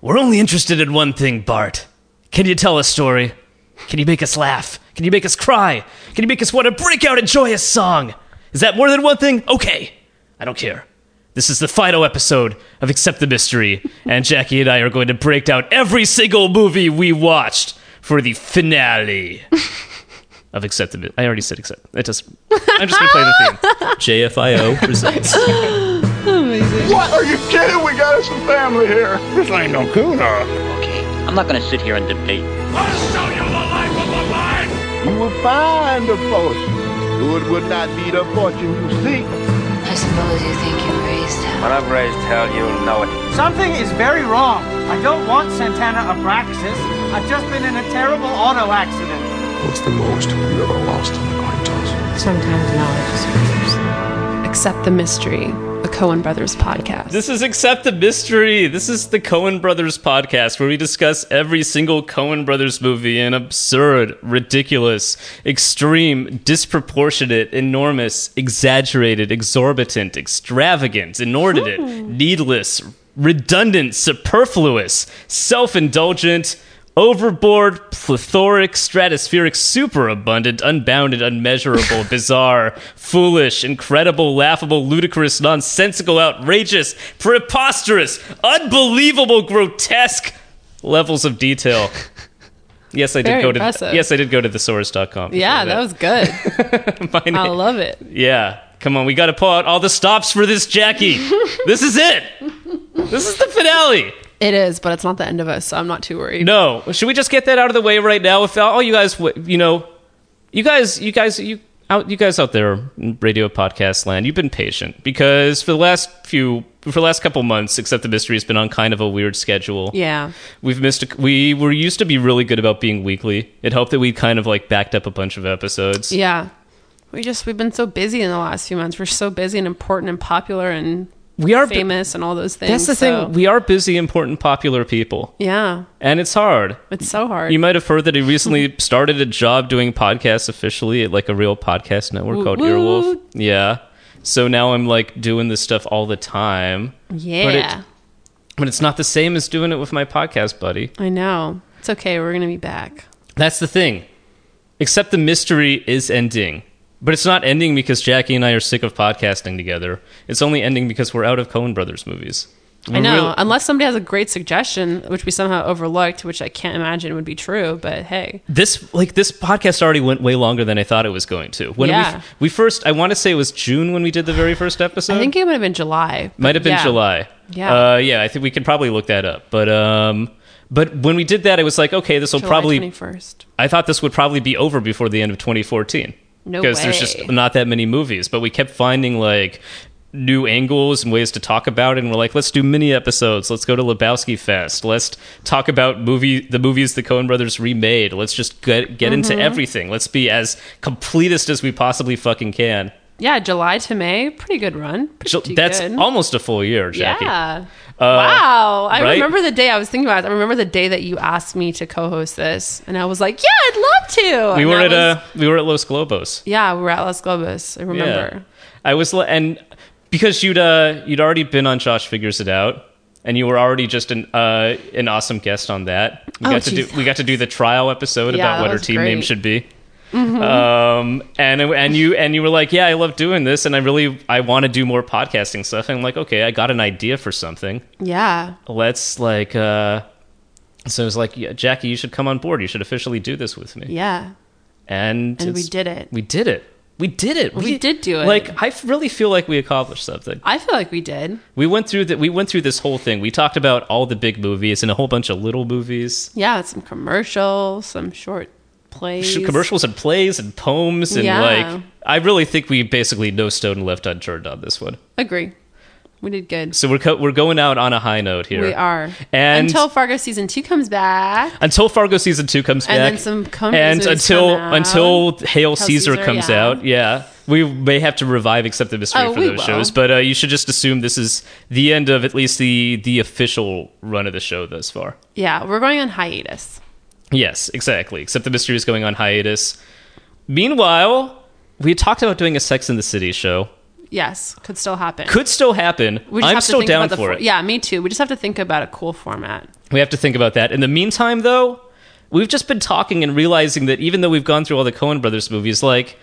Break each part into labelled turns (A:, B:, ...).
A: We're only interested in one thing, Bart. Can you tell a story? Can you make us laugh? Can you make us cry? Can you make us want to break out and joyous song? Is that more than one thing? Okay. I don't care. This is the final episode of Accept the Mystery, and Jackie and I are going to break down every single movie we watched for the finale of Accept the Mi- I already said Accept. It just, I'm just going to play the theme.
B: JFIO presents.
C: What? Are you kidding? We got us a family here. This ain't no cooler.
D: Okay, I'm not gonna sit here and debate.
C: You will find a fortune. Though it would not be the fortune you seek.
E: I suppose you think you're raised
D: When I'm raised hell, you'll know it.
F: Something is very wrong. I don't want Santana Abraxas. I've just been in a terrible auto accident.
G: What's the most you ever lost in a coin toss?
H: Sometimes knowledge is first. Accept the mystery, a Cohen Brothers podcast.
A: This is Accept the Mystery. This is the Cohen Brothers podcast where we discuss every single Cohen Brothers movie in absurd, ridiculous, extreme, disproportionate, enormous, exaggerated, exorbitant, extravagant, inordinate, needless, redundant, superfluous, self indulgent, overboard, plethoric, stratospheric, superabundant, unbounded, unmeasurable, bizarre, foolish, incredible, laughable, ludicrous, nonsensical, outrageous, preposterous, unbelievable, grotesque levels of detail. Yes, I did
H: Very
A: go to
H: impressive.
A: yes, I did go to thesaurus.com.
H: yeah, that was good.
A: was
H: I love it.
A: Yeah. Come on, we got to pull out all the stops for this, Jackie. this is it. This is the finale.
H: It is, but it's not the end of us, so I'm not too worried.
A: No, should we just get that out of the way right now? If all you guys, w- you know, you guys, you guys, you out, you guys out there, in radio podcast land, you've been patient because for the last few, for the last couple months, except the mystery has been on kind of a weird schedule.
H: Yeah.
A: We've missed. A, we were used to be really good about being weekly. It helped that we kind of like backed up a bunch of episodes.
H: Yeah. We just we've been so busy in the last few months. We're so busy and important and popular and
A: we are. bu-
H: famous and all those things.
A: that's the
H: so-
A: thing. We are busy, important, popular people,
H: yeah.
A: and it's hard.
H: It's so hard.
A: You might have heard that he recently started a job doing podcasts officially at like a real podcast network called
H: Woot
A: Earwolf.
H: woot.
A: Yeah. So now I'm like doing this stuff all the time, but
H: yeah.
A: it- but it's not the same as doing it with my podcast buddy.
H: I know. It's okay. We're gonna be back.
A: That's the thing. Except the mystery is ending. But it's not ending because Jackie and I are sick of podcasting together. It's only ending because we're out of Coen Brothers movies.
H: I
A: We're
H: know.
A: real-
H: Unless somebody has a great suggestion, which we somehow overlooked, which I can't imagine would be true, but hey.
A: this like this podcast already went way longer than I thought it was going to. When we,
H: Yeah.
A: f- we first, I want to say it was June when we did the very first episode.
H: I think it might have been July.
A: Uh,
H: but
A: Might have been
H: yeah.
A: July.
H: Yeah.
A: Uh, yeah, I think we could probably look that up. But um, but when we did that, it was like, okay, this will
H: July
A: probably.
H: twenty first.
A: I thought this would probably be over before the end of 2014.
H: No
A: Because there's just
H: way.
A: not that many movies, but we kept finding like new angles and ways to talk about it and we're like let's do mini episodes let's go to lebowski fest let's talk about movie the movies the cohen brothers remade let's just get get into
H: Mm-hmm.
A: everything let's be as completest as we possibly fucking can
H: Yeah, July to May, pretty good run. Pretty
A: that's
H: good.
A: almost a full year jackie
H: Yeah.
A: Uh,
H: wow. I
A: right?
H: remember the day I was thinking about it. I remember the day that you asked me to co host this. And I was like, yeah, I'd love to.
A: we
H: And
A: were
H: that
A: at
H: was-
A: uh we were at Los Globos.
H: Yeah, we were at Las Globas. I remember.
A: I was li- and because you'd uh you'd already been on Josh figures it out and you were already just an uh an awesome guest on that. We
H: Oh,
A: got to do
H: geez.
A: we got to do the trial episode
H: Yeah,
A: about
H: that
A: what her
H: was
A: team name
H: great. Mm-hmm.
A: should be. Um and and you and you were like, "Yeah, I love doing this and I really I want to do more podcasting stuff." And I'm like, "Okay, I got an idea for something.
H: Yeah.
A: Let's like uh so it was like, yeah, Jackie, you should come on board. You should officially do this with me.
H: Yeah.
A: And,
H: And we
A: it's-
H: did it.
A: we did it. We did it.
H: We did do it.
A: Like I f- really feel like we accomplished something.
H: I feel like we did.
A: We went through that. We went through this whole thing. We talked about all the big movies and a whole bunch of little movies,
H: Yeah, some commercials, some short plays.
A: Sh- commercials and plays and poems and
H: Yeah.
A: like. I really think we basically no stone left unturned on this one.
H: Agree. We did good.
A: So we're co- we're going out on a high note here.
H: We are.
A: And-
H: until Fargo season two comes back.
A: until Fargo season two comes
H: And
A: back,
H: then some Coen
A: and
H: movies
A: until
H: come out.
A: until Hail Caesar,
H: Caesar,
A: comes
H: yeah.
A: out, yeah, we may have to revive Except the Mystery
H: Oh,
A: for
H: we
A: those
H: will.
A: shows. But uh, you should just assume this is the end of at least the the official run of the show thus far.
H: Yeah, we're going on hiatus.
A: Yes, exactly. Except the mystery is going on hiatus. Meanwhile, we had talked about doing a Sex in the City show.
H: yes, could still happen.
A: Could still happen.
H: we just
A: I'm
H: have to
A: still
H: think
A: down
H: about the
A: for
H: for-
A: it.
H: Yeah, me too. We just have to think about a cool format.
A: We have to think about that. In the meantime, though, we've just been talking and realizing that even though we've gone through all the Coen Brothers movies, like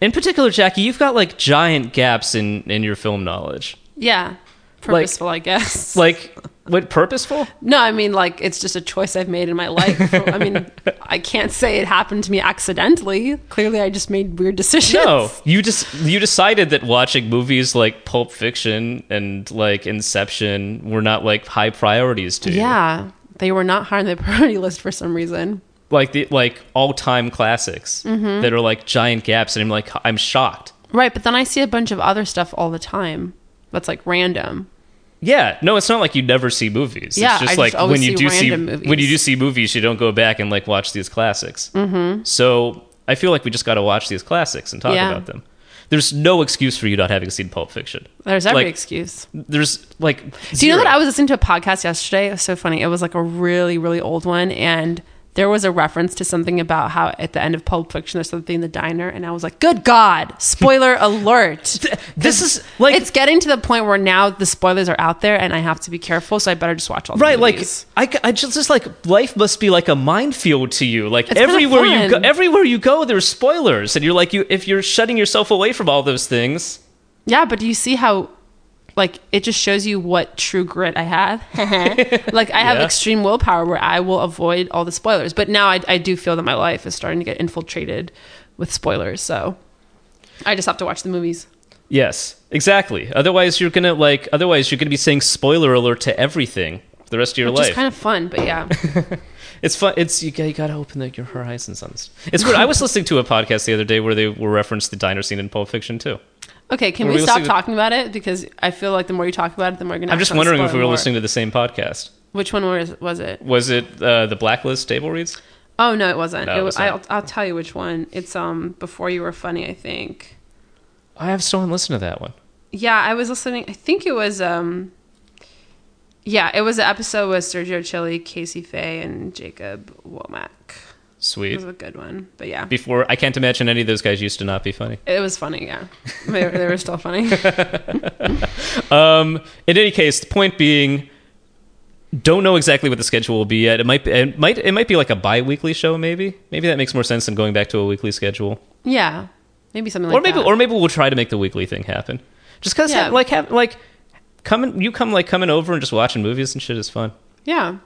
A: in particular, Jackie, you've got like giant gaps in in your film knowledge.
H: Yeah, purposeful, I guess.
A: Like, what purposeful?
H: No, I mean like it's just a choice I've made in my life. I mean, I can't say it happened to me accidentally. Clearly, I just made weird decisions.
A: No, you just you decided that watching movies like Pulp Fiction and like Inception were not like high priorities to you.
H: Yeah, they were not high on the priority list for some reason.
A: like the like all time classics that are like giant gaps, and I'm like I'm shocked.
H: Right, but then I see a bunch of other stuff all the time that's like random.
A: Yeah, no, it's not like you never see movies.
H: Yeah,
A: it's just
H: I just
A: like
H: always
A: when you
H: see
A: do see
H: random movies.
A: when you do see movies, you don't go back and like watch these classics. Mm-hmm. So I feel like we just got to watch these classics and talk
H: Yeah.
A: about them. There's no excuse for you not having seen Pulp Fiction.
H: There's every
A: Like,
H: excuse.
A: There's like,
H: Do you know that I was listening to a podcast yesterday? It was so funny. It was like a really, really old one, and there was a reference to something about how at the end of Pulp Fiction there's something in the diner, and I was like, "Good God! Spoiler alert!"
A: This is like
H: it's getting to the point where now the spoilers are out there, and I have to be careful, so I better just watch all the
A: Right, like
H: movies.
A: I, c- I just, just like life must be like a minefield to you. Like
H: kinda
A: everywhere you go,
H: fun.
A: everywhere you go, there's spoilers, and you're like you if you're shutting yourself away from all those things.
H: yeah, but do you see how? Like it just shows you what true grit I have. like I have
A: Yeah.
H: extreme willpower where I will avoid all the spoilers. But now I, I do feel that my life is starting to get infiltrated with spoilers. So I just have to watch the movies.
A: Yes, exactly. Otherwise, you're gonna like. Otherwise, you're gonna be saying spoiler alert to everything for the rest of your
H: Which
A: life.
H: is kind of fun, but yeah.
A: it's fun. It's you, got- you gotta open like your horizons on this. It's good. I was listening to a podcast the other day where they were referenced the diner scene in Pulp Fiction too.
H: Okay, can
A: Were
H: we
A: we
H: stop
A: listening to-
H: talking about it? Because I feel like the more you talk about it, the more you're gonna.
A: I'm just wondering if we were listening to the same podcast.
H: Which one was was it?
A: Was it uh, the Blacklist table reads?
H: Oh no, it wasn't.
A: No,
H: it
A: it
H: was,
A: was not.
H: I'll, I'll tell you which one. It's um before you were funny, I think.
A: I have someone listen to that one.
H: Yeah, I was listening. I think it was um. Yeah, it was an episode with Sergio Chili, Casey Faye, and Jacob Womack. It
A: Sweet.
H: was a good one, but yeah,
A: before I can't imagine any of those guys used to not be funny.
H: it was funny. Yeah, they, they were still funny.
A: In any case, the point being don't know exactly what the schedule will be yet. It might be, it might it might be like a bi-weekly show maybe. Maybe that makes more sense than going back to a weekly schedule.
H: yeah, maybe something like
A: or maybe
H: that.
A: or maybe we'll try to make the weekly thing happen. Just cuz
H: Yeah.
A: like have, like coming you come like coming over and just watching movies and shit is fun.
H: Yeah.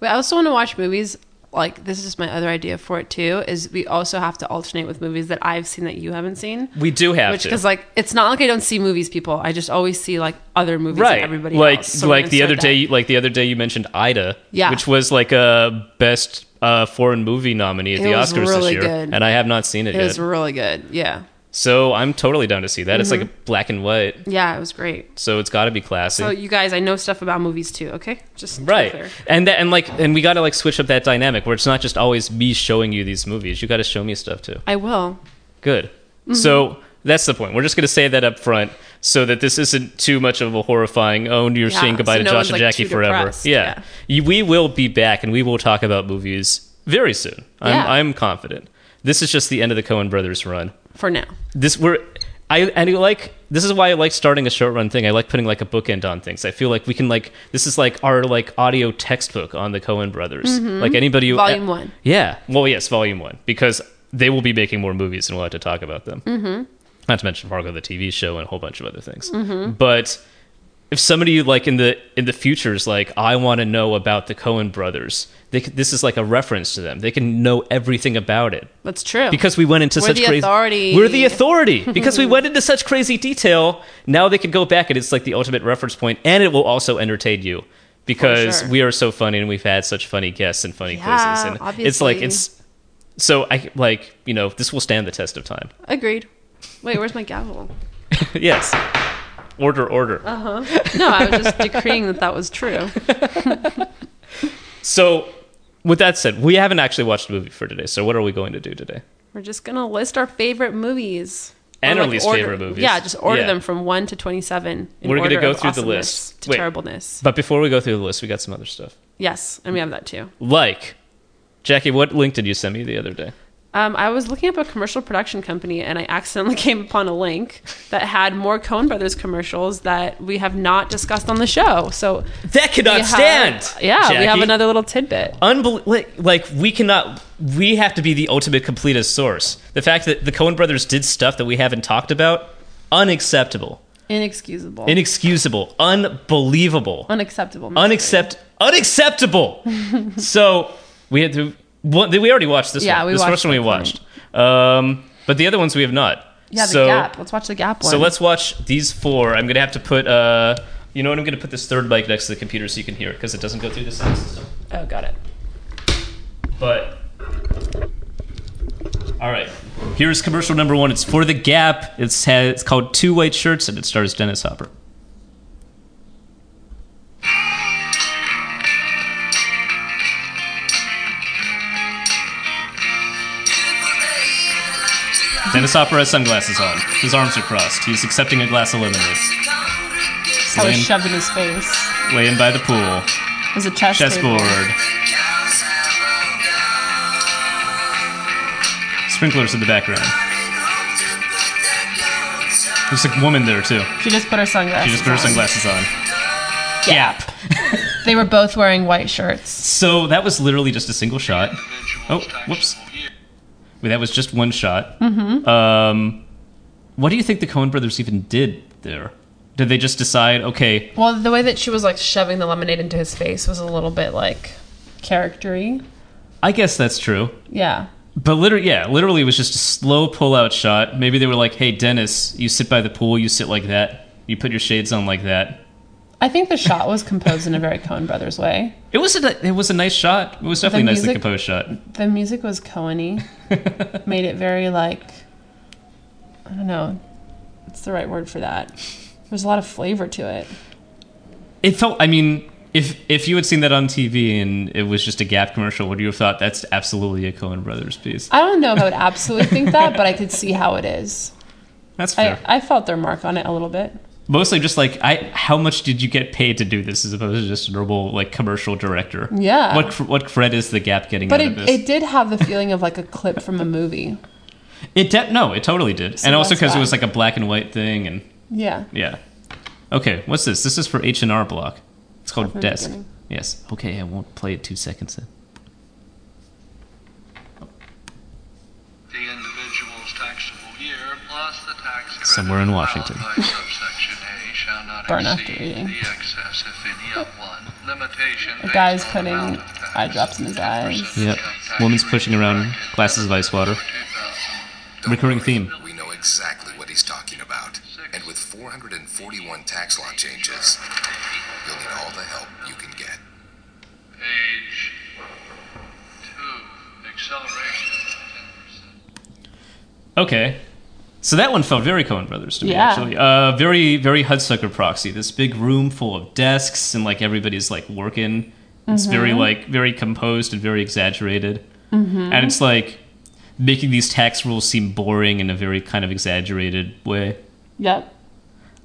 H: But I also want to watch movies. Like, this is just my other idea for it, too, is we also have to alternate with movies that I've seen that you haven't seen.
A: We do have
H: Which,
A: to.
H: because, like, it's not like I don't see movies, people. I just always see, like, other movies
A: right
H: than everybody
A: like
H: else. So we're
A: like
H: gonna
A: the
H: start
A: other
H: that.
A: day like the other day you mentioned ida
H: Yeah.
A: which was like a best uh, foreign movie nominee at
H: It
A: the
H: was
A: oscars
H: really
A: this year
H: good.
A: and i have not seen it,
H: It
A: yet
H: was really good. Yeah.
A: so i'm totally down to see that it's like
H: Mm-hmm.
A: a black and white
H: Yeah, it was great.
A: so it's got to be classy
H: So, you guys, I know stuff about movies, too, okay? Just to be
A: right
H: clear.
A: and that and like and we got to like switch up that dynamic where it's not just always me showing you these movies you got to show me stuff too
H: I will.
A: Good.
H: Mm-hmm.
A: So that's the point. We're just going to say that up front so that this isn't too much of a horrifying, oh, you're
H: Yeah,
A: saying goodbye
H: so
A: to
H: no
A: Josh
H: one's,
A: and
H: like,
A: Jackie
H: too
A: forever.
H: depressed.
A: Yeah. You- We will be back and we will talk about movies very soon. I'm,
H: Yeah.
A: I'm confident. This is just the end of the Coen brothers run.
H: For now.
A: This we're I and you like this is why I like starting a short run thing. I like putting like a bookend on things. I feel like we can like this is like our like audio textbook on the Coen brothers. Like anybody who
H: Mm-hmm. Volume one.
A: yeah. Well, yes, Volume One, because they will be making more movies, and we'll have to talk about them. Mm-hmm. Not to mention Fargo, the TV show, and a whole bunch of other things.
H: Mm-hmm.
A: But if somebody like in the in the future is like, I want to know about the Cohen brothers. They, c- this is like a reference to them. They can know everything about it
H: That's true.
A: because we went into
H: We're
A: such
H: the
A: crazy.
H: authority.
A: We're the authority because we went into such crazy detail. Now they can go back, and it's like the ultimate reference point, and it will also entertain you because
H: sure.
A: we are so funny, and we've had such funny guests and funny
H: Yeah,
A: quizzes, and it's like
H: obviously.
A: it's. So I like you know this will stand the test of time.
H: Agreed. Wait, where's my gavel?
A: yes, order, order.
H: No, I was just decreeing that that was true.
A: So with that said, we haven't actually watched a movie for today. So what are we going to do today?
H: We're just gonna list our favorite movies
A: And
H: Or,
A: our
H: like,
A: least
H: order-
A: favorite movies.
H: Yeah, just order
A: Yeah.
H: them from one to twenty-seven. in
A: We're gonna
H: order
A: go
H: of
A: through the
H: awesomeness
A: list.
H: to
A: Wait.
H: terribleness.
A: But before we go through the list, we got some other stuff.
H: Yes, and we have that too.
A: Like, Jackie, what link did you send me the other day?
H: Uh, Um, I was looking up a commercial production company and I accidentally came upon a link that had more Coen Brothers commercials that we have not discussed on the show. So
A: That
H: we
A: cannot
H: have-
A: stand.
H: Yeah, we have
A: Jackie.
H: another little tidbit.
A: Unbel- like, like we cannot. We have to be the ultimate completist source. The fact that the Coen Brothers did stuff that we haven't talked about, unacceptable,
H: Inexcusable.
A: inexcusable, unbelievable.
H: Unacceptable.
A: unaccept unacceptable. so we had to. What, we already watched this
H: Yeah,
A: one.
H: we
A: this
H: watched
A: first one we
H: that
A: watched. Um, but the other ones we have not.
H: Yeah, the
A: so,
H: gap. Let's watch the gap one.
A: So let's watch these four. I'm gonna have to put. Uh, you know what? I'm gonna put this third mic next to the computer so you can hear it because it doesn't go through the sound system.
H: Oh, got it.
A: But all right, here's commercial number one. It's for the Gap. It's ha- it's called Two White Shirts, and it stars Dennis Hopper. Dennis Hopper has sunglasses on. His arms are crossed. He's accepting a glass of lemonade.
H: That was
A: Lame.
H: shoved in his face.
A: Laying by the pool.
H: It was a chest
A: Chessboard. Sprinklers in the background. There's a woman there too.
H: She just put her sunglasses.
A: She just put her sunglasses on. Gap.
H: They were both wearing white shirts.
A: So that was literally just a single shot. Oh, whoops. Wait, that was just one shot. Mm-hmm. Um, what do you think the Coen brothers even did there? Did they just decide, okay,
H: Well, the way that she was like shoving the lemonade into his face was a little bit like charactery.
A: I guess that's true.
H: Yeah.
A: But literally, yeah, literally, it was just a slow pull out shot. Maybe they were like, "Hey, Dennis, you sit by the pool. You sit like that. You put your shades on like that."
H: I think the shot was composed in a very Coen Brothers way.
A: It was a it was a nice shot. It was definitely a nicely
H: music-
A: composed shot.
H: The music was Coeny. Made it very like I don't know. What's the right word for that? There's a lot of flavor to it.
A: It felt. I mean, if if you had seen that on TV and it was just a Gap commercial, would you have thought that's absolutely a Coen Brothers piece?
H: I don't know if I would absolutely think that, but I could see how it is.
A: That's
H: I,
A: fair.
H: I felt their mark on it a little bit.
A: Mostly just like I, how much did you get paid to do this as opposed to just a normal like commercial director?
H: Yeah.
A: What cr- what cred is the Gap getting
H: But
A: out of
H: it,
A: this?
H: it did have the feeling of like a clip from a movie.
A: It de- no, it totally did, and also
H: that's
A: because it
H: why.
A: was like a black and white thing, and
H: Yeah.
A: yeah. Okay, what's this? This is for H and R Block. It's called
H: from the
A: Desk.
H: beginning.
A: Yes. Okay, I won't play it two seconds in.
I: the individual's taxable year plus the tax credit
A: Somewhere in
I: allowed
A: Washington.
I: by subsection A shall not
H: Burn after
I: exceed
H: eating.
I: the excess, if any, of one limitation
H: The
I: based
H: guy's
I: on
H: putting
I: amount of tax.
H: eye drops in his eyes.
A: Yep. Woman's pushing around glasses of ice water. Recurring theme.
G: We know exactly what he's talking about. And with 441 tax law changes, you'll need all the help you can get.
I: Page two, acceleration of 10%.
A: Okay. So that one felt very Coen Brothers to me,
H: Yeah.
A: actually. Uh, very, very Hudsucker Proxy. This big room full of desks and like everybody's like working. It's very
H: Mm-hmm.
A: like very composed and very exaggerated, and it's like making these tax rules seem boring in a very kind of exaggerated way.
H: Yep.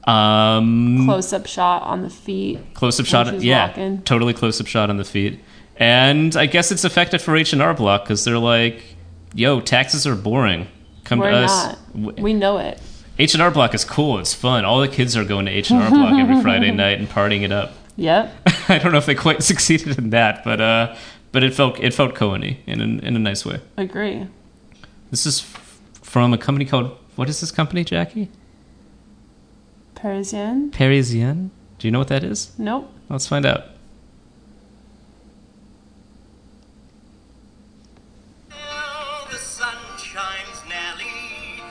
A: Um,
H: Close up shot on the feet.
A: close up shot,
H: she's
A: yeah,
H: walking.
A: totally close up shot on the feet. And I guess it's effective for H and R Block because they're like, "Yo, taxes are boring. Come
H: We're
A: to us."
H: not. We know it.
A: H and R Block is cool. It's fun. All the kids are going to H and R Block every Friday night and partying it up.
H: Yep.
A: I don't know if they quite succeeded in that, but uh, but it felt it felt Cohen-y in an, in a nice way.
H: Agree.
A: This is f- from a company called what is this company, Jackie?
H: Parisian?
A: Parisienne. Do you know what that is?
H: Nope.
A: Let's find out.
J: Oh, the sun shines, Nelly,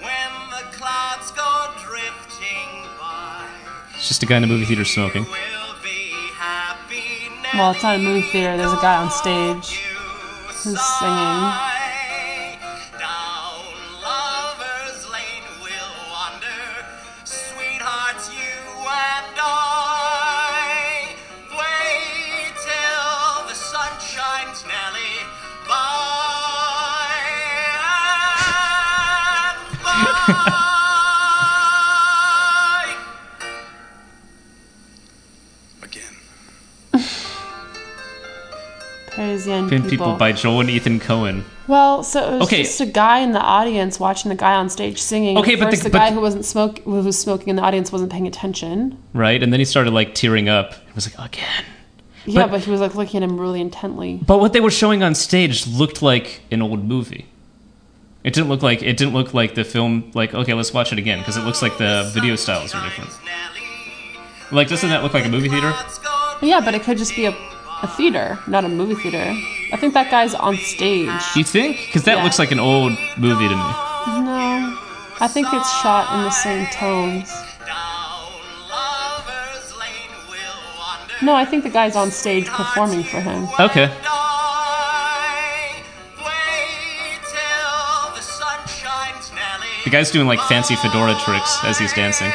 J: when the clouds go drifting by.
A: It's just a guy in a movie theater smoking.
J: We'll be happy, Nelly.
H: Well, it's not a movie theater. There's a guy on stage.
J: who's
H: singing.
J: Down Lover's Lane we'll wander, sweethearts, you and I. Wait till the sun shines, Nelly. Bye and bye.
G: Again.
H: Crazy young
A: Pin People by Joel and Ethan Cohen.
H: Well, so it was
A: Okay.
H: just a guy in the audience watching the guy on stage singing.
A: Okay,
H: At
A: but the-
H: first the,
A: but-
H: guy who wasn't smoke who was smoking in the audience wasn't paying attention.
A: right? And then he started like tearing up. It was like again.
H: Yeah,
A: But-
H: but, he was like looking at him really intently.
A: But what they were showing on stage looked like an old movie. It didn't look like it didn't look like the film. Like okay, let's watch it again because it looks like the video styles are different. Like doesn't that look like a movie theater?
H: Yeah, but it could just be a, a theater, not a movie theater. I think that guy's on stage.
A: You think? Because that
H: Yeah.
A: looks like an old movie to me.
H: No, I think it's shot in the same tones. No, I think the guy's on stage performing for him.
A: Okay. The guy's doing like fancy fedora tricks as he's dancing.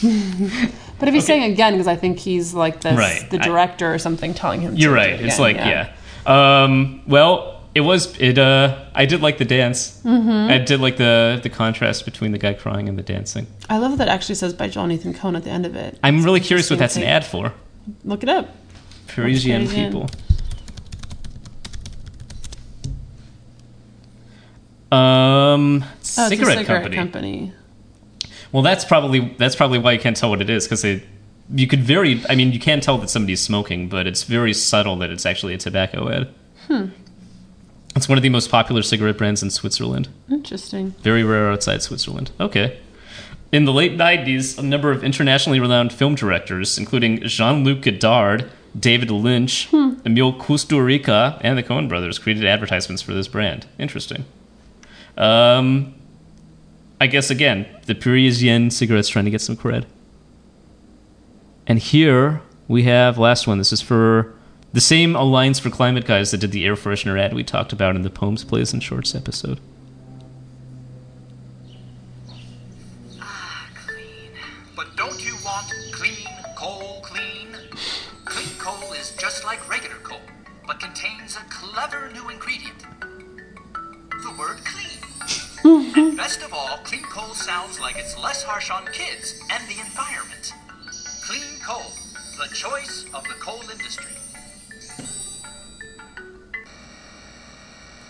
H: But if he's saying again, because I think he's like this,
A: Right.
H: the
A: I-
H: director or something telling him.
A: You're
H: to
A: right.
H: Do it
A: It's
H: again,
A: like yeah. Um, well, it was it. Uh, I did like the dance.
H: Mhm.
A: I did like the the contrast between the guy crying and the dancing.
H: I love that. it Actually, says by Joel Nathan Cohn at the end of it.
A: I'm really curious what that's an
H: interesting
A: ad for.
H: Look it up.
A: Parisian
H: Parisian.
A: people. Um,
H: Oh, it's a
A: cigarette, company. Well, that's probably that's probably why you can't tell what it is because they. You could very, I mean, you can tell that somebody's smoking, but it's very subtle that it's actually a tobacco ad.
H: Hmm.
A: It's one of the most popular cigarette brands in Switzerland.
H: Interesting.
A: Very rare outside Switzerland. Okay. In the late 90s, a number of internationally renowned film directors, including Jean Luc Godard, David Lynch, Emil Kusturica, and the Coen brothers, created advertisements for this brand. Interesting. Um, I guess, again, the Parisian cigarette's trying to get some cred. And here we have last one. This is for the same Alliance for Climate guys that did the air freshener ad we talked about in the Poems, Plays, and Shorts episode.
J: But don't you want clean coal clean? Clean coal is just like regular coal, but contains a clever new ingredient. The word clean. and best of all, clean coal sounds like it's less harsh on kids and the environment. Clean coal, the choice of the coal industry.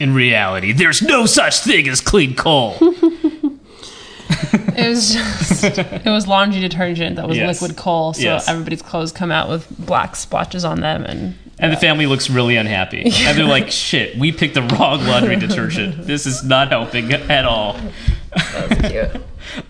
A: In reality, there's no such thing as clean coal.
H: It was just, it was laundry detergent that was
A: Yes.
H: liquid coal, so
A: Yes.
H: everybody's clothes come out with black splotches on them, and
A: and the family looks really unhappy. And they're like, shit, we picked the wrong laundry detergent. This is not helping at all.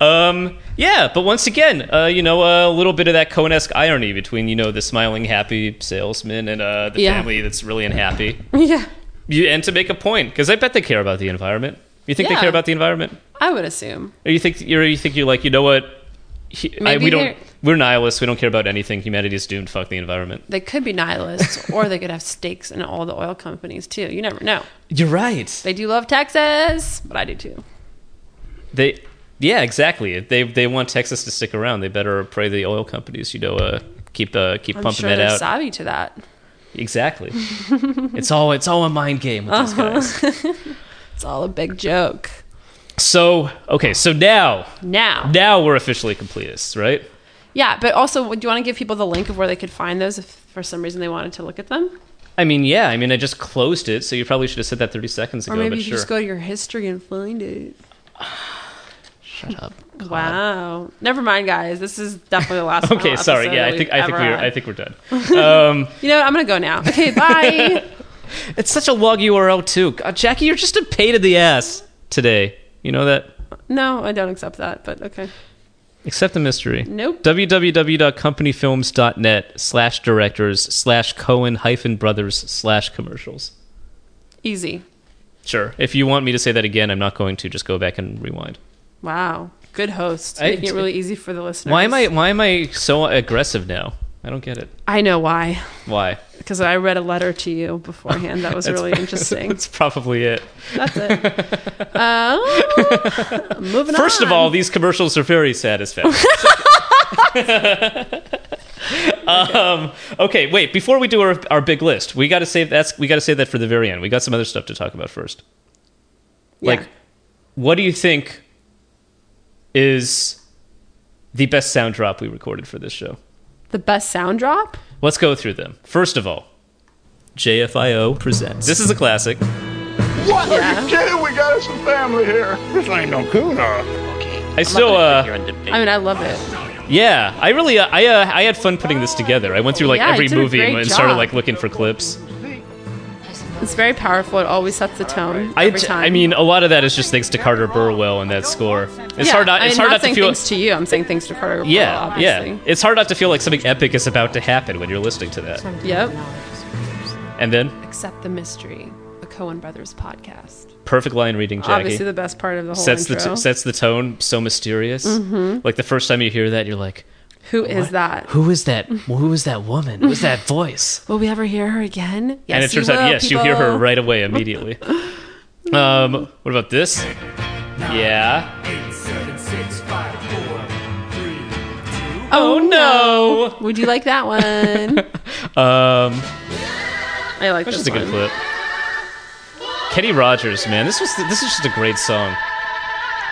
A: Um, yeah, but once again, uh, you know, a little bit of that Cohen-esque irony between, you know, the smiling, happy salesman and uh, the
H: Yeah.
A: family that's really unhappy.
H: yeah,
A: You, and to make a point, because I bet they care about the environment. You think they
H: Yeah.
A: care about the environment?
H: I would assume.
A: Or you think you're you think you're like you know what? He, I,
H: Maybe
A: we
H: they're-
A: don't. We're nihilists. We don't care about anything. Humanity is doomed. Fuck the environment.
H: They could be nihilists, or they could have stakes in all the oil companies too. You never know.
A: You're right.
H: They do love Texas, but I do too.
A: They, yeah, exactly. If They they want Texas to stick around. They better pray the oil companies. You know, uh, keep uh, keep
H: I'm
A: pumping
H: sure
A: that
H: they're
A: out.
H: savvy to that.
A: Exactly. it's all it's all a mind game with these
H: Uh-huh.
A: guys.
H: it's all a big joke.
A: So okay, so now
H: Now,
A: now we're officially completists, right?
H: yeah, but also, do you want to give people the link of where they could find those if for some reason they wanted to look at them?
A: I mean, yeah. I mean, I just closed it, so you probably should have said that thirty seconds ago.
H: or maybe
A: but
H: you could
A: sure.
H: just go to your history and find it.
A: Shut up.
H: Wow. Never mind, guys. This is definitely the last.
A: Okay,
H: final
A: sorry.
H: episode
A: Yeah,
H: that
A: I think
H: we've
A: I think
H: ever
A: we're
H: had.
A: I think we're done. Um,
H: You know what? I'm gonna go now. Okay, bye.
A: It's such a long URL too. God, Jackie, you're just a pain in the ass today. You know that?
H: no, I don't accept that. But okay.
A: Accept the mystery.
H: Nope.
A: www.companyfilms.net slash directors slash Cohen hyphen brothers slash commercials.
H: Easy.
A: Sure. If you want me to say that again, I'm not going to. Just go back and rewind.
H: Wow. Good host.
A: I-
H: Making it really easy for the listeners.
A: Why am I? Why am I so aggressive now? I don't get it.
H: I know why.
A: Why?
H: Because I read a letter to you beforehand. That was
A: That's
H: really
A: pro-
H: interesting.
A: That's probably it.
H: That's it. Uh, moving on.
A: First of all, these commercials are very satisfactory. um, okay, wait. Before we do our, our big list, we got to save that's we got to save that for the very end. We got some other stuff to talk about first.
H: Yeah.
A: Like, what do you think is the best sound drop we recorded for this show.
H: The best sound drop?
A: Let's go through them. First of all,
B: JFIO presents.
A: this is a classic.
C: What? Are you kidding? We got us a family here. This ain't no Kuna.
A: I still, uh,
H: I mean, I love it.
A: yeah, I really, uh, I, uh, I had fun putting this together. I went through like
H: Yeah, you
A: every
H: did a
A: movie and,
H: great
A: and started
H: job.
A: like looking for clips.
H: It's very powerful. It always sets the tone
A: I,
H: every
A: d-
H: time.
A: I mean, a lot of that is just thanks to Carter Burwell and that score. It's
H: Yeah,
A: hard not,
H: I mean,
A: it's hard
H: not
A: not to
H: saying
A: feel.
H: things to you. I'm saying things to Carter.
A: Yeah,
H: Burwell,
A: yeah.
H: obviously.
A: It's hard not to feel like something epic is about to happen when you're listening to that.
H: Yep.
A: And then,
H: Accept the mystery. The Cohen Brothers podcast.
A: perfect line reading, Jackie.
H: Obviously, the best part of the whole
A: sets the
H: intro.
A: t- sets the tone so mysterious. Like the first time you hear that, you're like,
H: Who is that?
A: "Who is that? Who is that woman? Who's that voice?"
H: Will we ever hear her again? Yes,
A: and it
H: you
A: turns out,
H: will,
A: yes, you hear her
H: people.
A: right away immediately. um, what about this? Yeah.
H: Oh,
A: no.
H: Would you like that one?
A: Um,
H: I like
A: that's
H: this
A: just a
H: one.
A: good clip. Kenny Rogers, man, this was this is just a great song.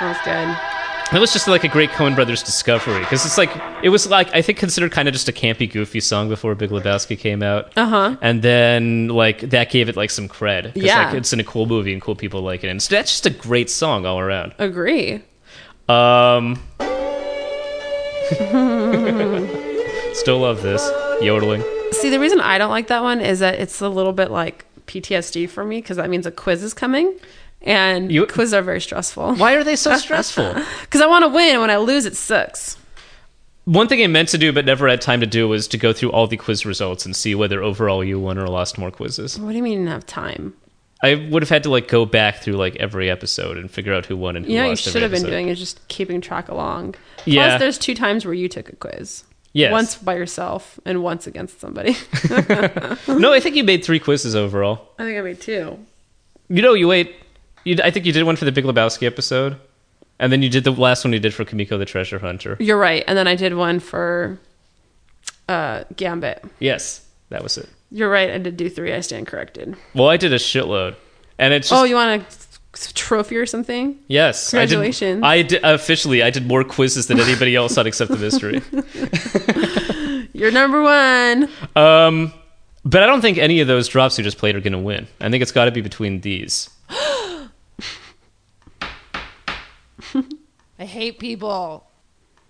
H: That
A: It was just like a great Coen Brothers discovery because it's like it was like I think considered kind of just a campy, goofy song before Big Lebowski came out. Uh huh. And then like that gave it like some cred. 'Cause,
H: Yeah.
A: Like, it's in a cool movie and cool people like it, and so that's just a great song all around.
H: was good. Agree.
A: Um. Still love this yodeling.
H: See, the reason I don't like that one is that it's a little bit like PTSD for me because that means a quiz is coming, and
A: You-
H: quizzes are very stressful.
A: Why are they so stressful?
H: Because I want to win, and when I lose, it sucks.
A: One thing I meant to do but never had time to do was to go through all the quiz results and see whether overall you won or lost more quizzes.
H: What do you mean you didn't have time?
A: I would have had to like go back through like every episode and figure out who won and who
H: You know, what you
A: lost. every
H: should have been
A: episode.
H: doing is just keeping track along.
A: Yeah.
H: Plus, there's two times where you took a quiz.
A: Yes.
H: Once by yourself and once against somebody.
A: No, I think you made three quizzes overall.
H: I think I made two.
A: You know, you wait. You, I think you did one for the Big Lebowski episode, and then you did the last one you did for Kamiko the Treasure Hunter.
H: You're right. And then I did one for uh, Gambit.
A: Yes, that was it.
H: You're right. I did do three. I stand corrected.
A: Well, I did a shitload, and it's just
H: oh, you want a trophy or something?
A: yes.
H: Congratulations.
A: I did, I did officially. I did more quizzes than anybody else on Except the Mystery.
H: You're number one.
A: Um, but I don't think any of those drops you just played are going to win. I think it's got to be between these.
K: I hate people.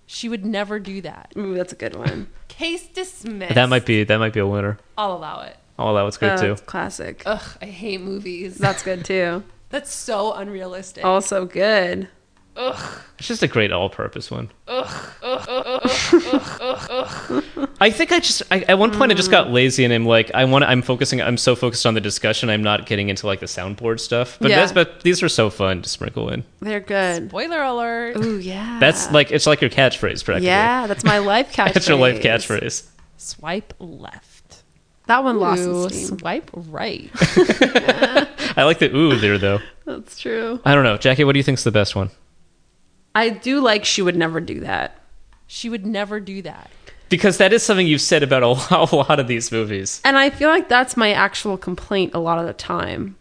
K: She would never do that.
H: Ooh, that's a good one.
K: Case dismissed.
A: That might be that might be a winner.
K: I'll allow it.
A: Oh, that was good
H: Uh,
A: too.
H: it's classic.
K: Ugh, I hate movies.
H: That's good too.
K: That's so unrealistic.
H: Also good.
A: It's just a great all-purpose one. I think I just I, at one point I just got lazy and I'm like I want I'm focusing I'm so focused on the discussion I'm not getting into like the soundboard stuff. But
H: Yeah.
A: that's but these are so fun to sprinkle in.
H: They're good.
K: Spoiler alert.
H: Ooh, yeah.
A: That's like it's like your catchphrase practically.
H: yeah. That's my life catchphrase.
A: That's your life catchphrase.
K: Swipe left.
H: That one lost
K: Ooh,
H: some steam.
K: swipe right.
A: I like the ooh there though.
H: That's true.
A: I don't know, Jackie. What do you think's the best one?
H: I do like she would never do that.
K: she would never do that.
A: Because that is something you've said about a lot, a lot of these movies.
H: And I feel like that's my actual complaint a lot of the time.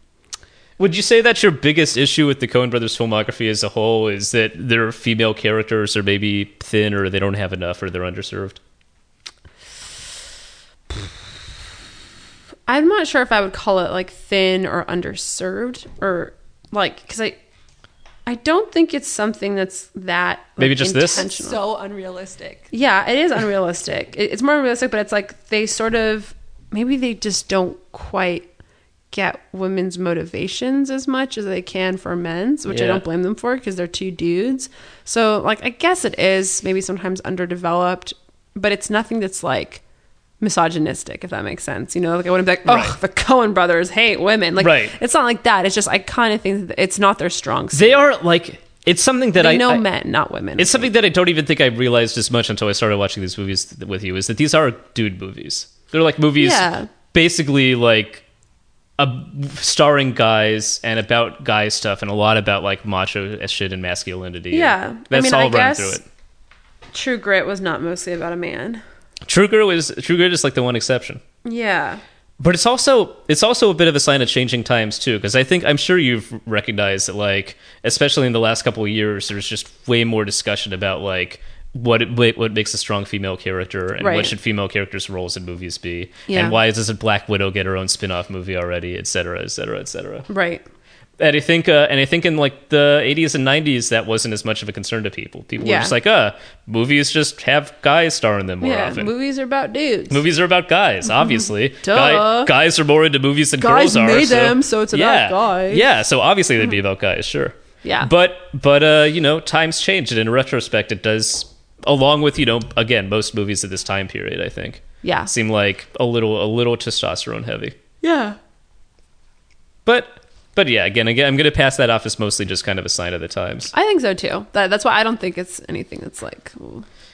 A: Would you say that's your biggest issue with the Coen Brothers filmography as a whole? Is that their female characters are maybe thin, or they don't have enough, or they're underserved?
H: I'm not sure if I would call it like thin or underserved or like because I I don't think it's something that's that like,
A: Maybe just this?
H: intentional.
K: So unrealistic.
H: Yeah, it is unrealistic. It- It's more realistic, but it's like they sort of maybe they just don't quite get women's motivations as much as they can for men's, which I
A: Yeah.
H: don't blame them for because they're two dudes. So like I guess it is maybe sometimes underdeveloped, but it's nothing that's like misogynistic if that makes sense. You know, like I wouldn't be like, "Oh, the Cohen brothers hate women." Like
A: Right.
H: it's not like that. It's just I kind of think that it's not their strong suit.
A: They are like it's something that
H: They
A: I
H: know
A: I-
H: men, not women.
A: It's something that I don't even think I realized as much until I started watching these movies th- with you. Is that these are dude movies? They're like movies,
H: Yeah.
A: basically like a, starring guys and about guy stuff, and a lot about like macho shit and masculinity.
H: Yeah.
A: And
H: I
A: that's
H: mean,
A: all
H: I
A: run
H: guess-
A: through it.
H: True Grit was not mostly about a man.
A: True Grit is True Grit is like the one exception.
H: Yeah.
A: but it's also it's also a bit of a sign of changing times too because i think i'm sure you've recognized that like especially in the last couple of years there's just way more discussion about like what it, what makes a strong female character and
H: Right.
A: what should female characters roles in movies be
H: Yeah.
A: and why doesn't black widow get her own spin-off movie already et cetera et cetera et cetera
H: Right.
A: and i think uh, and i think in like the 80s and 90s that wasn't as much of a concern to people people
H: Yeah.
A: were just like uh movies just have guys star in them more
H: yeah.
A: often
H: Movies are about dudes.
A: Movies are about guys, obviously.
H: Mm-hmm. Duh.
A: Guy- guys are more into movies than
H: Guys
A: girls are.
H: made
A: so-
H: them, so it's about
A: yeah.
H: guys. Mm-hmm.
A: Yeah, so obviously they'd be about guys, sure.
H: Yeah.
A: But but uh, you know, times changed, and in retrospect, it does. Along with you know, again, most movies of this time period, I think,
H: Yeah.
A: seem like a little a little testosterone heavy.
H: Yeah.
A: But but yeah, again, again, I'm going to pass that off as mostly just kind of a sign of the times.
H: I think so too. That, that's why I don't think it's anything that's like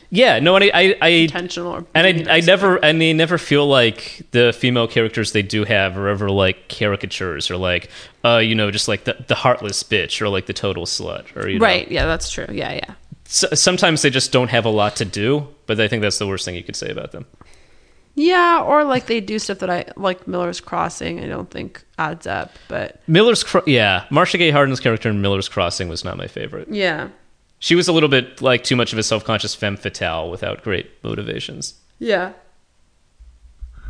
A: Yeah, no, and I I, I
H: intentional or
A: And I, I never, and they never feel like the female characters they do have are ever like caricatures or like, uh, you know, just like the, the heartless bitch or like the total slut or you know.
H: right. Yeah, that's true. Yeah, yeah.
A: S- sometimes they just don't have a lot to do, but I think that's the worst thing you could say about them.
H: Yeah, or like they do stuff that I like Miller's Crossing, I don't think adds up, but
A: Miller's, Cro- yeah, Marcia Gay Harden's character in Miller's Crossing was not my favorite.
H: yeah.
A: She was a little bit like too much of a self conscious femme fatale without great motivations.
H: Yeah.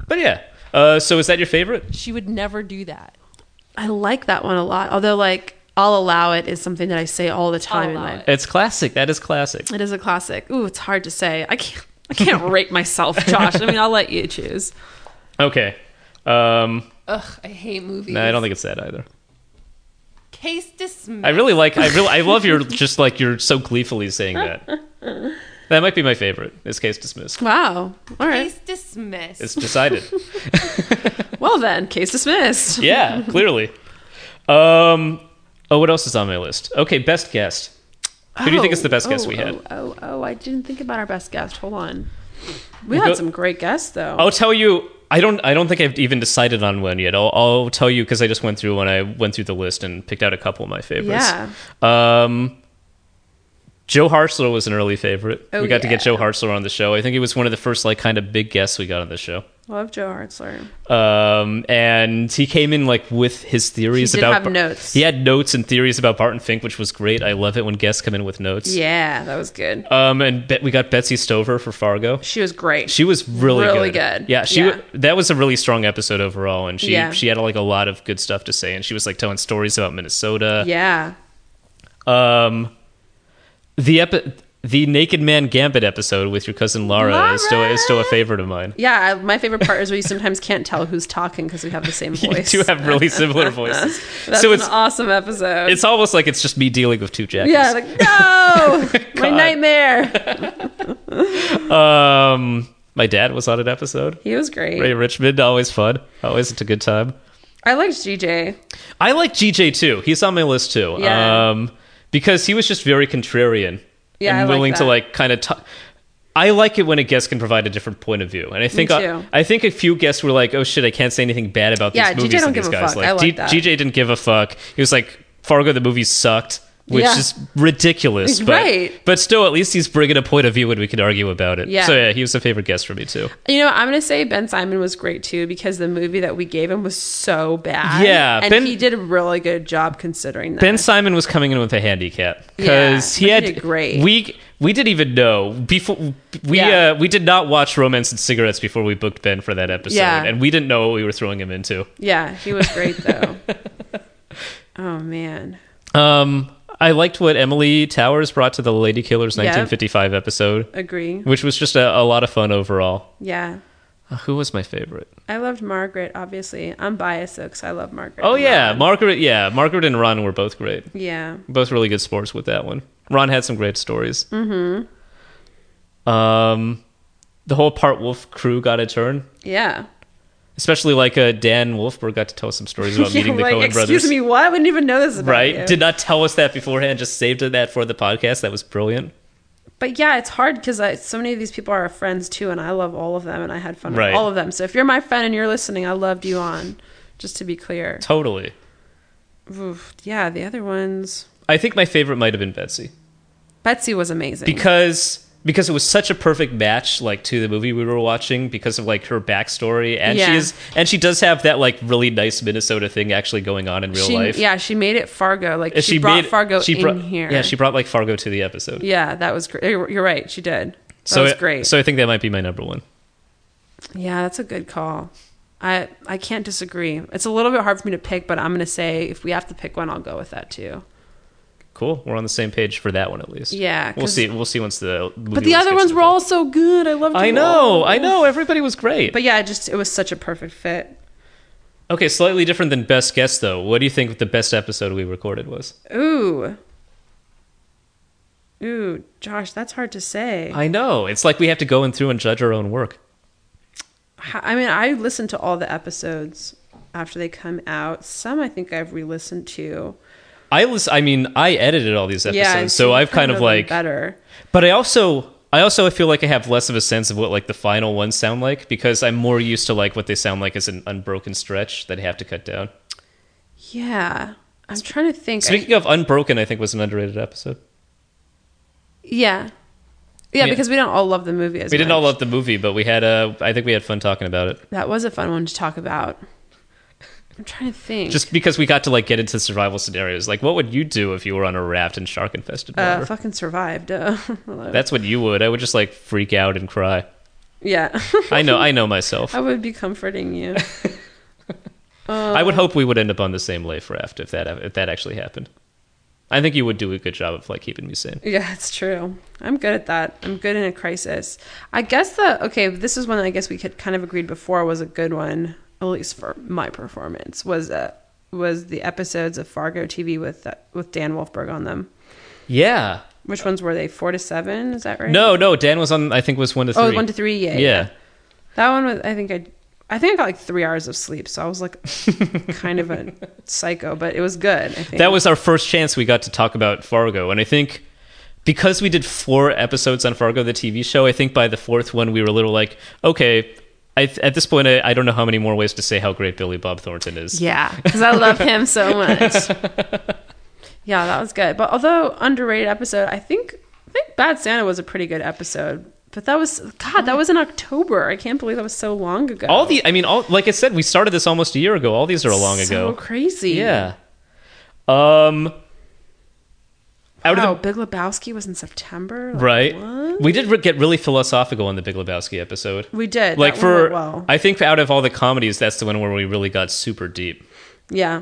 A: But yeah, uh, so is that your favorite?
K: She would never do that.
H: I like that one a lot. Although like I'll allow it is something that I say all the time in
K: Allow
H: my
A: It's classic. That is classic.
H: It is a classic. Ooh, it's hard to say. I can't I can't rate myself, Josh. I mean, I'll let you choose.
A: Okay. Um,
K: Ugh, I hate movies.
A: no, I don't think it's that either.
K: Case dismissed.
A: I really like. I really. I love your just like you're so gleefully saying that. That might be my favorite. This case dismissed.
H: Wow. All right.
K: Case dismissed.
A: It's decided.
H: Well then, case dismissed.
A: yeah, clearly. Um. Oh, what else is on my list? Okay, best guest. Who do you think is the best
H: Oh,
A: guest
H: oh,
A: we had?
H: Oh, oh, I didn't think about our best guest. Hold on. We
A: go- Oh,
H: had some great guests though.
A: I'll tell you. I don't. I don't think I've even decided on one yet. I'll, I'll tell you because I just went through when I went through the list and picked out a couple of my favorites.
H: Yeah.
A: Um, Joe Hartzler was an early favorite.
H: Oh,
A: we got to get
H: yeah.
A: Joe Hartzler on the show. I think he was one of the first like kind of big guests we got on the show.
H: Love Joe Hartzler.
A: um, and he came in like with his theories
H: He did
A: about
H: have notes.
A: He had notes and theories about Barton Fink, which was great. I love it when guests come in with notes.
H: Yeah, that was good.
A: Um, and bet we got Betsy Stover for Fargo.
H: She was great.
A: She was really,
H: Really
A: good.
H: good.
A: Yeah, she
H: Yeah.
A: w that was a really strong episode overall, and she
H: Yeah.
A: she had like a lot of good stuff to say, and she was like telling stories about Minnesota.
H: yeah.
A: Um, the epi- the Naked Man Gambit episode with your cousin Lara, Is, still, is still a favorite of mine.
H: Yeah, I- my favorite part is where you sometimes can't tell who's talking because we have the same
A: You
H: voice.
A: two have really similar voices,
H: That's
A: so
H: an
A: it's
H: awesome episode.
A: it's almost like it's just me dealing with two jackets.
H: yeah, like no, my nightmare.
A: Um, my dad was on an episode.
H: He was great.
A: Ray Richmond, always fun. Always it's a good time.
H: I liked GJ.
A: I like GJ too. He's on my list too.
H: Yeah.
A: Um, because he was just very contrarian
H: Yeah, I
A: and
H: like
A: willing to
H: that.
A: like kind of. T- I like it when a guest can provide a different point of view, and I think
H: too.
A: I, I think a few guests were like, "Oh shit, I can't say anything bad about
H: Yeah,
A: these
H: GJ
A: movies."
H: don't
A: and
H: give
A: these
H: a
A: guys.
H: fuck. I like that.
A: GJ didn't give a fuck. He was like, "Fargo, the movie sucked." Which
H: Yeah.
A: is ridiculous, but
H: Right.
A: but still, at least he's bringing a point of view and we can argue about it.
H: Yeah.
A: So yeah, he was a favorite guest for me too.
H: You know, I'm gonna say Ben Simon was great too because the movie that we gave him was so bad.
A: Yeah,
H: and
A: Ben-
H: he did a really good job considering that.
A: Ben Simon was coming in with a handicap because he
H: Yeah, but
A: had
H: he did great.
A: We we didn't even know before we
H: Yeah.
A: uh, we did not watch Romance and Cigarettes before we booked Ben for that episode,
H: Yeah.
A: and we didn't know what we were throwing him into.
H: yeah, he was great though. oh man,
A: Um, I liked what Emily Towers brought to the Lady Killers
H: Yep.
A: 1955 episode,
H: agree.
A: which was just a, a lot of fun overall.
H: Yeah,
A: Uh, Who was my favorite?
H: I loved Margaret. Obviously, I'm biased though because I love Margaret.
A: Oh
H: and
A: yeah,
H: Ron.
A: Margaret. Yeah, Margaret and Ron were both great.
H: yeah.
A: Both really good sports with that one. Ron had some great stories. Mm-hmm. Um, the whole Part Wolf crew got a turn,
H: Yeah.
A: especially like uh, Dan Wolfberg got to tell us some stories about meeting the
H: like,
A: Cohen
H: excuse
A: brothers.
H: me, what? I wouldn't even know this about
A: Right?
H: you.
A: Did not tell us that beforehand. Just saved that for the podcast. That was brilliant.
H: but yeah, it's hard because so many of these people are our friends too, and I love all of them, and I had fun
A: Right.
H: with all of them. So if you're my friend and you're listening, I loved you on. Just to be clear,
A: Totally.
H: Oof. yeah, the other ones.
A: I think my favorite might have been Betsy
H: Betsy was amazing.
A: because because it was such a perfect match like to the movie we were watching because of like her backstory and
H: Yeah.
A: she is and she does have that like really nice Minnesota thing actually going on in real
H: she,
A: life.
H: Yeah, she made it Fargo. Like
A: And
H: she, brought
A: made-
H: Fargo
A: she
H: in
A: brought-
H: here.
A: Yeah, she brought like Fargo to the episode.
H: Yeah, that was great. You're you're right. She did. That
A: so
H: was
A: I-
H: great.
A: So I think that might be my number one.
H: yeah, that's a good call. I I can't disagree. It's a little bit hard for me to pick, but I'm going to say if we have to pick one, I'll go with that too.
A: Cool. We're on the same page for that one at least.
H: Yeah,
A: We'll
H: 'cause-
A: see. We'll see once the movie
H: But the
A: list
H: other
A: gets
H: ones
A: to
H: were all so good. I loved.
A: I
H: them
A: know,
H: all.
A: I know. Everybody was great.
H: But yeah, it just it was such a perfect fit.
A: the- Okay, slightly different than best guess though. What do you think the best episode we recorded was?
H: Ooh. Ooh, Josh, that's hard to say.
A: I know. It's like we have to go in through and judge our own work.
H: H- I mean, I listen to all the episodes after they come out. Some I think I've re-listened to.
A: I was I mean, I edited all these episodes,
H: and
A: so
H: you
A: I've kind of
H: know them
A: like
H: better.
A: But I also I also feel like I have less of a sense of what like the final ones sound like because I'm more used to like what they sound like as an unbroken stretch that I have to cut down.
H: Yeah, I'm trying to think. I-
A: Speaking of unbroken, I think was an underrated episode.
H: yeah. yeah,
A: Yeah.
H: because we don't all love the movie as
A: we didn't
H: much.
A: all love the movie, but we had uh, I think we had fun talking about it.
H: That was a fun one to talk about. I'm trying to think. Uh,
A: Just because we got to like get into survival scenarios, like what would you do if you were on a raft in shark infested
H: uh,
A: water?
H: fucking survived. Uh, hello.
A: That's what you would. I would just like freak out and cry.
H: yeah.
A: I know, I know myself.
H: I would be comforting you.
A: I would hope we would end up on the same life raft if that if that actually happened. I think you would do a good job of like keeping me sane.
H: Yeah, it's true. I'm good at that. I'm good in a crisis. I guess the okay. This is one I guess we could kind of agreed before was a good one, at least for my performance. Was uh, was the episodes of Fargo TV with uh, with Dan Wolfberg on them?
A: Yeah.
H: Which ones were they? Four to seven? Is that right?
A: No, no. Dan was on. I think was one to three.
H: Oh, one to three. Yeah, yeah.
A: yeah.
H: That one was. I think I. I think I got like three hours of sleep, so I was like kind of a psycho, but it was good. I think
A: That was our first chance we got to talk about Fargo, and I think because we did four episodes on Fargo, the TV show, I think by the fourth one we were a little like, okay. I, at this point, I, I don't know how many more ways to say how great Billy Bob Thornton is.
H: Yeah, because I love him so much. yeah, that was good. But although underrated episode, I think I think Bad Santa was a pretty good episode. But that was God, that was in October. I can't believe that was so long ago.
A: All the, I mean, all like I said, we started this almost a year ago. All these are long
H: so
A: ago.
H: crazy.
A: Yeah. Um. Out
H: Wow,
A: of
H: Big Lebowski was in September.
A: the,
H: Like,
A: right.
H: what?
A: We did re- get really philosophical on the Big Lebowski episode.
H: We did.
A: like
H: That one
A: for
H: went well.
A: I think out of all the comedies, that's the one where we really got super deep.
H: yeah.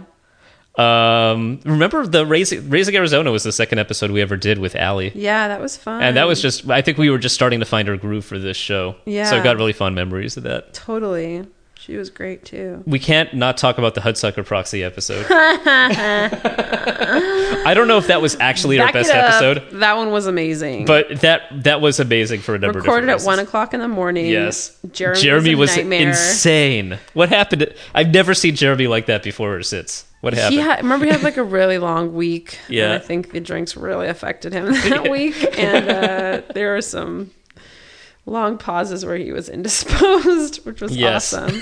A: Um, remember the raising, raising Arizona was the second episode we ever did with Allie,
H: Yeah, that was fun.
A: and that was just I think we were just starting to find our groove for this show. so
H: Yeah.
A: I got really fond memories of that.
H: totally. She was great too.
A: We can't not talk about the Hudsucker Proxy episode. I don't know if that was actually our
H: Back it
A: best
H: up.
A: episode,
H: That one was amazing.
A: but that that was amazing for a number
H: recorded
A: of
H: at
A: different
H: one
A: reasons.
H: o'clock in the morning.
A: Yes,
H: Jeremy, was,
A: was,
H: a nightmare.
A: insane. What happened? I've never seen Jeremy like that before or since. What happened?
H: He had, remember he had like a really long week.
A: Yeah.
H: And I think the drinks really affected him that week. And uh, there were some long pauses where he was indisposed, which was
A: Yes.
H: awesome.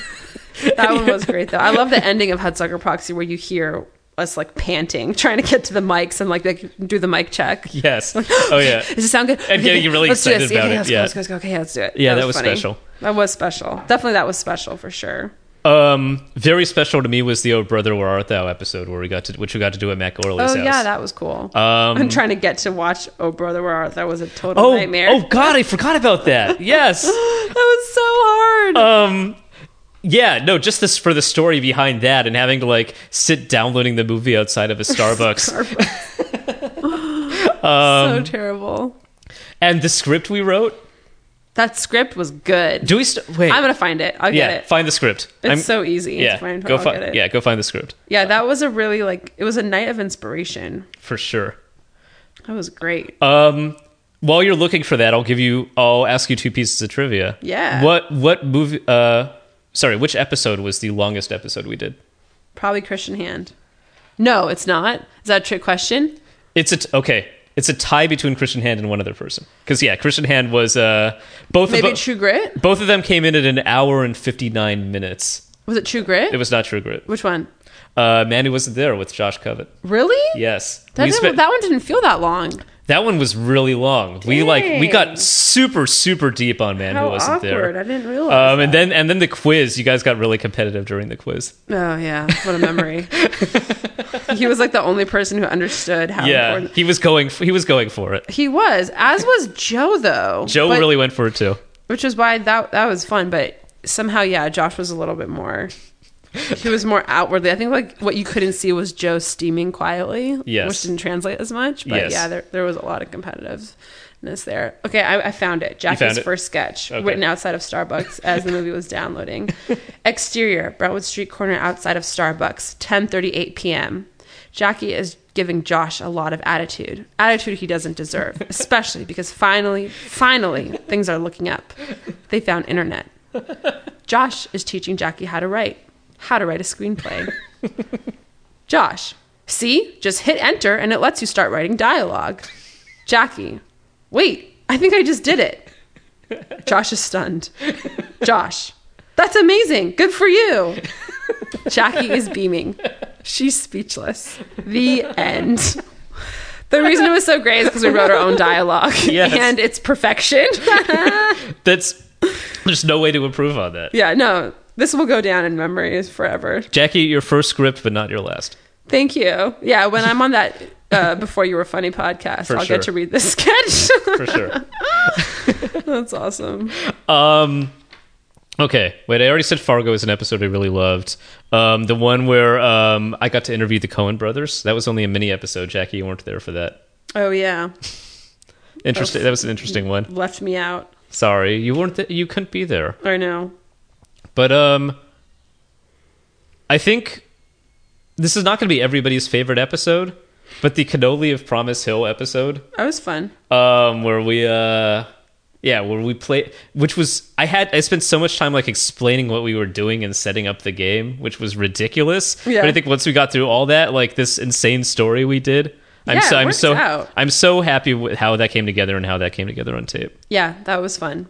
H: That one was great though. I love the ending of Hudsucker Proxy where you hear us like panting, trying to get to the mics and like, like do the mic check.
A: Yes. Oh yeah.
H: Does it sound good?
A: And getting really
H: Let's do
A: excited
H: this. Yeah,
A: about
H: yeah,
A: it,
H: Let's
A: yeah.
H: go, let's go, let's go. Okay, let's do it.
A: Yeah, that was
H: funny.
A: special.
H: That was special. Definitely, that was special for sure.
A: Um, very special to me was the "Oh Brother, Where Art Thou" episode where we got to, which we got to do at Matt Gorley's
H: Oh
A: house.
H: yeah, that was cool.
A: Um,
H: I'm trying to get to watch Oh Brother Where Art. Thou. That was a total
A: oh,
H: nightmare.
A: oh God, I forgot about that. Yes.
H: that was so hard.
A: Um, yeah, no, just this for the story behind that and having to like sit downloading the movie outside of a Starbucks Um,
H: so terrible.
A: and the script we wrote.
H: That script was good.
A: Do we st- wait?
H: I'm gonna find it. I'll
A: yeah,
H: get it.
A: find the script.
H: it's
A: I'm-
H: so easy.
A: yeah,
H: to find.
A: go
H: I'll
A: find.
H: get it.
A: Yeah, go find the script
H: Yeah, that was a really like it was a night of inspiration.
A: for sure.
H: That was great.
A: Um, while you're looking for that, I'll give you. I'll ask you two pieces of trivia.
H: Yeah.
A: What what movie? Uh, sorry, which episode was the longest episode we did?
H: Probably Christian Hand. No, it's not. Is that a trick question?
A: It's a t- okay. It's a tie between Christian Hand and one other person. Because yeah, Christian Hand was uh both
H: Maybe
A: of
H: True Grit.
A: both of them came in at an hour and fifty nine minutes.
H: Was it True Grit?
A: It was not True Grit.
H: Which one?
A: Uh, man who wasn't there with Josh Covet.
H: Really?
A: Yes,
H: That,
A: We
H: didn't,
A: spent-
H: that one didn't feel that long.
A: That one was really long. We like we got super super deep on man
H: How
A: who wasn't
H: awkward.
A: there.
H: I didn't realize
A: Um, and then and then the quiz. You guys got really competitive during the quiz.
H: Oh yeah, what a memory. he was like the only person who understood how
A: yeah,
H: important
A: he was going he was going for it.
H: he was. As was Joe though.
A: Joe
H: But-
A: really went for it too.
H: which is why that that was fun. But somehow, yeah, Josh was a little bit more. He was more outwardly. I think like what you couldn't see was Joe steaming quietly,
A: Yes.
H: which didn't translate as much. But
A: Yes.
H: yeah, there there was a lot of competitiveness there. Okay, I, I found it. Jackie's
A: found it?
H: first sketch
A: Okay.
H: written outside of Starbucks as the movie was downloading. Exterior, Brentwood Street corner outside of Starbucks, 10:38 p.m. Jackie is giving Josh a lot of attitude. Attitude he doesn't deserve, especially because finally, finally, things are looking up. They found internet. Josh is teaching Jackie how to write, how to write a screenplay. Josh, see? Just hit enter and it lets you start writing dialogue. Jackie, wait, I think I just did it. Josh is stunned. Josh, that's amazing. Good for you. Jackie is beaming. She's speechless. The end. The reason it was so great is because we wrote our own dialogue.
A: Yes.
H: And it's perfection.
A: That's there's no way to improve on that.
H: yeah, no, this will go down in memories forever.
A: Jackie, your first script, but not your last.
H: Thank you. Yeah, when I'm on that uh, Before You Were Funny podcast,
A: For
H: I'll
A: sure.
H: get to read this sketch.
A: For sure.
H: That's awesome.
A: Um, okay, wait. I already said Fargo is an episode I really loved. Um, the one where um, I got to interview the Cohen brothers. That was only a mini episode. Jackie, you weren't there for that.
H: Oh, yeah.
A: Interesting.
H: Oh.
A: That was an interesting one.
H: Left me out.
A: Sorry, you weren't. Th- you couldn't be there.
H: I know.
A: But um, I think this is not going to be everybody's favorite episode. But the cannoli of Promise Hill episode
H: That was fun.
A: um where we uh yeah where we play which was i had i spent so much time like explaining what we were doing and setting up the game which was ridiculous
H: Yeah.
A: but i think once we got through all that like this insane story we did i'm
H: Yeah,
A: so
H: it
A: i'm
H: works
A: so
H: out.
A: i'm so happy with how that came together and how that came together on tape
H: Yeah, that was fun.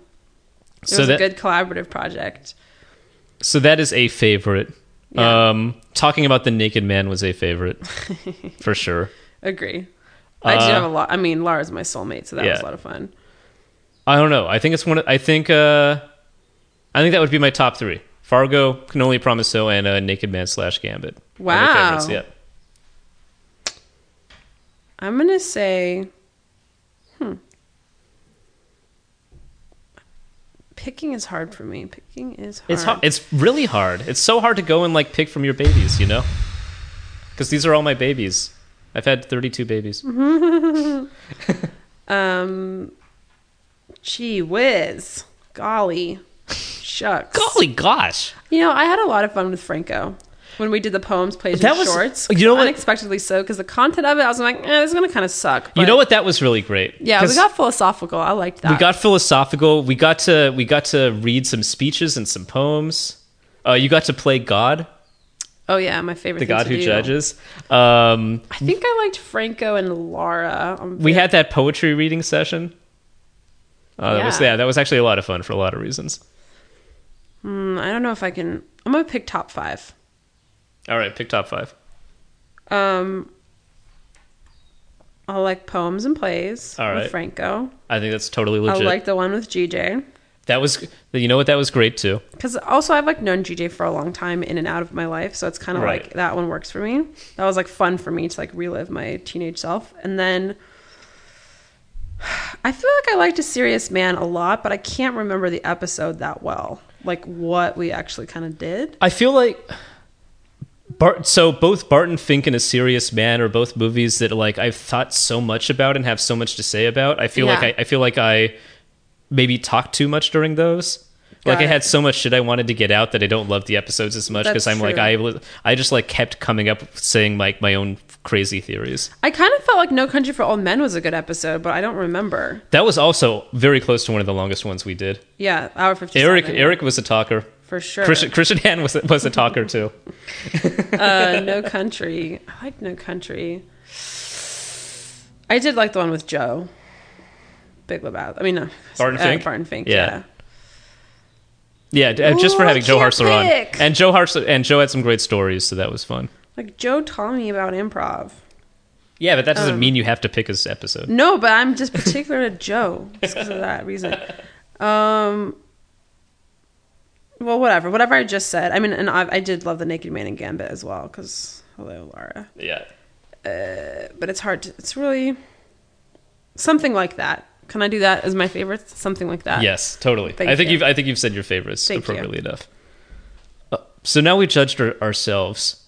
H: It
A: So
H: was
A: that-
H: a good collaborative project.
A: so that is a favorite
H: Yeah.
A: um talking about the naked man was a favorite for sure
H: Agree. I did
A: Uh,
H: have a lot. I mean, Lara's my soulmate, so that was
A: Yeah.
H: a lot of fun.
A: I don't know. I think it's one. Of, I think. Uh, I think that would be my top three: Fargo, Cannoli Promiso, and uh, Naked Man slash Gambit. Are my
H: Wow.
A: favorites, Yeah.
H: I'm going to say, hmm. Picking is hard for me. Picking is hard.
A: It's hard. it's really hard. It's so hard to go and like pick from your babies, you know, because these are all my babies. I've had thirty-two babies.
H: Mm-hmm. Um, gee whiz, golly, shucks.
A: Golly gosh!
H: You know, I had a lot of fun with Franco when we did the poems, plays,
A: That
H: and
A: was-
H: shorts.
A: you know what-
H: unexpectedly so because the content of it, I was like, eh, this is gonna kind of suck.
A: you know what? That was really great.
H: Yeah, we
A: 'Cause
H: got philosophical. I liked that.
A: we got philosophical. We got to we got to read some speeches and some poems. Uh, you got to play God,
H: oh yeah, my favorite.
A: the
H: thing
A: God
H: to
A: who
H: do.
A: judges. Um,
H: I think I liked Franco and Laura. Um,
A: we had that poetry reading session. Uh, That was
H: Yeah.
A: yeah, that was actually a lot of fun for a lot of reasons.
H: mm, I don't know if I can. I'm gonna pick top five.
A: All right, pick top five.
H: Um, I like poems and plays
A: All right.
H: with Franco.
A: I think that's totally legit.
H: I like the one with GJ.
A: that was you know what that was great too.
H: because also I've like known GJ for a long time in and out of my life, so it's kind of
A: Right.
H: like that one works for me. That was like fun for me to like relive my teenage self, and then I feel like I liked a serious man a lot, but I can't remember the episode that well, like what we actually kind of did.
A: I feel like Bart. So both Barton Fink and A Serious Man are both movies that like I've thought so much about and have so much to say about. I feel
H: Yeah.
A: like I, I feel like I maybe talked too much during those. like
H: Got
A: I
H: it.
A: had so much shit I wanted to get out that I don't love the episodes as much because
H: That's
A: I'm like
H: true.
A: I was- I just like kept coming up with saying like my own crazy theories.
H: I kind of felt like No Country for Old Men was a good episode, but I don't remember.
A: That was also very close to one of the longest ones we did.
H: Yeah, hour fifty.
A: Eric Eric was a talker.
H: for sure.
A: Christian, Christian Han was a, was a talker too.
H: uh, No Country. I like No Country. I did like the one with Joe. Big Lebowski. I mean, no.
A: Barton
H: uh,
A: Fink?
H: Barton Fink.
A: Yeah.
H: Yeah.
A: Yeah, d- uh, just
H: Ooh,
A: for
H: I
A: having Joe
H: can't
A: Hartzler on,
H: pick.
A: and Joe Hartzler and Joe had some great stories, so that was fun.
H: Like Joe taught me about improv.
A: Yeah, but that doesn't
H: Um,
A: mean you have to pick this episode.
H: No, but I'm just particular to Joe just because of that reason. Um, well, whatever, whatever I just said. I mean, and I, I did love the Naked Man and Gambit as well because hello, Lara.
A: Yeah.
H: Uh, but it's hard. To, it's really something like that. Can I do that as my favorite? Something like that.
A: Yes, totally.
H: Thank
A: I think
H: you.
A: have I think you've said your favorites
H: Thank you.
A: appropriately enough. Uh, so now we judged our, ourselves.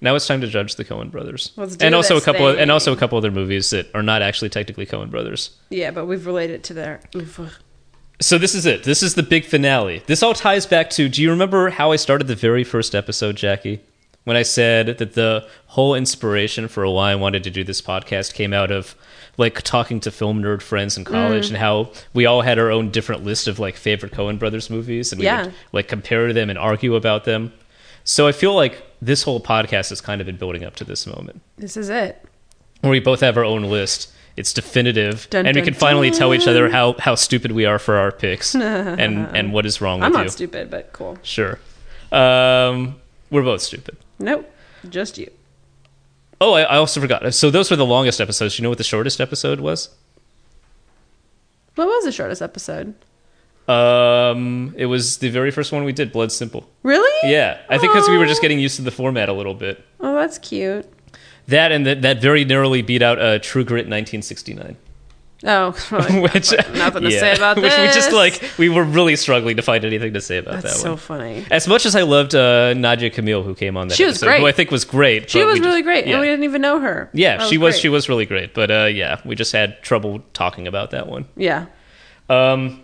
A: Now it's time to judge the Coen Brothers,
H: Let's do
A: and also a
H: this
A: couple, of, and
H: thing.
A: also a couple other movies that are not actually technically Coen Brothers.
H: Yeah, but we've related to their oeuvre.
A: So this is it. This is the big finale. This all ties back to. Do you remember how I started the very first episode, Jackie? When I said that the whole inspiration for why I wanted to do this podcast came out of like talking to film nerd friends in college
B: Mm.
A: and how we all had our own different list of like favorite Coen Brothers movies and we
B: Yeah.
A: would like compare them and argue about them. So I feel like this whole podcast has kind of been building up to this moment
H: This is it.
A: where we both have our own list. It's definitive,
H: Dun,
A: and we
H: dun,
A: can finally
H: dun.
A: tell each other how, how stupid we are for our picks and and what is wrong
H: I'm
A: with
H: not
A: you.
H: stupid, but cool.
A: Sure, um, we're both stupid.
H: Nope, just you.
A: Oh, I, I also forgot. So those were the longest episodes. You know what the shortest episode was?
H: What was the shortest episode?
A: Um, it was the very first one we did, Blood Simple.
H: Really?
A: Yeah, I think because we were just getting used to the format a little bit.
H: Oh, that's cute.
A: That and that that very narrowly beat out uh, True Grit 1969.
H: Oh,
A: which
H: nothing to
A: Yeah.
H: say about
A: Which
H: this.
A: we just like we were really struggling to find anything to say about
H: That's
A: that
H: so
A: one.
H: funny.
A: As much as I loved uh, Nadia Camille, who came on that,
H: She was
A: episode,
H: great.
A: Who I think was great.
H: She
A: but we
H: was
A: just-
H: really great,
A: Yeah,
H: and we didn't even know her.
A: Yeah,
H: That
A: she was.
H: great.
A: She was really great. But uh, yeah, we just had trouble talking about that one.
H: Yeah.
A: Um,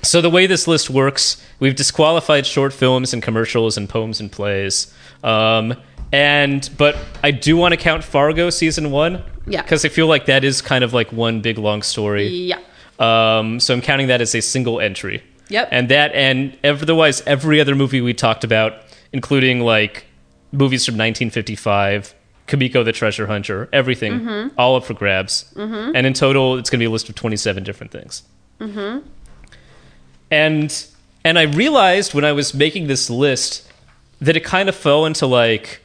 A: so the way this list works, we've disqualified short films and commercials and poems and plays. Um, and but I do want to count Fargo season one.
H: Yeah.
A: Because I feel like that is kind of like one big long story.
H: Yeah.
A: Um, so I'm counting that as a single entry.
H: Yep.
A: And that and otherwise every other movie we talked about, including like movies from 1955, Kamiko the Treasure Hunter, everything,
H: Mhm.
A: all up for grabs.
H: Mhm.
A: And in total, it's going to be a list of 27 different things.
H: Mm-hmm.
A: And and I realized when I was making this list that it kind of fell into like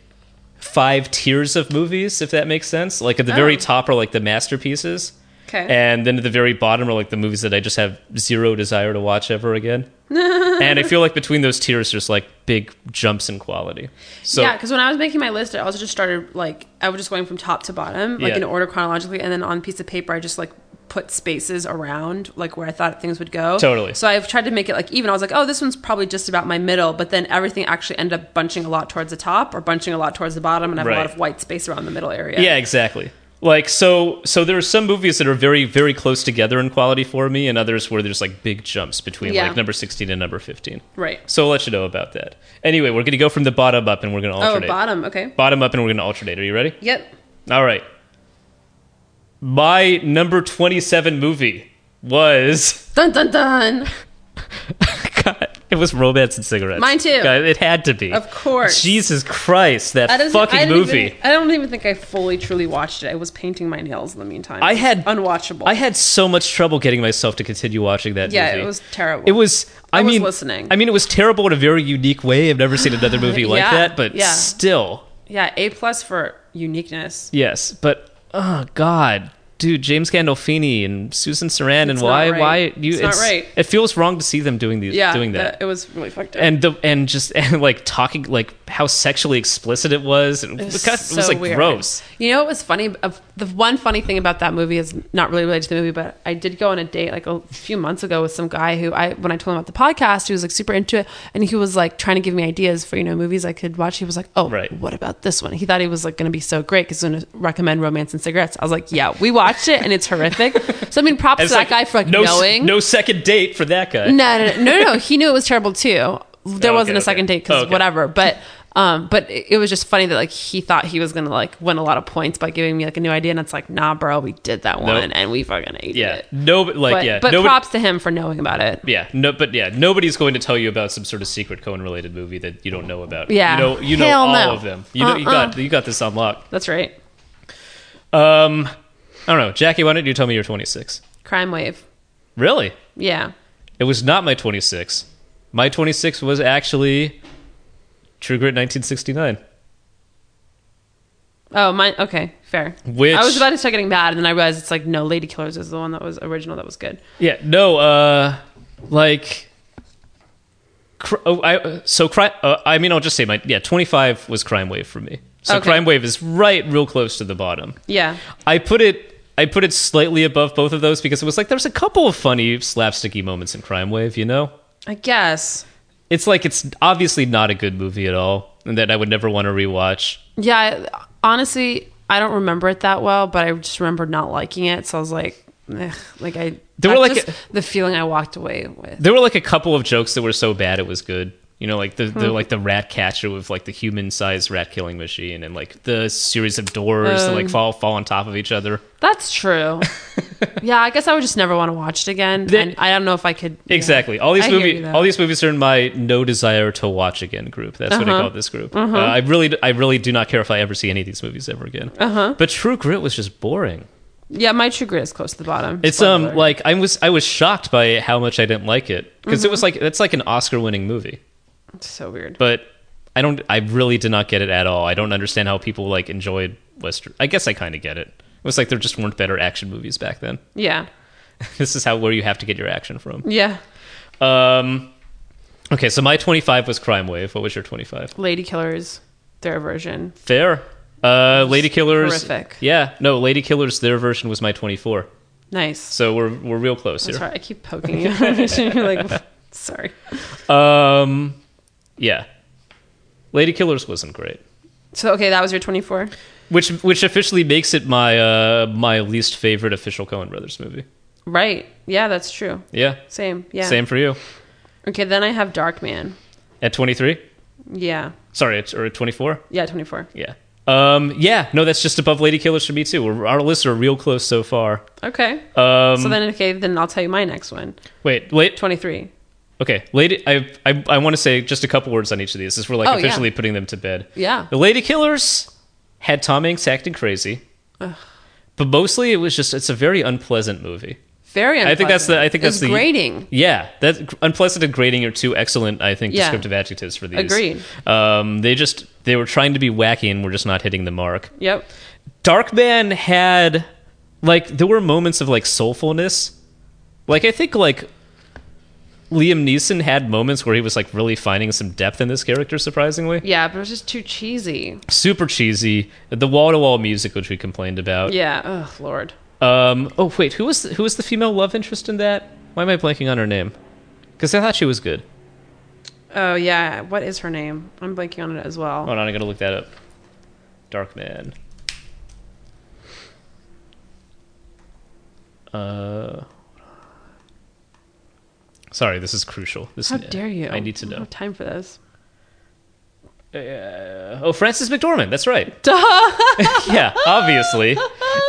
A: five tiers of movies, if that makes sense. Like at the very
B: Oh.
A: top are like the masterpieces.
B: Okay.
A: And then at the very bottom are like the movies that I just have zero desire to watch ever again. and I feel like between those tiers, there's like big jumps in quality. So
H: yeah, because when I was making my list, I also just started like I was just going from top to bottom, like
A: Yeah.
H: in order chronologically, and then on a piece of paper, I just like put spaces around like where I thought things would go.
A: Totally.
H: So I've tried to make it like even. I was like, oh, this one's probably just about my middle, but then everything actually ended up bunching a lot towards the top or bunching a lot towards the bottom, and I have a
A: Right.
H: lot of white space around the middle area.
A: yeah. exactly. Like so, so there are some movies that are very, very close together in quality for me, and others where there's like big jumps between
H: Yeah.
A: like number sixteen and number fifteen.
H: Right.
A: So I'll let you know about that. Anyway, we're going to go from the bottom up and we're going to alternate.
H: Oh, bottom. Okay.
A: Bottom up and we're going to alternate. Are you ready?
H: Yep.
A: All right. My number 27 movie was
H: Dun dun dun.
A: it was Romance and Cigarettes.
H: Mine too.
A: God, it had to be.
H: Of course.
A: Jesus Christ, that
H: I doesn't-
A: fucking
H: I didn't
A: movie.
H: even- I don't even think I fully truly watched it. I was painting my nails in the meantime.
A: I had
H: unwatchable.
A: I had so much trouble getting myself to continue watching that
H: yeah,
A: movie.
H: it was terrible.
A: It was. I,
H: I was
A: mean,
H: listening.
A: I mean, it was terrible in a very unique way. I've never seen another movie like
H: Yeah,
A: that, but
H: yeah.
A: still,
H: yeah, A plus for uniqueness.
A: Yes, but oh god, dude, James Gandolfini and Susan Sarandon,
H: It's
A: why,
H: not
A: why
H: right.
A: you?
H: It's not right.
A: It feels wrong to see them doing these,
H: Yeah,
A: doing that.
H: it was really fucked up.
A: and the and just and like talking like how sexually explicit it was. It, was, kind- it was,
H: so
A: like
H: weird.
A: gross.
H: You know what was funny? Of- The one funny thing about that movie is not really related to the movie, but I did go on a date like a few months ago with some guy who I, when I told him about the podcast, he was like super into it, and he was like trying to give me ideas for you know movies I could watch. He was like, "Oh, what about this one?" He thought he was like going to be so great because going to recommend Romance and Cigarettes. I was like, "Yeah, we watched it and it's horrific." So I mean, props
A: And it's
H: to that
A: like,
H: guy for like
A: no, s-
H: knowing.
A: no second date for that guy.
H: No, no, no, no, no. He knew it was terrible too. There
A: Okay,
H: wasn't
A: okay. Oh,
H: a second date because
A: Okay.
H: whatever. But um, but it it was just funny that like he thought he was gonna like win a lot of points by giving me like a new idea, and it's like, nah, bro, we did that
A: Nope.
H: one, and we fucking ate
A: Yeah,
H: it.
A: no, but like
H: but,
A: yeah,
H: but
A: nobody-
H: props to him for knowing about it.
A: Yeah, no, but yeah, nobody's going to tell you about some sort of secret Cohen related movie that you don't know about.
H: Yeah.
A: you know, you know
H: Hell
A: all
H: no.
A: of them. You know, you
H: Uh-uh.
A: got you got this on lock.
H: That's right.
A: Um, I don't know, Jackie. Why don't you tell me you're 26?
H: Crime wave.
A: Really?
H: Yeah.
A: It was not my 26. My 26 was actually True Grit 1969.
H: Oh, mine. Okay. Fair.
A: Which-
H: I was about to start getting mad, and then I realized it's like no, Lady Killers is the one that was original that was good.
A: Yeah, no, uh, like, cr- oh, I, uh, so crime, uh, I mean, I'll just say my, yeah, 25 was Crime Wave for me. So
H: Okay.
A: Crime Wave is right real close to the bottom.
H: Yeah.
A: I put it, I put it slightly above both of those because it was like, there's a couple of funny slapsticky moments in Crime Wave, you know?
H: I guess.
A: It's like, it's obviously not a good movie at all and that I would never want to rewatch.
H: Yeah. I, honestly, I don't remember it that well, but I just remember not liking it. So I was like, eh, like I.
A: There were,
H: that's
A: like,
H: just the feeling I walked away with.
A: There were like a couple of jokes that were so bad it was good. You know, like the, the
H: Hmm.
A: like the rat catcher with like the human sized rat killing machine and like the series of doors that like
H: Um.
A: fall fall on top of each other.
H: That's true. yeah, I guess I would just never want to watch it again. and I don't know if I could.
A: Exactly. All these
H: I hear you,
A: movies
H: though.
A: all these movies are in my no desire to watch again group. That's what I
H: Uh-huh.
A: call this group.
H: Uh-huh.
A: Uh, I really I really do not care if I ever see any of these movies ever again.
H: Uh huh.
A: But True Grit was just boring.
H: Yeah, my true grit is close to the bottom.
A: It's
H: Spoiler
A: um
H: alert.
A: like I was I was shocked by how much I didn't like it because
H: Mm-hmm.
A: it was like it's like an Oscar winning movie.
H: It's so weird.
A: but I don't. I really did not get it at all. I don't understand how people like enjoyed western. I guess I kind of get it. It was like there just weren't better action movies back then.
H: Yeah.
A: this is how where you have to get your action from.
H: Yeah.
A: Um, okay, so my twenty five was Crime Wave. What was your twenty five?
H: Lady Killers, their version.
A: Fair. Uh, Lady Killers.
H: horrific.
A: Yeah, no, Lady Killers. Their version was my twenty four.
H: Nice.
A: So we're we're real close
H: I'm
A: here.
H: sorry, I keep poking you. You're like, sorry.
A: Um, yeah, Lady Killers wasn't great.
H: So okay, that was your 24.
A: which which officially makes it my uh my least favorite official Coen Brothers movie.
H: Right. Yeah, that's true.
A: Yeah.
H: Same. Yeah.
A: Same for you.
H: Okay, then I have Dark Man.
A: At 23?
H: Yeah.
A: Sorry, at, or at 24?
H: Yeah, 24.
A: Yeah. Um yeah, no that's just above Lady Killers for me too. We're, our lists are real close so far.
H: Okay.
A: Um
H: so then okay, then I'll tell you my next one.
A: wait, wait.
H: 23.
A: Okay, Lady I I I want to say just a couple words on each of these as we're like
H: Oh, yeah.
A: officially putting them to bed.
H: Yeah.
A: The Lady Killers had Tom Hanks acting crazy.
H: Ugh.
A: But mostly it was just it's a very unpleasant movie.
H: Very unpleasant.
A: I think that's the. I think
H: It's
A: that's the
H: grading.
A: Yeah, that unpleasant and grading are two excellent. I think
H: Yeah.
A: descriptive adjectives for these.
H: Agreed.
A: Um, they just they were trying to be wacky and were just not hitting the mark.
H: Yep.
A: Darkman had like there were moments of like soulfulness. Like I think like Liam Neeson had moments where he was like really finding some depth in this character. Surprisingly,
H: Yeah, but it was just too cheesy.
A: super cheesy. The wall to wall music, which we complained about.
H: Yeah. Oh Lord.
A: Um. Oh wait, who was the, who was the female love interest in that? Why am I blanking on her name? Because I thought she was good.
H: Oh yeah. What is her name? I'm blanking on it as well.
A: Hold on, Oh, I gotta look that up. Darkman. Uh. Sorry, this is crucial. This
H: How dare you? Oh,
A: I need to
H: I don't
A: know.
H: have time for this.
A: Uh, oh, Frances McDormand. That's right.
H: Duh.
A: yeah, obviously.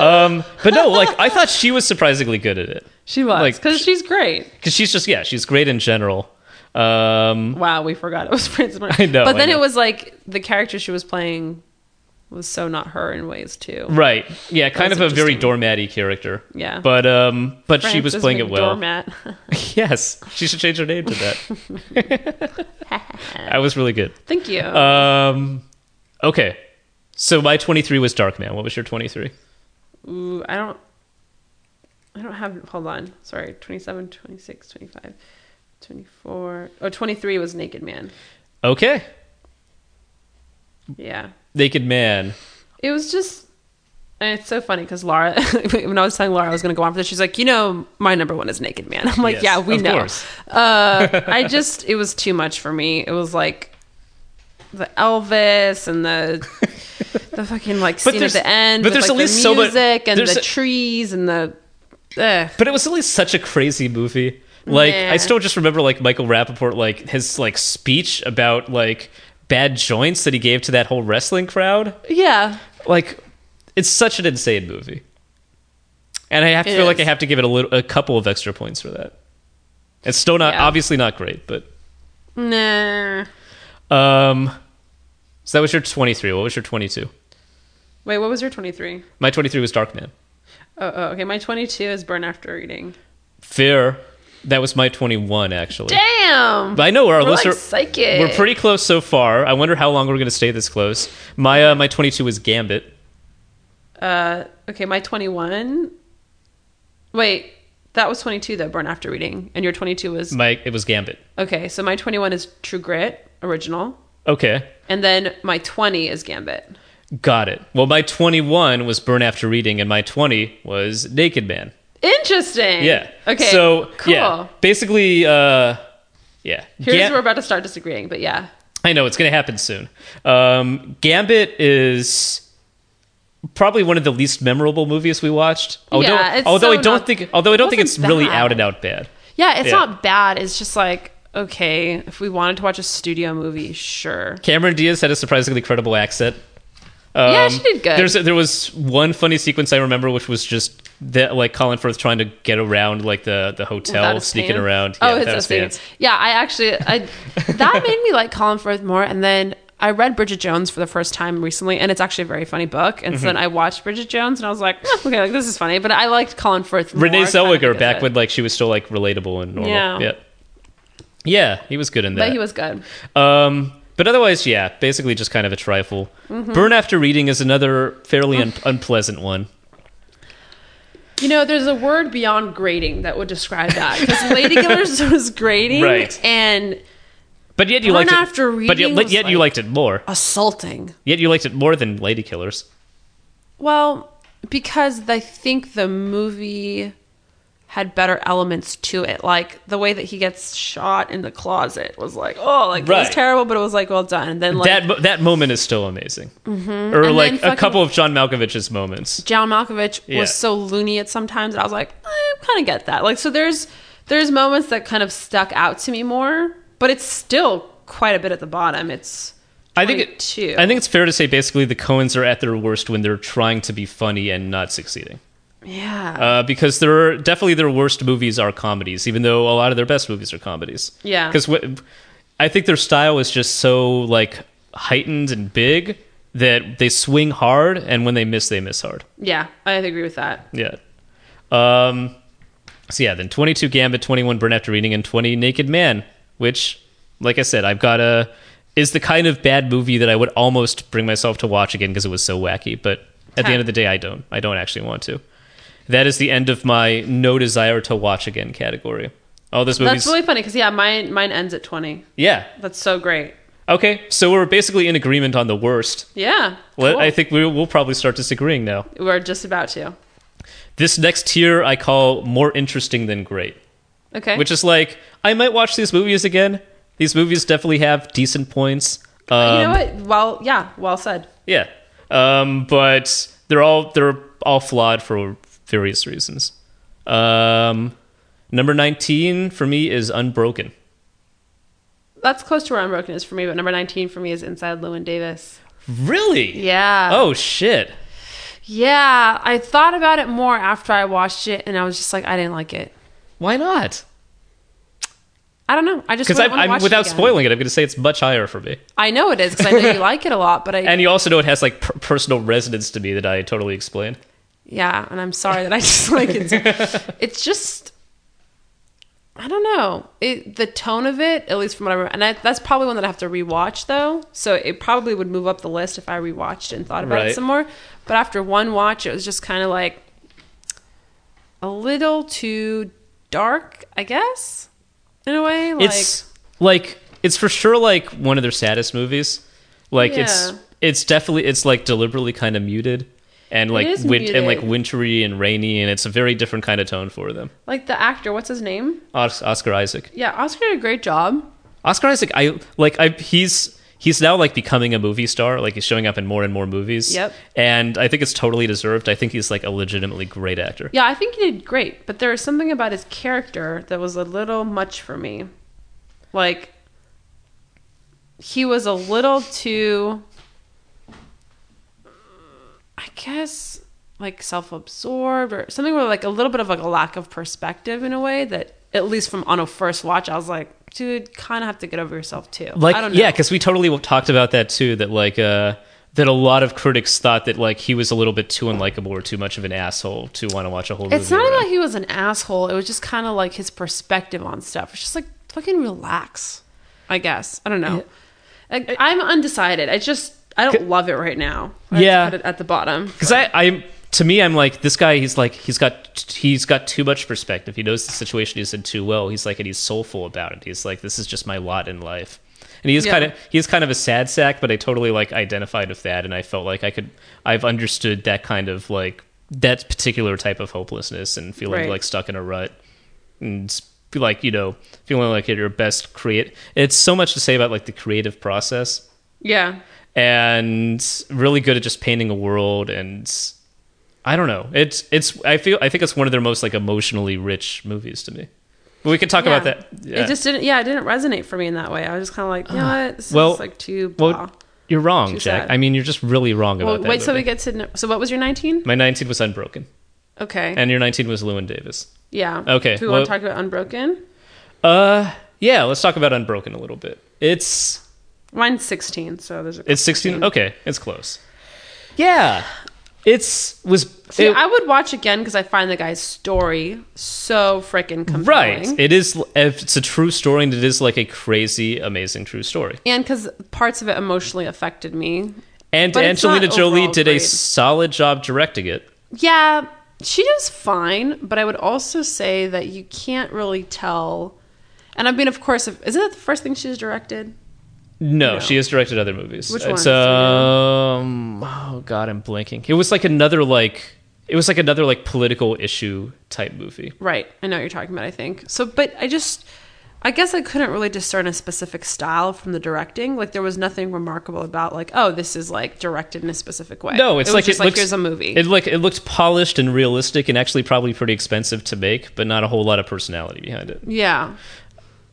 A: Um, but no, like I thought she was surprisingly good at it
H: She was
A: Like,
H: because she's great.
A: because she's just yeah, she's great in general. Um,
H: Wow, we forgot it was Frances.
A: I know,
H: But
A: I
H: then
A: know.
H: it was like the character she was playing was so not her in ways too.
A: Right. Yeah, kind
H: That's
A: of a very doormatty character.
H: Yeah.
A: But um but she was
H: Frances
A: playing it well.
H: McDormand.
A: Yes. She should change her name to that. I was really good.
H: Thank you.
A: Um okay. So my 23 was Darkman. What was your 23?
H: Ooh, I don't. I don't have. Hold on. Sorry. 27, 26, 25, 24. Oh, 23 was Naked Man.
A: Okay.
H: Yeah.
A: Naked Man.
H: It was just. And it's so funny because Laura, when I was telling Laura I was going to go on for this, she's like, you know, my number one is Naked Man. I'm like,
A: Yes,
H: yeah, we
A: of
H: know.
A: course.
H: Uh, I just, it was too much for me. It was like the Elvis and the the fucking like
A: But
H: scene at
A: there's-
H: the end.
A: but
H: with,
A: there's
H: like,
A: at
H: the
A: least so much-
H: music and
A: there's
H: the
A: a-
H: trees and the. Ugh.
A: But it was at least such a crazy movie. Like
H: Nah.
A: I still just remember like Michael Rappaport like his like speech about like bad joints that he gave to that whole wrestling crowd.
H: Yeah.
A: like it's such an insane movie and i have to
H: It
A: feel like i
H: is.
A: have to give it a little a couple of extra points for that it's still not
H: Yeah.
A: obviously not great but
H: Nah.
A: um so that was your 23 what was your 22
H: Wait, what was your 23?
A: my 23 was dark man
H: Oh, oh, okay. My 22 is Burn After Reading.
A: fair that was my 21 actually
H: Damn!
A: But I know our
H: We're
A: lists
H: like
A: are
H: psychic.
A: We're pretty close so far. I wonder how long we're going to stay this close. My uh, my 22 was Gambit.
H: Uh, okay, my 21. Wait, that was 22 though, Born After Reading. And your 22 was.
A: Mike, it was Gambit.
H: Okay, so my 21 is True Grit, original.
A: Okay,
H: And then my 20 is Gambit.
A: got it. Well, my 21 was Burn After Reading, and my 20 was Naked Man.
H: Interesting.
A: Yeah.
H: Okay.
A: So
H: cool.
A: yeah, basically, uh, yeah. Gam-
H: Here's where we're about to start disagreeing, but yeah.
A: I know it's going to happen soon. Um, Gambit is probably one of the least memorable movies we watched. Although,
H: Yeah, it's
A: although
H: so
A: I don't
H: not-
A: think, although I don't
H: it
A: think it's
H: wasn't
A: really
H: bad.
A: out and out bad.
H: Yeah, it's
A: Yeah.
H: not bad. It's just like, okay, if we wanted to watch a studio movie, sure.
A: Cameron Diaz had a surprisingly credible accent. Um,
H: Yeah, she did good.
A: There's there was one funny sequence I remember, which was just that like Colin Firth trying to get around like the the
H: Without
A: hotel,
H: his
A: sneaking
H: pants.
A: around.
H: Oh,
A: Yeah,
H: his
A: without
H: his pants.
A: pants.
H: Yeah, I actually I that made me like Colin Firth more. And then I read Bridget Jones for the first time recently, and it's actually a very funny book. And so then
A: Mhm.
H: I watched Bridget Jones, and I was like, "Eh, okay, like this is funny. But I liked Colin Firth. More
A: Renee
H: kind of
A: Zellweger
H: because
A: back
H: of it.
A: when like she was still like relatable and normal.
H: Yeah.
A: Yeah, yeah, he was good in that.
H: but he was good.
A: Um, but otherwise, yeah, basically just kind of a trifle.
H: Mhm.
A: Burn after reading is another fairly un- unpleasant one.
H: You know, there's a word beyond grading that would describe that because Lady Killers was grading,
A: Right.
H: And
A: But yet you
H: Burn
A: liked
H: After
A: it. But yet,
H: Reading
A: yet
H: was
A: you liked it more.
H: assaulting.
A: Yet you liked it more than Lady Killers.
H: Well, because I think the movie had better elements to it. Like the way that he gets shot in the closet was like, oh, like it
A: Right.
H: was terrible, but it was like well done. And then like
A: that mo- that moment is still amazing.
H: Mhm.
A: Or
H: And
A: like
H: then
A: a
H: fucking-
A: couple of John Malkovich's moments.
H: John Malkovich
A: Yeah.
H: was so loony at sometimes that I was like, I kind of get that. Like so there's there's moments that kind of stuck out to me more, but it's still quite a bit at the bottom. It's
A: I think it-
H: two.
A: I think it's fair to say basically the Coens are at their worst when they're trying to be funny and not succeeding.
H: yeah.
A: Uh, because there are definitely their worst movies are comedies, even though a lot of their best movies are comedies.
H: Yeah.
A: Because I think their style is just so like heightened and big that they swing hard, and when they miss, they miss hard.
H: yeah, I agree with that.
A: Yeah. Um. So yeah, then twenty two Gambit, twenty one Burn After Reading, and twenty Naked Man, which, like I said, I've got a is the kind of bad movie that I would almost bring myself to watch again because it was so wacky. But at the
H: Huh.
A: end of the day, I don't. I don't actually want to. That is the end of my no desire to watch again category. Oh, this movie's
H: That's really funny because yeah, mine mine ends at twenty.
A: yeah.
H: That's so great.
A: Okay, so we're basically in agreement on the worst.
H: Yeah.
A: Let-
H: cool.
A: I think we, we'll probably start disagreeing now.
H: We're just about to.
A: This next tier I call more interesting than great.
H: Okay.
A: Which is like, I might watch these movies again. These movies definitely have decent points. Um,
H: you know what? Well, yeah, well said.
A: Yeah, um, but they're all they're all flawed for various reasons. Um, number nineteen for me is Unbroken.
H: That's close to where Unbroken is for me, but number 19 for me is Inside Llewyn Davis.
A: Really?
H: Yeah.
A: Oh shit.
H: Yeah, I thought about it more after I watched it, and I was just like, I didn't like it.
A: Why not?
H: I don't know. I just
A: Because
H: because
A: I'm, I'm without
H: it again.
A: spoiling it, I'm going to say it's much higher for me.
H: I know it is because I know you like it a lot, but I
A: And you also know it has like per- personal resonance to me that I totally explained.
H: yeah, and I'm sorry that I just like it. too. it's just. I don't know. It, the tone of it, at least from what I remember, and I, that's probably one that I have to rewatch though. So it probably would move up the list if I rewatched it and thought about
A: Right.
H: it some more. But after one watch, it was just kind of like a little too dark, I guess, in a way. Like,
A: it's like it's for sure like one of their saddest movies. Like it's
H: Yeah.
A: it's definitely it's like deliberately kind of muted and
H: It
A: like
H: is
A: win- and like
H: muted.
A: wintry and rainy and it's a very different kind of tone for them.
H: like the actor, what's his name?
A: Os- Oscar Isaac.
H: Yeah, Oscar did a great job.
A: Oscar Isaac I like I he's he's now like becoming a movie star. Like he's showing up in more and more movies.
H: Yep.
A: And I think it's totally deserved. I think he's like a legitimately great actor.
H: Yeah, I think he did great, but there was something about his character that was a little much for me. Like, he was a little too, I guess, like self absorbed or something with like a little bit of like a lack of perspective in a way that, at least from on a first watch, I was like, dude, kind of have to get over yourself too.
A: like
H: I don't know.
A: yeah because we totally talked about that too that like uh that a lot of critics thought that like he was a little bit too unlikable or too much of an asshole to want to watch a whole
H: It's
A: movie
H: not
A: around.
H: about he was an asshole. It was just kind of like his perspective on stuff. It's just like fucking relax, I guess. I don't know. Like, I'm undecided. I just I don't love it right now. I have to
A: Yeah.
H: put it at the bottom.
A: Because I, I, to me, I'm like this guy. He's like he's got he's got too much perspective. He knows the situation he's in too well. He's like and he's soulful about it. He's like this is just my lot in life. And he is
H: Yeah.
A: kind of he is kind of a sad sack, but I totally like identified with that, and I felt like I could I've understood that kind of like that particular type of hopelessness and feeling
H: Right.
A: like stuck in a rut and s- feel like you know feeling like at your best create. It's so much to say about like the creative process
H: Yeah.
A: and really good at just painting a world and I don't know. It's it's I feel I think it's one of their most like emotionally rich movies to me. But we can talk about
H: Yeah.
A: that. Yeah.
H: It just didn't. Yeah, it didn't resonate for me in that way. I was just kind of like, you know what? This
A: well,
H: is like too. Blah.
A: well, you're wrong,
H: Too
A: Jack.
H: sad.
A: I mean, you're just really wrong
H: Well,
A: about that.
H: wait, so
A: movie.
H: we get to. Know, so what was your 19?
A: My 19 was Unbroken,
H: Okay.
A: and your 19 was Lewin Davis.
H: yeah.
A: Okay,
H: Do we
A: well-
H: want to talk about Unbroken?
A: Uh, yeah. Let's talk about Unbroken a little bit. It's
H: Mine's 16, so there's a.
A: it's 16. Okay, it's close. Yeah, it's was
H: See,
A: it-
H: I would watch again because I find the guy's story so freaking compelling.
A: Right. It is. It's a true story, and it is like a crazy, amazing true story.
H: and because parts of it emotionally affected me.
A: And
H: But it's
A: Angelina
H: not
A: Jolie
H: overall
A: did a
H: great.
A: solid job directing it.
H: Yeah, she does fine, but I would also say that you can't really tell. And I mean, of course, if, isn't that the first thing she's directed?
A: No, she has directed other movies.
H: Which ones?
A: it's
H: Do you
A: um oh god, I'm blanking. It was like another like it was like another like political issue type movie.
H: Right. I know what you're talking about, I think. So, but I just, I guess I couldn't really discern a specific style from the directing. Like, there was nothing remarkable about, like, oh, this is like directed in a specific way.
A: No, it's
H: it was
A: like
H: just
A: it
H: like
A: looks
H: here's a movie.
A: It like it looked polished and realistic and actually probably pretty expensive to make, but not a whole lot of personality behind it.
H: yeah.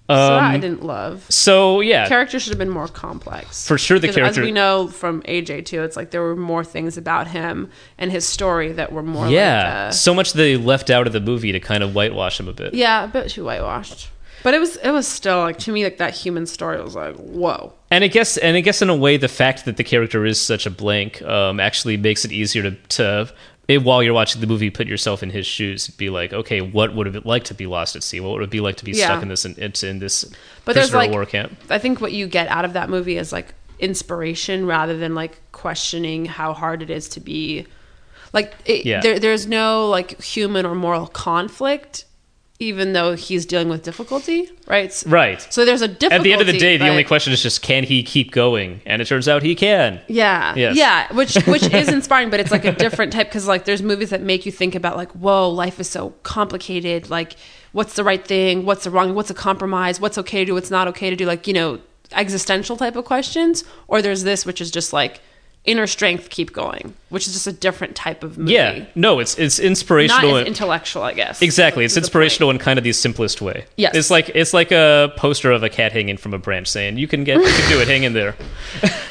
H: So that I
A: Um,
H: didn't love.
A: so yeah,
H: Characters should have been more complex.
A: For sure the
H: Because
A: character-
H: As we know from AJ, too, it's like there were more things about him and his story that were more
A: yeah.
H: like. Uh,
A: so much they left out of the movie to kind of whitewash him a bit.
H: yeah, but she whitewashed. But it was it was still like to me like that human story was like whoa
A: And I guess, and I guess, in a way, the fact that the character is such a blank um, actually makes it easier to, to it, while you're watching the movie, put yourself in his shoes and be like, okay, what would it be like to be lost at sea? What would it be like to be
H: Yeah.
A: stuck in this in, it's in this
H: But there's,
A: prisoner of
H: like-
A: war camp?
H: I think what you get out of that movie is like inspiration rather than like questioning how hard it is to be like it,
A: Yeah.
H: there there's no like human or moral conflict even though he's dealing with difficulty, right? S-
A: Right.
H: So there's a difficulty
A: at the end of the day, the
H: but-
A: only question is just can he keep going? And it turns out he can.
H: yeah.
A: Yes.
H: Yeah, which which is inspiring, but it's like a different type cuz like there's movies that make you think about like whoa, life is so complicated, like what's the right thing, what's the wrong, what's a compromise, what's okay to do, what's not okay to do, like, you know, existential type of questions, or there's this which is just like inner strength keep going, which is just a different type of movie.
A: Yeah, no, it's it's
H: Not
A: inspirational.
H: as intellectual, I guess.
A: Exactly, it's
H: To the
A: inspirational in kind of the simplest way.
H: Yes.
A: it's like it's like a poster of a cat hanging from a branch saying, "You can get, you can do it, hang in there."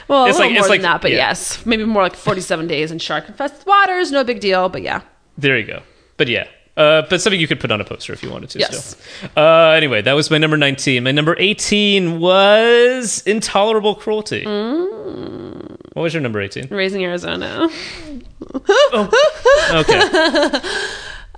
H: Well, a
A: It's
H: little
A: like-
H: more
A: it's
H: than
A: like-
H: that, but
A: yeah.
H: yes, maybe more like forty-seven days in shark-infested waters. No big deal, but yeah,
A: There you go. But yeah. Uh, but something you could put on a poster if you wanted to.
H: Yes.
A: Still. Uh, anyway, that was my number 19. My number 18 was Intolerable Cruelty.
H: Mm.
A: What was your number 18?
H: raising Arizona.
A: Okay.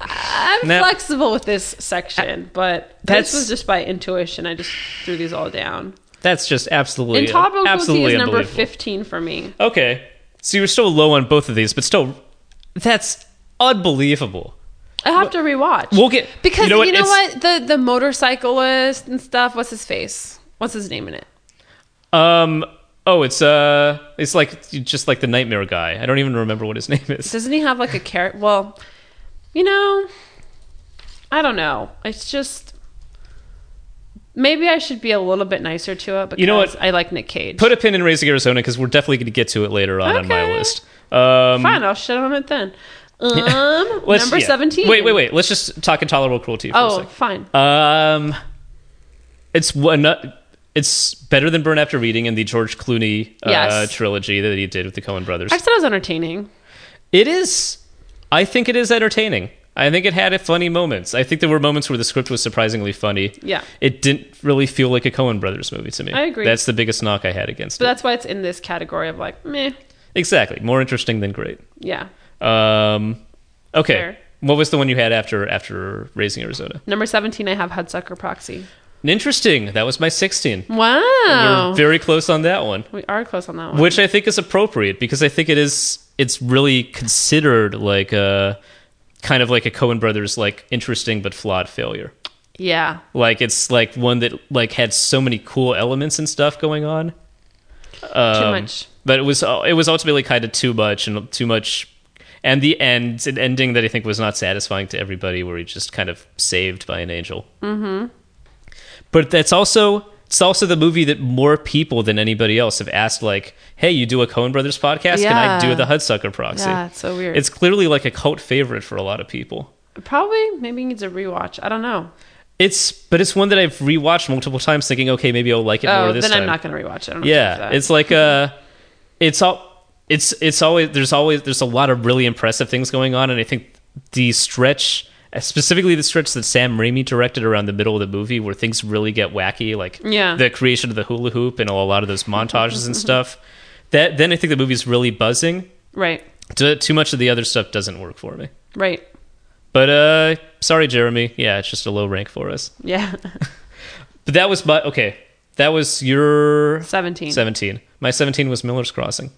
H: I'm
A: Now-
H: flexible with this section, but
A: That's-
H: this was just by intuition. I just threw these all down.
A: That's just absolutely.
H: Intolerable Cruelty
A: Oh, absolutely
H: is number
A: unbelievable.
H: 15 for me.
A: Okay. So you were still low on both of these, but still, that's unbelievable.
H: I have to rewatch.
A: We'll get.
H: because
A: you know what? It's-
H: The, the motorcyclist and stuff, what's his face? What's his name in it?
A: Um. Oh, it's uh, it's like just like the nightmare guy. I don't even remember what his name is.
H: Doesn't he have like a character? Well, you know, I don't know. It's just. Maybe I should be a little bit nicer to it because
A: You know what?
H: I like Nick Cage.
A: Put a pin in Raising Arizona because we're definitely going to get to it later on on my
H: Okay.
A: list. Um,
H: Fine, I'll shit on it then. Um,
A: let's-
H: number
A: yeah.
H: 17.
A: Wait, wait, wait. Let's just talk intolerable cruelty for
H: Oh,
A: a
H: fine.
A: sec. Um, it's one. It's better than Burn After Reading and the George Clooney uh,
H: Yes.
A: trilogy that he did with the Coen Brothers.
H: I said it was entertaining.
A: It is. I think it is entertaining. I think it had funny moments. I think there were moments where the script was surprisingly funny.
H: Yeah.
A: It didn't really feel like a Coen Brothers movie to me.
H: I agree.
A: That's the biggest knock I had against
H: But
A: it.
H: that's why it's in this category of like, meh.
A: Exactly. More interesting than great.
H: Yeah.
A: Um, okay.
H: Fair.
A: What was the one you had after after raising Arizona?
H: Number 17, I have Hudsucker Proxy.
A: Interesting. That was my 16.
H: Wow. Oh.
A: We're very close on that one.
H: We are close on that one.
A: which I think is appropriate because I think it is it's really considered like a kind of like a Cohen brothers like interesting but flawed failure.
H: yeah.
A: Like it's like one that like had so many cool elements and stuff going on. Um,
H: much.
A: but it was it was ultimately kind of too much and too much. And the end, an ending that I think was not satisfying to everybody, where he just kind of saved by an angel.
H: Mm-hmm.
A: But that's also it's also the movie that more people than anybody else have asked, like, "Hey, you do a Coen Brothers podcast? Can I
H: Yeah.
A: do the Hudsucker Proxy?"
H: Yeah, it's so weird.
A: It's clearly like a cult favorite for a lot of people.
H: Probably maybe needs a rewatch. I don't know.
A: It's but it's one that I've rewatched multiple times, thinking, "Okay, maybe I'll like it
H: oh,
A: more this
H: then
A: time."
H: I'm not gonna rewatch it. I don't have
A: yeah,
H: time for that.
A: it's like uh it's all, it's it's always there's always there's a lot of really impressive things going on, and I think the stretch, specifically the stretch that Sam Raimi directed around the middle of the movie, where things really get wacky, like
H: Yeah.
A: the creation of the hula hoop and a lot of those montages and stuff. That then I think the movie's really buzzing.
H: right,
A: Too, too much of the other stuff doesn't work for me.
H: right,
A: But uh, sorry, Jeremy. Yeah, it's just a low rank for us.
H: yeah.
A: But that was my okay. That was your
H: 17.
A: Seventeen. My seventeen was Miller's Crossing.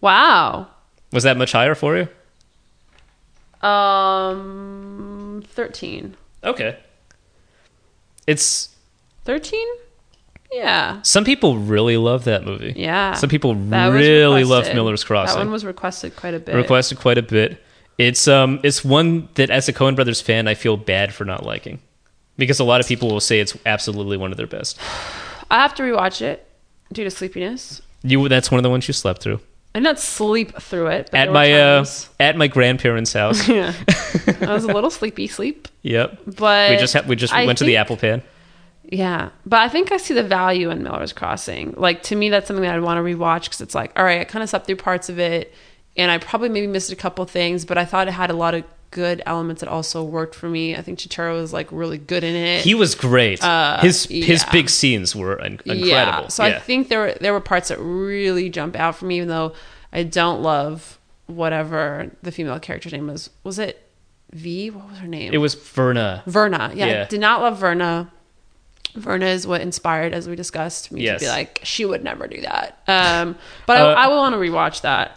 H: wow.
A: Was that much higher for you?
H: Um, thirteen.
A: Okay. It's
H: Thirteen? Yeah.
A: some people really love that movie.
H: Yeah.
A: Some people
H: That was
A: really love
H: requested.
A: Miller's Crossing.
H: That one was requested quite a bit.
A: requested quite a bit. It's um it's one that as a Coen Brothers fan I feel bad for not liking. Because a lot of people will say it's absolutely one of their best.
H: I have to rewatch it due to sleepiness.
A: You that's one of the ones you slept through.
H: I did not sleep through it. But
A: At
H: there were
A: my uh,
H: times-
A: at my grandparents' house.
H: yeah, I was a little sleepy sleep,
A: yep.
H: but
A: we just ha- we just
H: I
A: went to the
H: think-
A: apple pan.
H: Yeah, but I think I see the value in Miller's Crossing. Like to me, that's something that I'd want to rewatch because it's like, all right, I kind of slept through parts of it, and I probably maybe missed a couple things, but I thought it had a lot of good elements that also worked for me. I think Chitaro was like really good in it.
A: He was great.
H: Uh,
A: his his
H: yeah.
A: big scenes were un- incredible.
H: Yeah. So I
A: Yeah.
H: think there were there were parts that really jump out for me, even though I don't love whatever the female character's name was. Was it V? What was her name?
A: it was Verna.
H: Verna. Yeah,
A: Yeah.
H: I did not love Verna. Verna is what inspired, as we discussed, me
A: Yes.
H: to be like, she would never do that. Um, but I,
A: Uh,
H: I will want to rewatch that.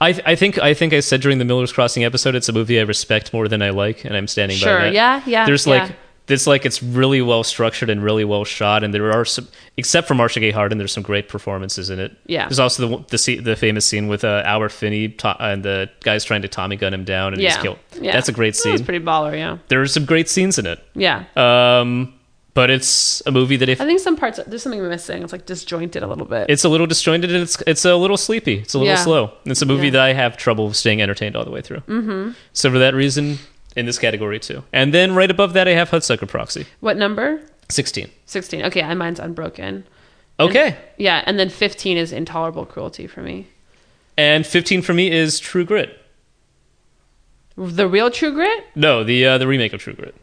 A: I th- I think I think I said during the Miller's Crossing episode, it's a movie I respect more than I like, and I'm standing
H: Sure,
A: by that.
H: yeah, yeah,
A: There's
H: yeah.
A: like it's like it's really well structured and really well shot, and there are some except for Marcia Gay Harden, there's some great performances in it.
H: Yeah.
A: There's also the the, se- the famous scene with uh, our Finney to- and the guys trying to Tommy gun him down and he's
H: Yeah.
A: killed.
H: yeah.
A: That's a great
H: That was
A: scene.
H: pretty baller, yeah.
A: there are some great scenes in it.
H: Yeah.
A: Um, but it's a movie that if
H: I think some parts, there's something missing. It's like disjointed a little bit.
A: it's a little disjointed and it's it's a little sleepy. It's a little
H: Yeah.
A: slow. It's a movie
H: Yeah.
A: that I have trouble staying entertained all the way through.
H: Mhm.
A: So for that reason, in this category too. And then right above that, I have Hudsucker Proxy,
H: what number?
A: sixteen.
H: 16. Okay, and mine's Unbroken.
A: Okay.
H: And- yeah, and then 15 is Intolerable Cruelty for me.
A: And fifteen for me is True Grit.
H: The real True Grit?
A: No, the uh, the remake of True Grit.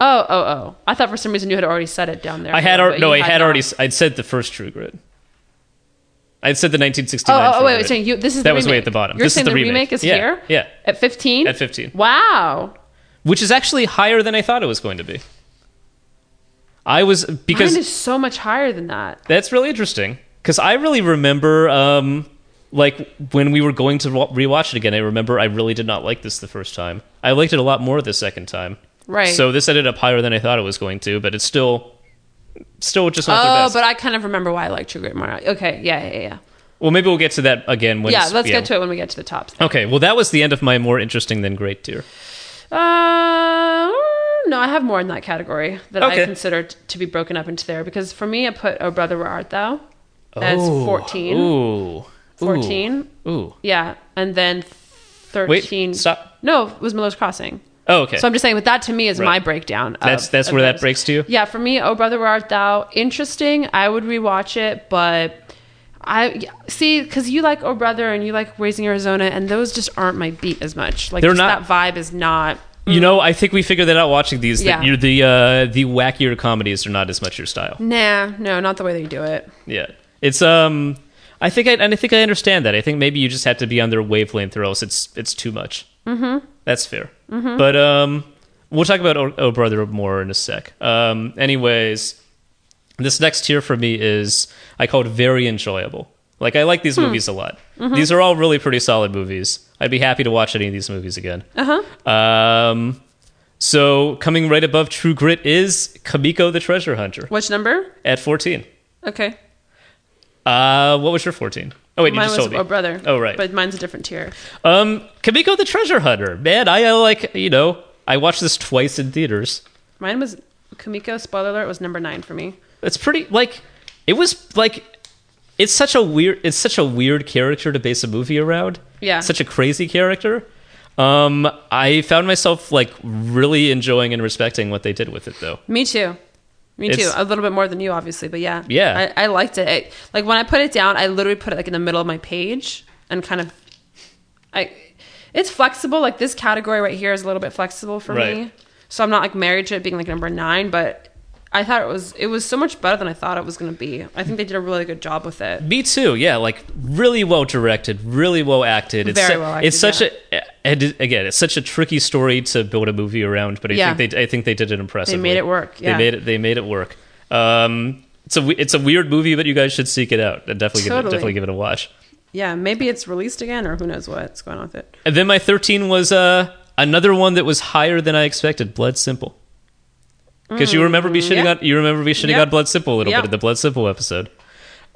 H: Oh, oh, oh. I thought for some reason you had already said it down there.
A: I had
H: But
A: al-
H: you
A: no, I had,
H: not.
A: already. s- I'd said the first True Grit. I'd said the nineteen sixty
H: Oh,
A: nine.
H: oh, wait, wait, so you- this is
A: that
H: the
A: was way
H: remake.
A: at the bottom.
H: You're
A: this
H: saying
A: is the,
H: the remake is
A: Yeah,
H: here?
A: Yeah,
H: At 15?
A: at fifteen.
H: Wow.
A: which is actually higher than I thought it was going to be. I was because
H: Mine is so much higher than that.
A: That's really interesting because I really remember, um, like when we were going to wa- rewatch it again. I remember I really did not like this the first time. I liked it a lot more the second time.
H: Right.
A: So this ended up higher than I thought it was going to, but it's still, still just not their
H: Oh,
A: best.
H: but I kind of remember why I like True Grit more. Okay, yeah, yeah, yeah.
A: well, maybe we'll get to that again. When
H: yeah,
A: it's-
H: let's get to it when we get to the tops.
A: Okay. Well, that was the end of my more interesting than great tier.
H: Uh, no, I have more in that category that
A: Okay.
H: I consider t- to be broken up into there because for me, I put Oh Brother Where Art Thou as
A: Oh.
H: 14.
A: Ooh. Ooh.
H: 14.
A: Ooh.
H: Yeah, and then 13.
A: Wait. Stop.
H: No, it was Miller's Crossing.
A: Oh, okay.
H: So I'm just saying, but that to me is
A: Right.
H: my breakdown. Of
A: That's that's
H: of
A: where that
H: those.
A: breaks to you.
H: Yeah, for me, Oh Brother Where Art Thou, interesting. I would rewatch it, but I see because you like Oh Brother and you like Raising Arizona, and those just aren't my beat as much. Like
A: They're
H: just
A: not-
H: that vibe is not.
A: You know, I think we figured that out watching these. That
H: Yeah.
A: you're the uh, the wackier comedies are not as much your style.
H: Nah, no, not the way they do it.
A: Yeah, it's um, I think I and I think I understand that. I think maybe you just have to be on their wavelength, or else it's it's too much.
H: Mm-hmm.
A: That's fair.
H: Mhm.
A: But um, We'll talk about Oh, oh Brother more in a sec. Um, anyways, this next tier for me is I called very enjoyable. Like I like these
B: Hmm.
A: movies a lot.
B: Mhm.
A: These are all really pretty solid movies. I'd be happy to watch any of these movies again.
B: Uh-huh.
A: Um, so coming right above True Grit is Kamiko the Treasure Hunter
H: Which number?
A: at 14.
H: Okay.
A: Uh, what was your 14? Oh wait,
H: Mine
A: you just
H: was
A: told me.
H: Oh Brother.
A: Oh right.
H: But mine's a different tier.
A: Um, Kamiko the Treasure Hunter. Man, I uh, like you know I watched this twice in theaters.
H: Mine was Kumiko. Spoiler alert was number nine for me.
A: It's pretty like it was like it's such a weird it's such a weird character to base a movie around.
H: Yeah.
A: such a crazy character. Um, I found myself like really enjoying and respecting what they did with it though.
H: Me too. Me
A: It's-
H: too. A little bit more than you, obviously, but yeah.
A: Yeah.
H: I, I liked it. I, like when I put it down, I literally put it like in the middle of my page and kind of. I, it's flexible. Like this category right here is a little bit flexible for me,
A: Right.
H: so I'm not like married to it being like number nine. But I thought it was it was so much better than I thought it was going to be. I think they did a really good job with it.
A: Me too. Yeah, like really well directed, really well acted. It's
H: Very
A: su-
H: well acted,
A: It's such a and it- again, it's such a tricky story to build a movie around, but I
H: Yeah.
A: think they I think they did it impressively.
H: They made it work, yeah.
A: They made it. They made it work. Um, it's a we- it's a weird movie, but you guys should seek it out and definitely give it,
H: Totally.
A: definitely give it a watch.
H: Yeah, maybe it's released again, or who knows what's going on with it.
A: And then my thirteen was uh another one that was higher than I expected. Blood Simple. Because you remember me
H: Mm,
A: shitting
H: yeah.
A: on you remember me shitting
H: Yeah.
A: on Blood Simple a little
H: Yeah.
A: bit in the Blood Simple episode.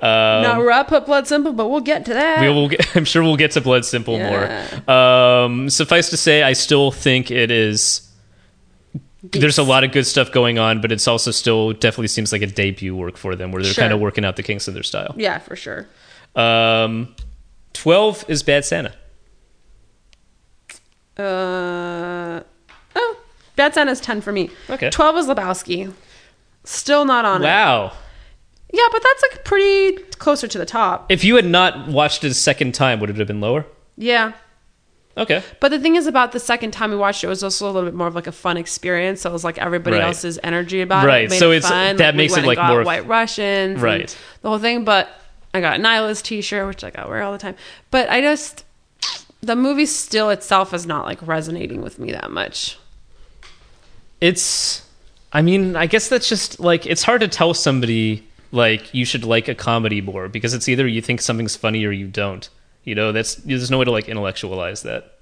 A: Um,
H: no, we're up at Blood Simple, but we'll get to that.
A: we will get, I'm sure we'll get to Blood Simple
H: Yeah.
A: more. Um, suffice to say, I still think it is. There's a lot of good stuff going on, but it's also still definitely seems like a debut work for them, where they're
H: Sure.
A: kind of working out the kinks of their style.
H: yeah, for sure.
A: Um, Twelve is Bad Santa.
H: Uh, oh, Bad Santa's 10 for me.
A: Okay.
H: 12 is Lebowski. Still not on it.
A: Wow!
H: Yeah, but that's like pretty closer to the top.
A: If you had not watched it a second time, would it have been lower?
H: Yeah.
A: Okay.
H: But the thing is about the second time we watched it, it was also a little bit more of like a fun experience. So it was like everybody
A: Right.
H: else's energy about it.
A: Right,
H: it. made
A: so
H: it
A: it's-
H: fun.
A: that
H: we
A: makes it,
H: went and
A: like,
H: got
A: more of-
H: white Russians, and
A: Right.
H: The whole thing. But I got a nihilist T-shirt, which like I wear all the time. But I just the movie still itself is not like resonating with me that much.
A: It's. I mean, I guess that's just like it's hard to tell somebody like you should like a comedy more because it's either you think something's funny or you don't. You know, that's there's no way to like intellectualize that.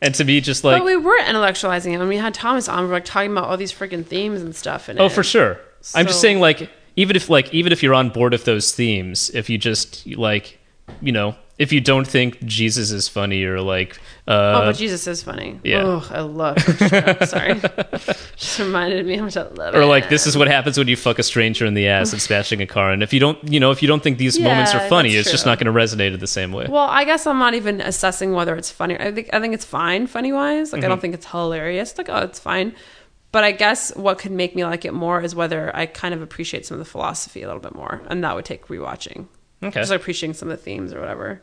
A: And to be just like,
H: but we were intellectualizing it when we had Thomas on. We were like talking about all these freaking themes and stuff. In
A: oh,
H: it.
A: for sure. I'm just
H: So-
A: saying, like, even if like even if you're on board with those themes, if you just like, you know, if you don't think Jesus is funny or like,
H: oh,
A: uh,
H: but Jesus is funny.
A: yeah.
H: Ugh, I love. It. Sorry, just reminded me how much I love it.
A: or like this is what happens when you fuck a stranger in the ass and smashing a car. And if you don't, you know, if you don't think these moments
H: Yeah,
A: are funny,
H: that's
A: it's just
H: true.
A: not going to resonate in the same way.
H: Well, I guess I'm not even assessing whether it's funny. I think I think it's fine, funny wise. Like I don't
A: Mhm.
H: think it's hilarious. Like oh, it's fine. But I guess what could make me like it more is whether I kind of appreciate some of the philosophy a little bit more, and that would take rewatching.
A: Okay.
H: just like appreciating some of the themes or whatever.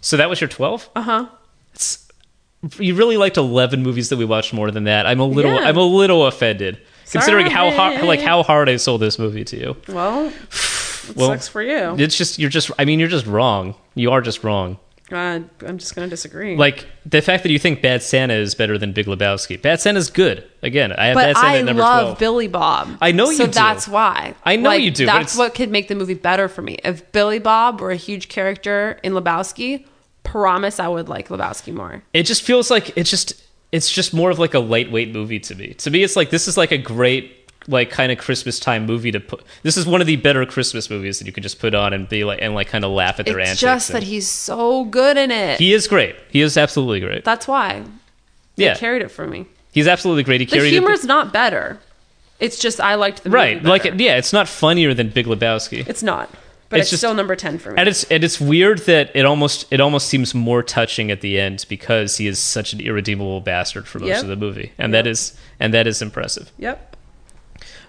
A: So that was your 12?
H: Uh huh.
A: You really liked 11 movies that we watched more than that. I'm a little
H: Yeah.
A: I'm a little offended considering how hard
H: Sorry.
A: like how hard I sold this movie to you.
H: Well, it
A: Well,
H: sucks for you.
A: It's just you're just I mean you're just wrong. You are just wrong.
H: Uh, I'm just gonna disagree.
A: Like the fact that you think Bad Santa is better than Big Lebowski. Bad Santa's good. Again, I have
H: but
A: Bad Santa
H: I
A: at number
H: love
A: 12.
H: Billy Bob.
A: I know
H: so
A: you do.
H: that's why.
A: I know
H: Like,
A: you do, but
H: That's
A: it's-
H: what could make the movie better for me. If Billy Bob were a huge character in Lebowski, promise I would like Lebowski more.
A: it just feels like it's just it's just more of like a lightweight movie to me to me it's like this is like a great like kind of christmas time movie to put this is one of the better christmas movies that you could just put on and be like and like kind of laugh at their
H: It's
A: antics
H: just
A: and-
H: that he's so good in it.
A: he is great he is absolutely great
H: that's why. They
A: yeah
H: carried it for me.
A: he's absolutely great he
H: The
A: carried
H: humor's
A: it
H: not better. It's just I liked the movie
A: right
H: better.
A: like yeah it's not funnier than big lebowski
H: It's not, but
A: It's
H: it's,
A: just-
H: still number ten for me.
A: and it's and it's weird that it almost it almost seems more touching at the end because he is such an irredeemable bastard for most
H: Yep.
A: of the movie and that
H: Yep.
A: is and that is impressive
H: Yep.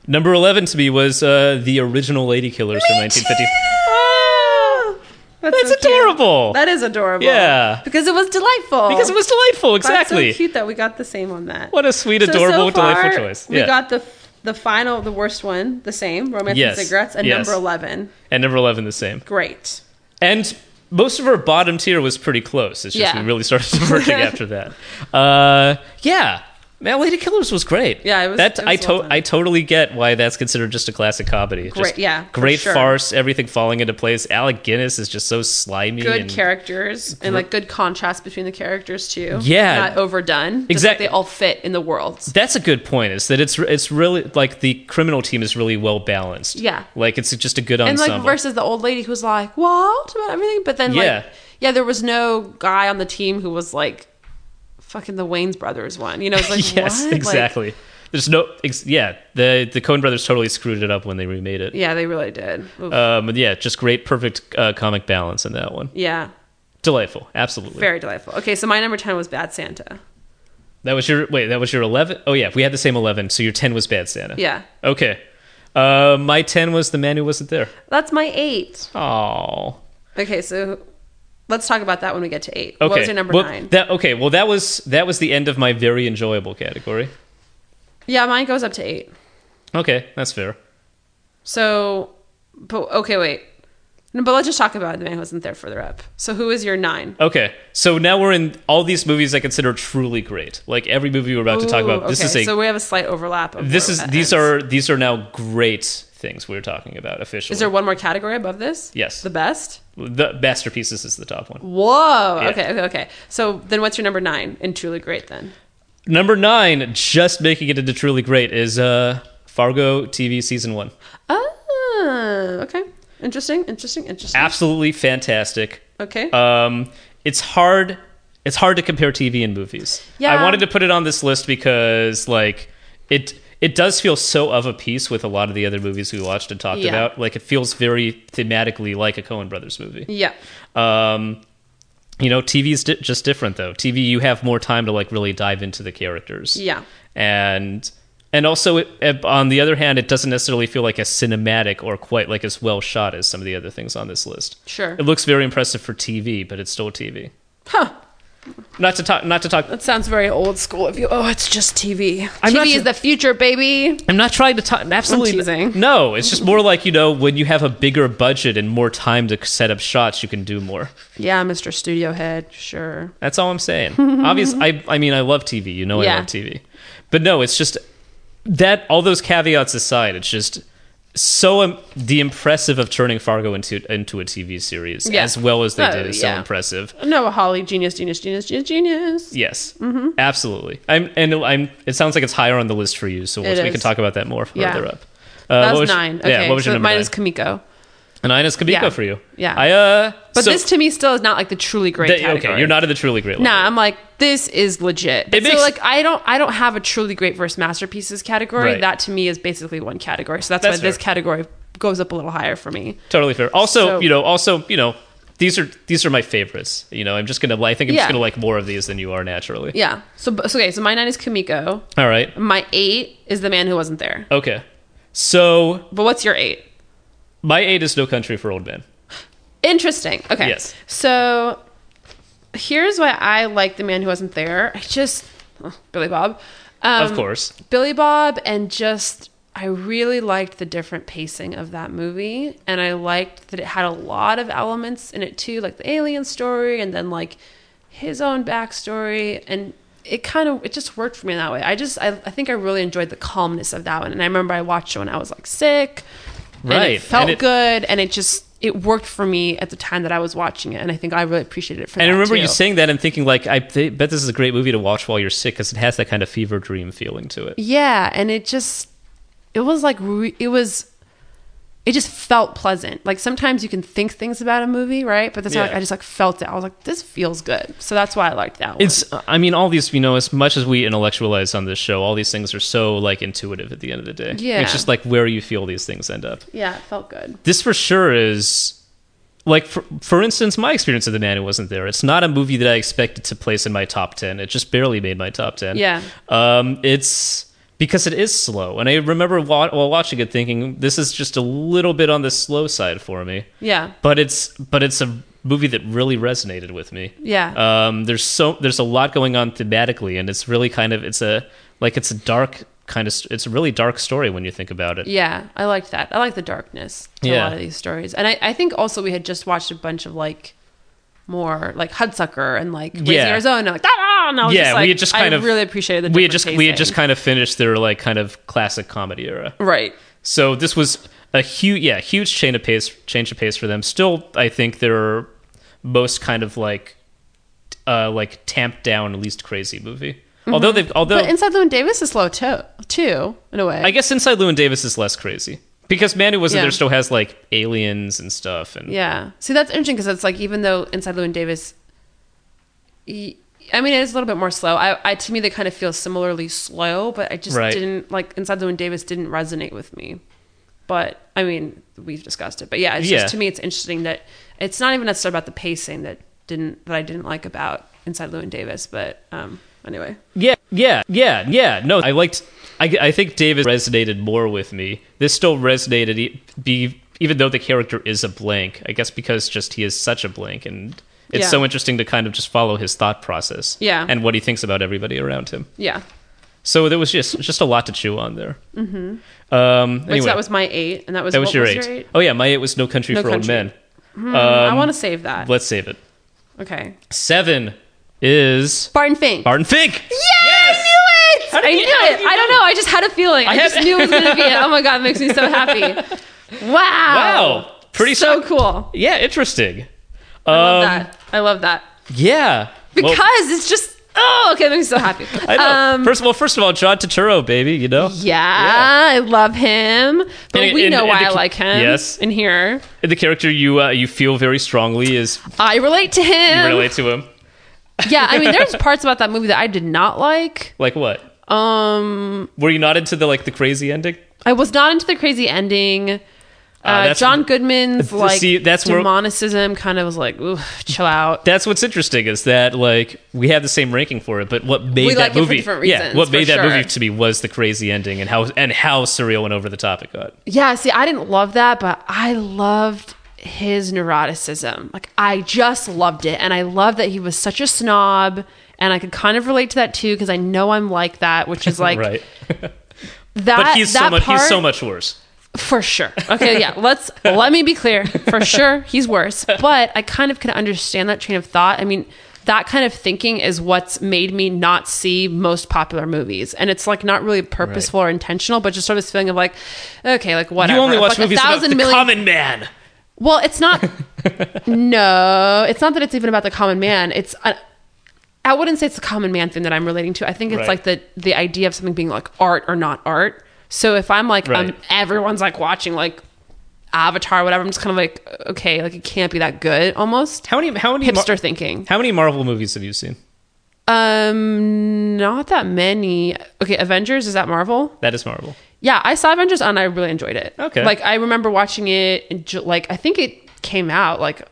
A: Number 11 to me was uh, the original Lady Killers from 1950.
H: That's,
A: That's adorable.
H: That is adorable.
A: Yeah.
H: Because it was delightful.
A: Because it was delightful, exactly.
H: That's so cute that we got the same on that.
A: What a sweet,
H: So,
A: adorable,
H: so far,
A: delightful choice.
H: We
A: Yeah.
H: got the the final, the worst one, the same, Romance
A: Yes.
H: and Cigarettes, and
A: Yes.
H: number 11.
A: and number 11 the same.
H: Great.
A: And most of our bottom tier was pretty close. It's just
H: Yeah.
A: we really started diverging after that. Uh, yeah. Man, Lady Killers was great.
H: Yeah, it was-
A: That
H: it was
A: I
H: well
A: to-
H: done.
A: I totally get why that's considered just a classic comedy. Just
H: Great- yeah, for
A: great
H: sure.
A: farce, everything falling into place. Alec Guinness is just so slimy.
H: good
A: and-
H: characters and like good contrast between the characters too.
A: Yeah.
H: not overdone. Just that
A: Exactly.
H: they all fit in the worlds.
A: That's a good point. Is that it's it's really like the criminal team is really well balanced.
H: Yeah.
A: like it's just a good
H: And
A: ensemble.
H: like versus the old lady who was like wild about everything, but then
A: Yeah.
H: like yeah, there was no guy on the team who was like fucking the Wayne's brothers one. You know, it's like
A: yes,
H: what? Like,
A: exactly. There's no ex- yeah. The the Coen Brothers totally screwed it up when they remade it.
H: yeah, they really did. Oof.
A: Um, yeah, just great, perfect uh, comic balance in that one.
H: yeah,
A: Delightful, absolutely.
H: very delightful. Okay, so my number ten was Bad Santa.
A: That was your wait. That was your eleven. Oh yeah, we had the same eleven. So your ten was Bad Santa.
H: Yeah,
A: Okay. Uh, my ten was the man who wasn't there.
H: that's my eight.
A: Oh.
H: Okay, so let's talk about that when we get to eight.
A: Okay.
H: What was your number
A: well,
H: nine?
A: That okay. Well, that was that was the end of my very enjoyable category.
H: yeah, mine goes up to eight.
A: Okay, that's fair.
H: So, but okay, wait. No, but let's just talk about the man who wasn't there further up. So, who is your nine?
A: Okay, so now we're in all these movies I consider truly great. Like every movie we're about to talk
H: Ooh,
A: about. This
H: okay,
A: is a
H: so we have a slight overlap. Of
A: this
H: where
A: is
H: that
A: these
H: ends.
A: are these are now great things we're talking about officially.
H: Is there one more category above this?
A: Yes.
H: the best.
A: the masterpieces is the top one.
H: Whoa.
A: Yeah.
H: Okay. Okay. Okay. So then, what's your number nine? And truly great then.
A: Number nine, just making it into truly great, is uh, Fargo TV season one.
H: Oh. Okay. Interesting. Interesting. Interesting.
A: Absolutely fantastic.
H: Okay.
A: Um, it's hard. It's hard to compare TV and movies.
H: Yeah.
A: I wanted to put it on this list because like it it does feel so of a piece with a lot of the other movies we watched and talked
H: Yeah.
A: about. Like it feels very thematically like a Coen Brothers movie.
H: yeah.
A: Um, you know, TV is di- just different though. TV, you have more time to like really dive into the characters.
H: Yeah.
A: and and also it, it- on the other hand, it doesn't necessarily feel like as cinematic or quite like as well shot as some of the other things on this list.
H: Sure.
A: it looks very impressive for TV, but it's still TV.
H: Huh.
A: Not to talk. Not to talk.
H: That sounds very old school of you. Oh, it's just TV.
A: I'm not
H: TV
A: sure-
H: is the future, baby.
A: I'm not trying to talk. Absolutely
H: I'm teasing.
A: no. It's just more like you know when you have a bigger budget and more time to set up shots, you can do more.
H: Yeah, Mr. Studio Head. Sure.
A: That's all I'm saying. Obviously, I, I mean, I love TV. You know, I
H: Yeah.
A: love TV. But no, it's just that all those caveats aside, it's just so um, the impressive of turning Fargo into into a TV series
H: Yeah.
A: as well as they
H: Oh,
A: did is so
H: yeah.
A: impressive.
H: No, Holly, genius, genius, genius, genius, genius.
A: Yes,
H: Mm-hmm.
A: absolutely. I'm and I'm. It sounds like it's higher on the list for you. So
H: It
A: we
H: is.
A: can talk about that more
H: Yeah.
A: further up. Uh,
H: That
A: what
H: was,
A: your-
H: nine. Okay,
A: Yeah, what was
H: so
A: your number?
H: mine
A: nine?
H: is Kamiko.
A: nine is Kabiko
H: Yeah.
A: for you.
H: Yeah.
A: I uh.
H: But
A: so-
H: this to me still is not like the truly great
A: that-
H: category.
A: okay, you're not in the truly great. level.
H: Nah, I'm like this is legit. But
A: It
H: so
A: makes-
H: like I don't I don't have a truly great versus masterpieces category.
A: Right.
H: That to me is basically one category. So that's,
A: That's
H: why this
A: fair.
H: category goes up a little higher for me.
A: totally fair. Also,
H: So-
A: you know, also, you know, these are these are my favorites. You know, I'm just gonna. li- I think I'm just
H: Yeah.
A: gonna like more of these than you are naturally.
H: Yeah. So, so okay. So my nine is Kamiko.
A: All right.
H: My eight is the man who wasn't there.
A: Okay. So
H: But what's your eight?
A: my eight is No Country for Old Men.
H: Interesting. Okay.
A: Yes.
H: So here's why I like the man who wasn't there. I just oh, Billy Bob. Um,
A: of course.
H: Billy Bob and just I really liked the different pacing of that movie and I liked that it had a lot of elements in it too like the alien story and then like his own backstory and it kind of it just worked for me that way. I just I, I think I really enjoyed the calmness of that one and I remember I watched it when I was like sick and
A: Right.
H: it felt
A: And it-
H: good and it just it worked for me at the time that I was watching it and I think I really appreciated it for
A: And I
H: that
A: remember you
H: too.
A: saying that and thinking like, I th- bet this is a great movie to watch while you're sick because it has that kind of fever dream feeling to it.
H: Yeah, and it just it was like re- it was it just felt pleasant. Like sometimes you can think things about a movie, right? But that's not like
A: Yeah.
H: I just like felt it. I was like, this feels good. So that's why I liked that one.
A: It's. I mean, all these. You know, as much as we intellectualize on this show, all these things are so like intuitive at the end of the day.
H: Yeah.
A: It's just like where you feel these things end up.
H: yeah, it felt good.
A: this for sure is like for, for instance my experience of the man who wasn't there it's not a movie that i expected to place in my top 10 it just barely made my top 10
H: Yeah.
A: um it's because it is slow and i remember wa- while watching it thinking this is just a little bit on the slow side for me
H: Yeah.
A: but it's but it's a movie that really resonated with me
H: Yeah.
A: um there's so there's a lot going on thematically and it's really kind of it's a like it's a dark kind of it's a really dark story when you think about it
H: Yeah, I liked that. I like the darkness to
A: Yeah.
H: a lot of these stories. And I, I think also we had just watched a bunch of like more like Hudsucker and like Raising
A: Yeah.
H: Arizona, like ah, and I was
A: yeah,
H: just like,
A: we had just kind
H: I
A: of
H: really appreciated the
A: we had
H: different
A: just we had
H: tasting.
A: just kind of finished their like kind of classic comedy era.
H: right.
A: So this was a huge, yeah, huge change of pace, change of pace for them. Still, I think their most kind of like, uh, like tamped down, least crazy movie. Although they've, although
H: Mm-hmm. but Inside Llewyn Davis is slow too, too in a way.
A: I guess Inside Llewyn Davis is less crazy because Man Who Wasn't
H: Yeah.
A: There still has like aliens and stuff, and
H: Yeah. See, that's interesting because it's like even though Inside Llewyn Davis, y- I mean, it is a little bit more slow. I, I to me, they kind of feel similarly slow, but I just
A: Right.
H: didn't like Inside Llewyn Davis didn't resonate with me. But I mean, we've discussed it. But yeah, it's
A: Yeah.
H: just to me, it's interesting that it's not even necessarily about the pacing that didn't that I didn't like about Inside Llewyn Davis. But um, anyway,
A: Yeah, yeah, yeah, yeah. No, I liked. I, I think Davis resonated more with me. This still resonated, e- be even though the character is a blank. I guess because just he is such a blank, and it's
H: Yeah.
A: so interesting to kind of just follow his thought process.
H: Yeah.
A: and what he thinks about everybody around him.
H: yeah.
A: So there was just just a lot to chew on there.
H: Mm-hmm.
A: Um, anyway,
H: so that was my eight, and that was
A: that was
H: what
A: your, eight. Oh yeah, my eight was No Country
H: No
A: for
H: Country.
A: Old Men.
H: Hmm, I
A: Um,
H: want to save that.
A: Let's save it.
H: Okay,
A: Seven is
H: Barton Fink.
A: Barton Fink.
H: Yes! I knew it! I knew it. I don't know. I just had a feeling. I,
A: I had-
H: just knew it was going to be it. Oh my God, it makes me so happy. Wow.
A: Wow, pretty
H: So cool.
A: Yeah, interesting.
H: I love
A: Um,
H: that. I love that.
A: Yeah. Well,
H: Because it's just, oh, okay, it makes me so happy.
A: I know.
H: Um,
A: first of all, first of all, John Turturro, baby, you know.
H: yeah, I love him. But
A: And-
H: we
A: and-
H: know
A: and
H: why
A: the
H: I
A: ca-
H: like him.
A: yes.
H: In here,
A: The character you uh, you feel very strongly is
H: I relate to him.
A: you relate to him.
H: yeah, I mean, there's parts about that movie that I did not like.
A: Like what?
H: Um,
A: Were you not into the like the crazy ending?
H: I was not into the crazy ending. Uh,
A: that's-
H: John Goodman's
A: See,
H: like
A: that's where-
H: demonicism kind of was like, ooh, chill out.
A: That's what's interesting is that like we have the same ranking for it, but what made
H: We
A: that
H: like it for
A: movie?
H: different
A: yeah,
H: reasons,
A: what
H: for
A: made that
H: sure.
A: movie to me was the crazy ending and how and how surreal and over the top it got.
H: Yeah, see, I didn't love that, but I loved his neuroticism. Like, I just loved it, and I love that he was such a snob, and I could kind of relate to that too because I know I'm like that, which is like
A: right,
H: that.
A: but he's so
H: that
A: much he's so
H: part-
A: much worse.
H: For sure. Okay, yeah. Let's let me be clear. For sure, he's worse. But I kind of can understand that train of thought. I mean, that kind of thinking is what's made me not see most popular movies. And it's like not really purposeful or intentional, but just sort of this feeling of like, okay, like whatever.
A: You only
H: If,
A: watch
H: like,
A: movies about the
H: million-
A: common man.
H: Well, it's not No, it's not that it's even about the common man. It's I I wouldn't say it's the common man thing that I'm relating to. I think it's
K: Right.
H: like the the idea of something being like art or not art. So if I'm like um,
K: Right.
H: everyone's like watching like Avatar, whatever, I'm just kind of like okay, like it can't be that good almost.
A: How many how many
H: hipster thinking?
A: How many Marvel movies have you seen?
H: Um, not that many. Okay, Avengers is that Marvel?
A: That is Marvel.
H: Yeah, I saw Avengers and I really enjoyed it.
A: Okay.
H: Like I remember watching it in Ju- like I think it came out like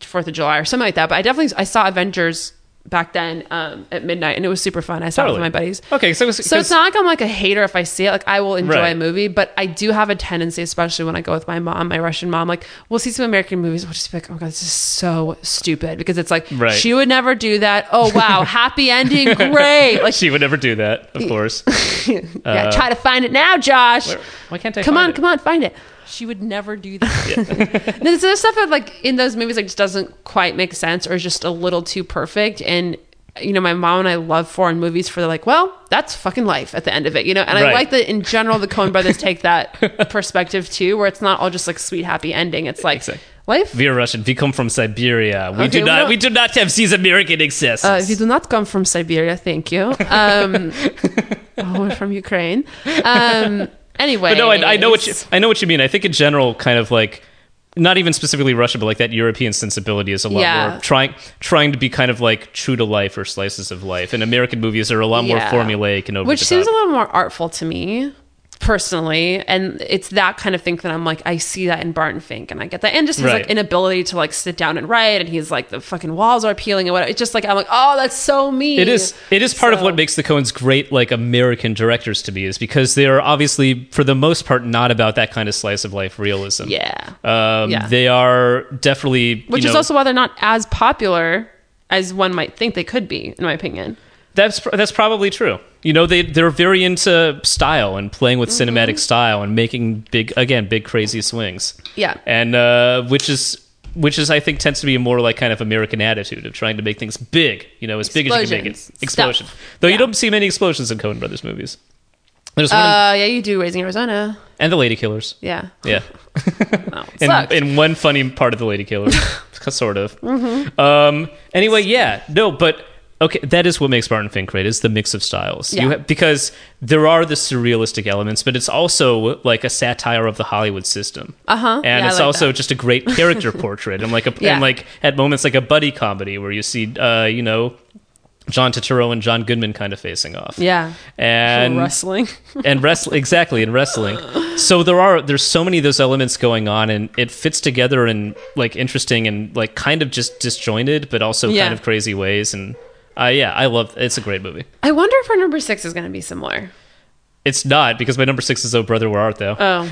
H: 4th of July or something like that, but I definitely I saw Avengers back then um, at midnight and it was super fun. I saw it
A: Totally.
H: with my buddies.
A: Okay, so it's-
H: So it's not like I'm like a hater if I see it. Like I will enjoy
A: Right.
H: a movie, but I do have a tendency, especially when I go with my mom, my Russian mom, like we'll see some American movies, we'll just be like, oh my god, this is so stupid because it's like
A: Right.
H: she would never do that. Oh wow, happy ending, great. Like
A: she would never do that, of course.
H: yeah,
A: Uh,
H: try to find it now, Josh.
A: why can't I
H: Come
A: find
H: on,
A: it?
H: come on, find it.
K: She would never do that.
H: No, there's stuff that like in those movies like just doesn't quite make sense or is just a little too perfect. And you know, my mom and I love foreign movies for like, well, that's fucking life at the end of it, you know. And I
K: Right.
H: like that in general the Coen Brothers take that perspective too, where it's not all just like sweet happy ending. It's like life.
A: We are Russian. We come from Siberia. We
H: Okay,
A: do
H: we
A: not.
H: don't-
A: We, do not have these American excesses.
H: Uh, if you do not come from Siberia, thank you. Um, oh, we're from Ukraine. Um, anyway,
A: but no, I, I know what you, I know what you mean. I think in general, kind of like not even specifically Russia, but like that European sensibility is a lot
H: Yeah.
A: more trying trying to be kind of like true to life or slices of life. And American movies are a lot
H: Yeah.
A: more formulaic and over
H: which
A: the
H: seems a
A: top.
H: little more artful to me personally and it's that kind of thing that i'm like i see that in barton fink and i get that and just his
K: Right.
H: like inability to like sit down and write and he's like the fucking walls are peeling and whatever it's just like i'm like oh that's so me
A: It is. It is part of what makes the Coens great, like American directors, to be, is because they are obviously, for the most part, not about that kind of slice of life realism.
H: Yeah.
A: Um,
H: Yeah.
A: They are definitely,
H: which
A: you
H: is
A: know-
H: also why they're not as popular as one might think they could be in my opinion
A: That's pr- that's probably true. You know, they they're very into style and playing with
H: Mm-hmm.
A: cinematic style and making big again big crazy swings.
H: Yeah.
A: and uh, which is which is I think tends to be a more like kind of American attitude of trying to make things big, you know, as big as you can make it.
H: Explosions.
A: Explosion.
H: Stuff.
A: Though you don't see many explosions in Coen Brothers movies. There's one in-
H: Uh, yeah, you do Raising Arizona.
A: and the Lady Killers.
H: Yeah.
A: Yeah.
H: it
A: in,
H: sucked.
A: in one funny part of the Lady Killers, sort of.
H: Mhm.
A: Um, anyway, yeah, no, but okay, that is what makes Barton Fink great is the mix of styles. You
H: Yeah.
A: ha- because there are the surrealistic elements, but it's also like a satire of the Hollywood system.
H: Uh-huh.
A: And
H: Yeah, I
A: it's
H: like
A: also
H: that.
A: just a great character portrait, and like a,
H: Yeah.
A: and like at moments like a buddy comedy where you see, uh, you know. John Turturro and John Goodman kind of facing off
H: Yeah.
A: and
H: Wrestling.
A: and wrestling exactly and wrestling so there are there's so many of those elements going on and it fits together in like interesting and like kind of just disjointed but also
H: Yeah.
A: kind of crazy ways and uh, yeah i love it's a great movie
H: I wonder if our number six is going to be similar.
A: it's not because my number six is oh brother where art thou
H: Oh.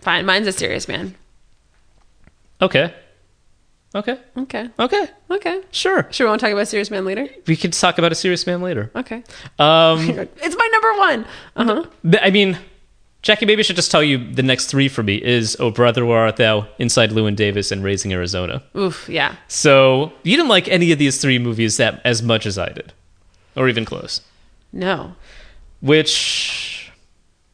H: Fine. Mine's a serious man.
A: okay okay
H: Okay.
A: okay
H: Okay.
A: sure
H: Sure. We want to talk about serious man later?
A: we can talk about a serious man later
H: Okay.
A: um
H: It's my number one. Uh huh.
A: but, i mean Jackie, maybe I should just tell you the next three for me is Oh Brother Where Art Thou, Inside Lewin Davis, and Raising Arizona.
H: Oof. Yeah.
A: So you didn't like any of these three movies that as much as I did, or even close.
H: No.
A: Which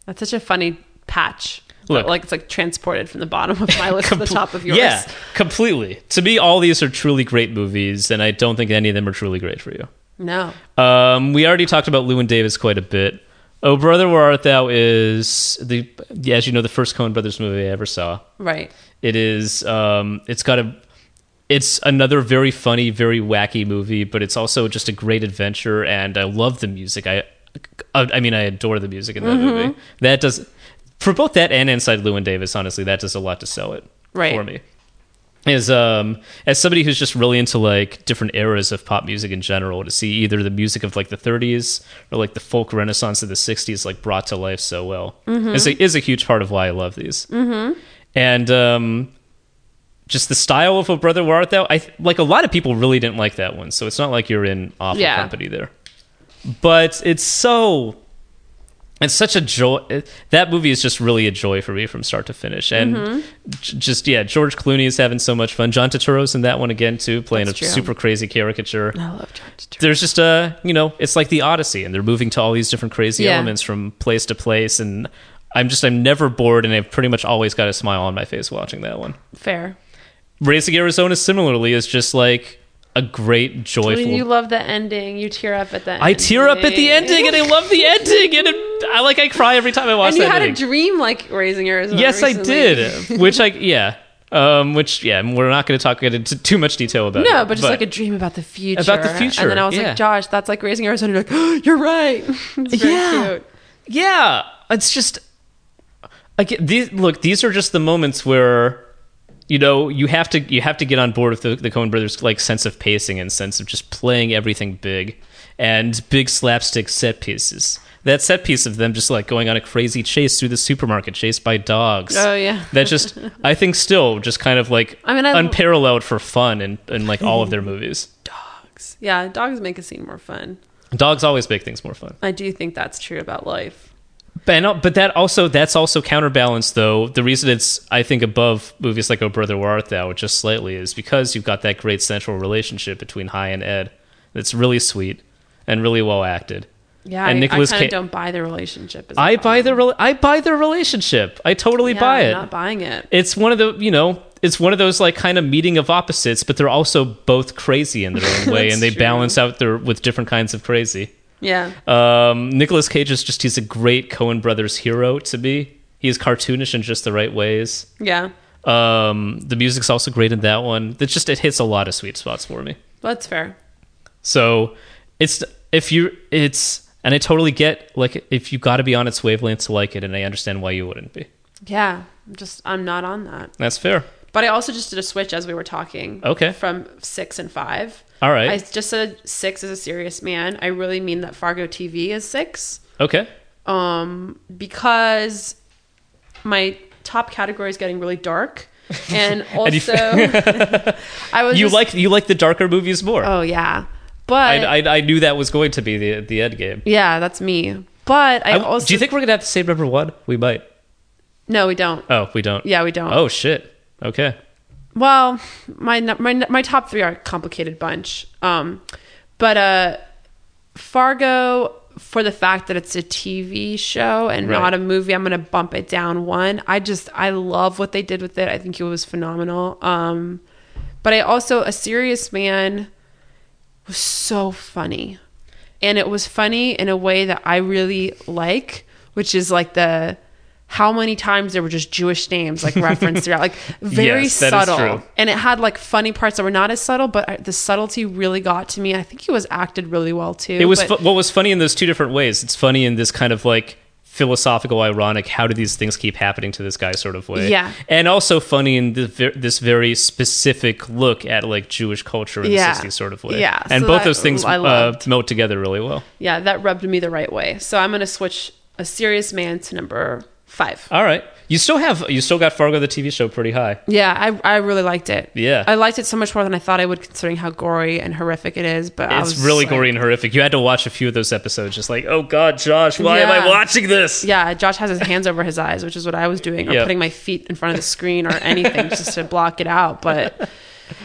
H: That's such a funny patch.
A: Look.
H: like it's like transported from the bottom of my list to the top of yours.
A: yeah, completely. To me, all these are truly great movies, and I don't think any of them are truly great for you.
H: No.
A: Um, we already talked about Lewin Davis quite a bit. Oh Brother, Where Art Thou is the yeah, as you know, the first Coen Brothers movie I ever saw.
H: Right.
A: It is. Um, it's got a. It's another very funny, very wacky movie, but it's also just a great adventure, and I love the music. I, I I mean, I adore the music in that movie. That does for both that and Inside Llewyn Davis. Honestly, that does a lot to sell it
H: Right.
A: for me. Is um as somebody who's just really into like different eras of pop music in general to see either the music of like the 30s or like the folk renaissance of the 60s like brought to life so well
B: Mhm.
A: is a, is a huge part of why I love these
B: Mm-hmm.
A: and um, just the style of a brother where art thou i th- like a lot of people really didn't like that one so it's not like you're in awful
B: Yeah.
A: company there but it's so it's such a joy it- that movie is just really a joy for me from start to finish and
B: Mhm.
A: j- just yeah george clooney is having so much fun john turturro's in that one again too playing
B: That's
A: a
B: true.
A: super crazy caricature
H: I love John Turturro.
A: there's just a you know it's like the odyssey and they're moving to all these different crazy
H: Yeah.
A: elements from place to place and i'm just i'm never bored and i've pretty much always got a smile on my face watching that one
H: Fair.
A: Raising Arizona similarly is just like a great
H: I
A: joyful.
H: mean, you love the ending. You tear up at the.
A: I tear up at the ending and I love the ending and it, I like I cry every time I watch
H: And you
A: that.
H: had
A: ending.
H: a dream like raising Arizona.
A: yes, I
H: recently.
A: did. which I yeah, um, which yeah, we're not going to talk into too much detail about.
H: no,
A: it,
H: but just like a dream about the future.
A: About the future,
H: And then I was
A: yeah.
H: like, Josh, that's like raising Arizona. You're like, "Oh, you're right. it's very
A: Yeah.
H: cute.
A: Yeah, it's just again these look. These are just the moments where you know you have to you have to get on board with the, the Coen Brothers like sense of pacing and sense of just playing everything big and big slapstick set pieces. That set piece of them just like going on a crazy chase through the supermarket, chased by dogs.
H: Oh, yeah.
A: that just I think still just kind of like
H: I mean, I-
A: unparalleled for fun and in like all of their movies.
H: Yeah, dogs make a scene more fun.
A: Dogs always make things more fun.
H: I do think that's true about life.
A: But, no- but that also that's also counterbalanced though. The reason it's I think above movies like Oh Brother Where Art Thou just slightly is because you've got that great central relationship between High and Ed that's really sweet and really well acted.
H: Yeah,
A: and
H: I,
A: Nicolas
H: I kind
A: Cage-
H: of don't buy the relationship. As
A: I buy the rela- I buy the relationship. I totally
H: yeah,
A: buy
H: I'm
A: it.
H: Not buying it.
A: it's one of the you know it's one of those like kind of meeting of opposites, but they're also both crazy in their own way,
H: That's
A: and they
H: true.
A: balance out their with different kinds of crazy.
H: Yeah.
A: Um, Nicholas Cage is just, he's a great Coen Brothers hero to me. He is cartoonish in just the right ways.
H: Yeah.
A: Um, the music's also great in that one. It's just, it hits a lot of sweet spots for me.
H: That's fair.
A: So it's, if you, it's, and I totally get, like, if you got to be on its wavelength to like it, and I understand why you wouldn't be.
H: Yeah. I'm just I'm not on that.
A: That's fair.
H: But I also just did a switch as we were talking.
A: Okay.
H: From six and five.
A: All right.
H: I just said six is a serious man. I really mean that Fargo TV is six.
A: Okay.
H: Um, because my top category is getting really dark. And
A: And you-
H: also, I was
A: you
H: just-
A: like, you like the darker movies more.
H: Oh yeah, but
A: I, I, I knew that was going to be the, the end game.
H: yeah, that's me. But I, also
A: do you think we're going to have the same number one? We might.
H: no, we don't.
A: Oh, we don't.
H: Yeah, we don't.
A: Oh, shit. Okay.
H: Well, my nu- my my top three are a complicated bunch, um, but uh, Fargo for the fact that it's a TV show and
K: Right.
H: not a movie, I'm gonna bump it down one. I just I love what they did with it. I think it was phenomenal. Um, but I also a serious man was so funny, and it was funny in a way that I really like, which is like the how many times there were just Jewish names like referenced throughout, like very
A: Yes, that is
H: subtle
A: true.
H: and it had like funny parts that were not as subtle but I- the subtlety really got to me i think he was acted really well too
A: It was
H: but-
A: fu- what was funny in those two different ways. It's funny in this kind of like philosophical, ironic, how do these things keep happening to this guy sort of way.
H: Yeah.
A: And also funny in the, ver- this very specific look at like Jewish culture in
H: Yeah.
A: the 60s sort of way.
H: Yeah,
A: And
H: so
A: both
H: that
A: those things
H: I
A: uh,
H: loved.
A: melt together really well.
H: yeah that rubbed me the right way so i'm gonna switch a serious man to number five
A: All right. You still have, you still got Fargo the TV show pretty high.
H: yeah i, I really liked it
A: Yeah.
H: i liked it so much more than i thought i would considering how gory and horrific it is but I
A: It's
H: was
A: really
H: like-
A: gory and horrific. You had to watch a few of those episodes, just like, oh God, Josh, why am I
H: Yeah.
A: watching this?
H: yeah josh has his hands over his eyes which is what i was doing or
A: Yeah.
H: putting my feet in front of the screen or anything just to block it out but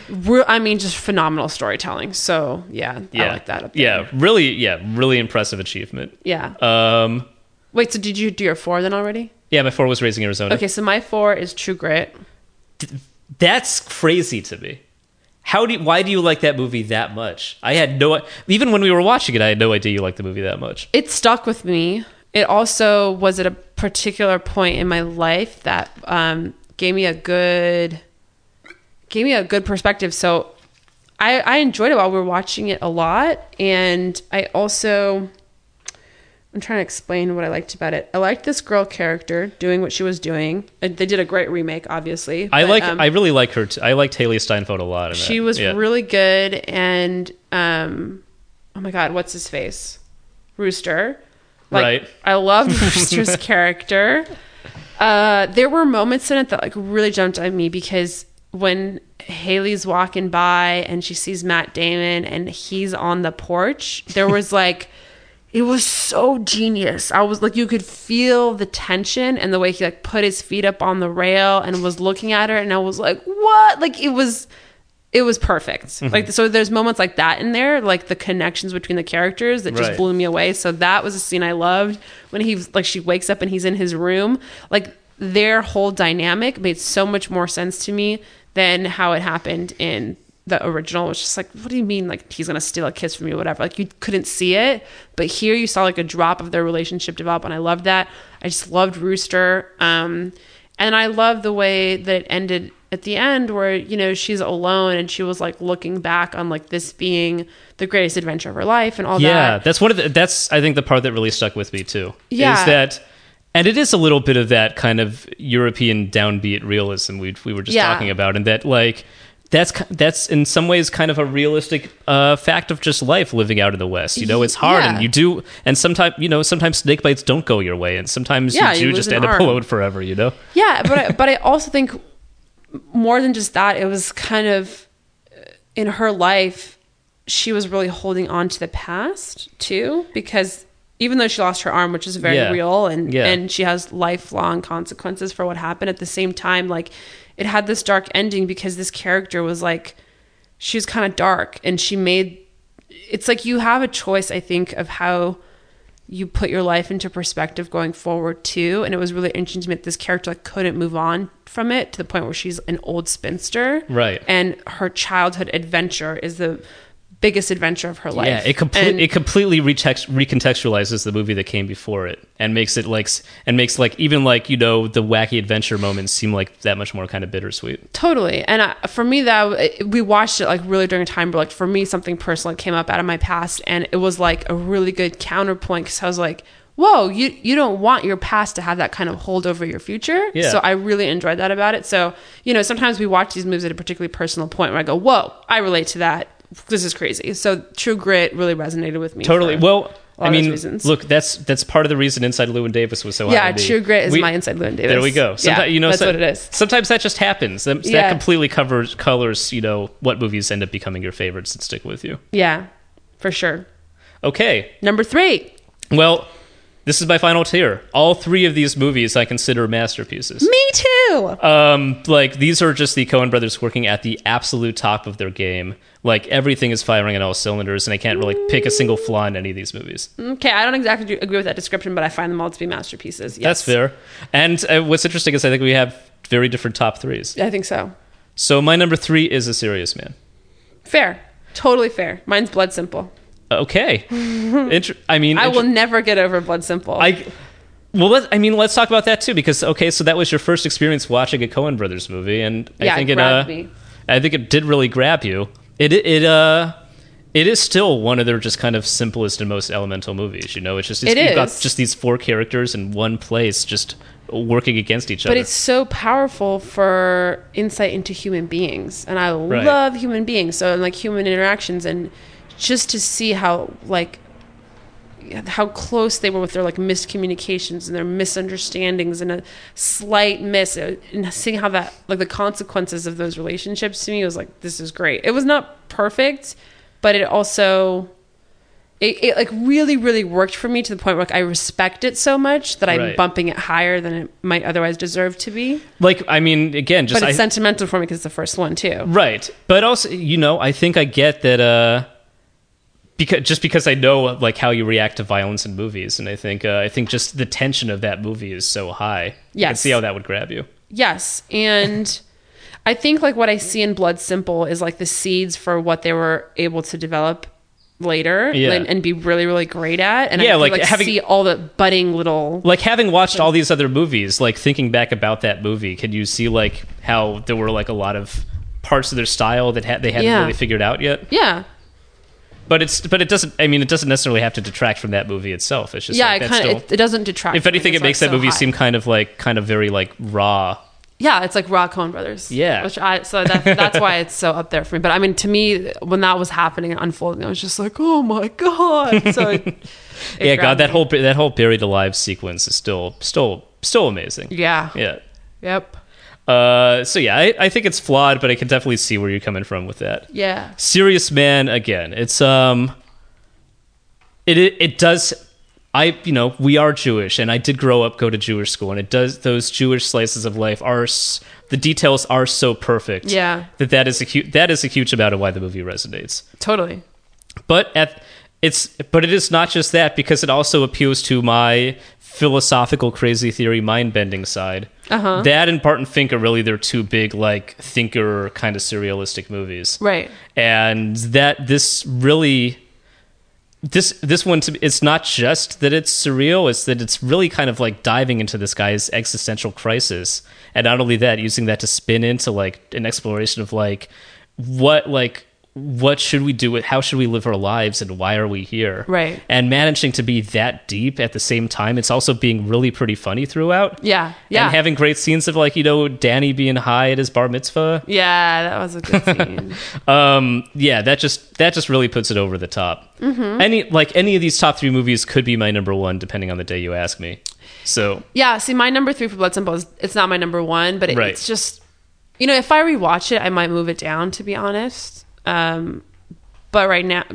H: re- i mean just phenomenal storytelling so yeah, i like that up there.
A: Yeah, really, yeah, really impressive achievement.
H: yeah
A: Um,
H: Wait, so did you do your four then already?
A: yeah, my four was Raising Arizona.
H: Okay, so my four is True Grit.
A: That's crazy to me. How do you, why do you like that movie that much? I had no even when we were watching it, I had no idea you liked the movie that much.
H: It stuck with me. It also was at a particular point in my life that um, gave me a good gave me a good perspective. So I, I enjoyed it while we were watching it a lot, and I also I'm trying to explain what I liked about it. I liked this girl character doing what she was doing. Uh, They did a great remake, obviously.
A: I
H: but,
A: like
H: um,
A: I really like her. Too. I liked Haley Steinfeld a lot. In that.
H: She was
A: Yeah.
H: really good, and um, oh my god, what's his face? Rooster.
A: Right.
H: I loved Rooster's character. Uh, there were moments in it that like really jumped on me because when Haley's walking by and she sees Matt Damon and he's on the porch, there was like. It was so genius. I was like, you could feel the tension and the way he like put his feet up on the rail and was looking at her, and I was like, what? Like it was, it was perfect.
K: Mhm.
H: Like so, there's moments like that in there, like the connections between the characters that just
K: Right.
H: blew me away. So that was a scene I loved when he was like she wakes up and he's in his room. Like their whole dynamic made so much more sense to me than how it happened in the original. It's just like, what do you mean? Like he's gonna steal a kiss from you, whatever. Like you couldn't see it, but here you saw like a drop of their relationship develop, and I loved that. I just loved Rooster. Um, and I love the way that it ended at the end where, you know, she's alone and she was like looking back on like this being the greatest adventure of her life and all
A: yeah,
H: that.
A: that's one of the, that's I think the part that really stuck with me too.
H: Yeah.
A: is that and it is a little bit of that kind of European downbeat realism we we were just
H: Yeah.
A: talking about, and that like that's ki- that's in some ways kind of a realistic uh, fact of just life living out in the West. You know, it's hard,
H: Yeah.
A: and you do, and sometimes you know sometimes snake bites don't go your way, and sometimes
H: Yeah,
A: you
H: you
A: do
H: lose
A: just
H: an
A: end up
H: arm.
A: alone forever. You know,
H: Yeah, but I, but I also think more than just that, it was kind of uh, in her life she was really holding on to the past too because even though she lost her arm, which is very
K: Yeah.
H: real and
K: Yeah.
H: and she has lifelong consequences for what happened at the same time like it had this dark ending because this character was like she was kind of dark and she made it's like you have a choice i think of how you put your life into perspective going forward too and it was really interesting to me that this character like, couldn't move on from it to the point where she's an old spinster
A: Right.
H: and her childhood adventure is the biggest adventure of her life
A: Yeah, it
H: And-
A: completely it completely retext- recontextualizes the movie that came before it, and makes it like s- and makes like even like you know the wacky adventure moments seem like that much more kind of bittersweet.
H: Totally. And I, for me, that it- we watched it like really during a time where, like, for me, something personal came up out of my past, and it was like a really good counterpoint because I was like, "Whoa, you you don't want your past to have that kind of hold over your future."
K: Yeah.
H: So I really enjoyed that about it. So you know, sometimes we watch these movies at a particularly personal point where I go, "Whoa, I relate to that. This is crazy." So True Grit really resonated with me.
A: Totally.
H: for
A: Well,
H: a lot
A: I
H: of those
A: mean,
H: reasons.
A: look, that's that's part of the reason Inside Lewin Davis was so high.
H: yeah,
A: to me.
H: True Grit is
A: We-
H: my inside Llewyn Davis.
A: There we go. Someti-
H: yeah,
A: you know,
H: that's
A: so-
H: what it is.
A: Sometimes that just happens. That, that
H: Yeah.
A: completely covers colors. You know what movies end up becoming your favorites and stick with you.
H: Yeah, for sure.
A: Okay.
H: Number three.
A: Well, This is my final tier. All three of these movies I consider masterpieces.
L: Me too.
A: Um, like these are just the Coen Brothers working at the absolute top of their game. Like everything is firing on all cylinders, and I can't really pick a single flaw in any of these movies.
H: Okay, I don't exactly agree with that description, but I find them all to be masterpieces. Yes.
A: That's fair. And uh, what's interesting is I think we have very different top threes.
H: I think so.
A: So my number three is A Serious Man.
H: Fair. Totally fair. Mine's Blood Simple.
A: Okay. Inter- I mean,
H: I
A: inter-
H: will never get over Blood Simple.
A: I well, let, I mean, let's talk about that too, because okay, so that was your first experience watching a Coen Brothers movie, and
H: Yeah,
A: I
H: it
A: think it,
H: grabbed
A: uh,
H: me.
A: I think it did really grab you. It it uh, it is still one of their just kind of simplest and most elemental movies. You know, it's just it's,
H: It
A: you've got
H: is.
A: just these four characters in one place, just working against each
H: but
A: other.
H: it's so powerful for insight into human beings and i
A: Right.
H: love human beings so and like human interactions and just to see how like how close they were with their like miscommunications and their misunderstandings and a slight miss uh, and seeing how that like the consequences of those relationships to me was like this is great it was not perfect but it also it, it like really really worked for me to the point where like, i respect it so much that i'm
A: Right.
H: bumping it higher than it might otherwise deserve to be
A: like I mean, again, just
H: but it's
A: I,
H: sentimental for me because it's the first one too
A: Right. But also, you know, I think I get that uh because just because I know like how you react to violence in movies and I think uh, I think just the tension of that movie is so high. I can
H: Yes.
A: see how that would grab you.
H: Yes, and I think like what I see in Blood Simple is like the seeds for what they were able to develop later
A: Yeah.
H: and, and be really really great at. And
A: Yeah,
H: I could,
A: like,
H: like,
A: having-
H: see all the budding little.
A: Like having watched all these other movies, like thinking back about that movie, can you see like how there were like a lot of parts of their style that ha- they hadn't
H: Yeah.
A: really figured out yet?
H: Yeah,
A: But it's but it doesn't I mean it doesn't necessarily have to detract from that movie itself. It's just
H: yeah.
A: like,
H: it
A: that's
H: kind of
A: still-
H: it, it doesn't detract.
A: if
H: from
A: anything, it
H: It's, like,
A: makes that
H: so
A: movie
H: high.
A: seem kind of like kind of very like raw
H: Yeah, it's like Raw Coen Brothers.
A: Yeah.
H: which I so that, that's why it's so up there for me. But I mean, to me, when that was happening and unfolding, I was just like, oh my god. So it, it
A: yeah, God,
H: grabbed
A: that
H: me.
A: whole that whole buried alive sequence is still still still amazing.
H: Yeah.
A: yeah.
H: Yep.
A: Uh, so yeah, I, I think it's flawed, but I can definitely see where you're coming from with that.
H: Yeah.
A: Serious Man again. It's um, it it, it does. I you know we are Jewish, and I did grow up go to Jewish school, and it does those Jewish slices of life are s- the details are so perfect.
H: Yeah.
A: that that is a huge that is a huge amount of why the movie resonates.
H: Totally.
A: But at it's but it is not just that because it also appeals to my philosophical crazy theory mind bending side.
H: Uh-huh.
A: That and Barton Fink are really their two big like thinker kind of surrealistic movies.
H: Right.
A: And that this really this this one to me- it's not just that it's surreal it's that it's really kind of like diving into this guy's existential crisis and not only that using that to spin into like an exploration of like what like what should we do with how should we live our lives and why are we here
H: Right.
A: and managing to be that deep at the same time it's also being really pretty funny throughout
H: Yeah. Yeah.
A: and having great scenes of like you know danny being high at his bar mitzvah
H: yeah, that was a good scene.
A: um yeah that just that just really puts it over the top
H: Mhm.
A: any like any of these top three movies could be my number one depending on the day you ask me so
H: Yeah, see, my number three for Blood Simple is it's not my number one, but it,
A: Right.
H: it's just you know if I rewatch it, I might move it down to be honest. Um, but right now,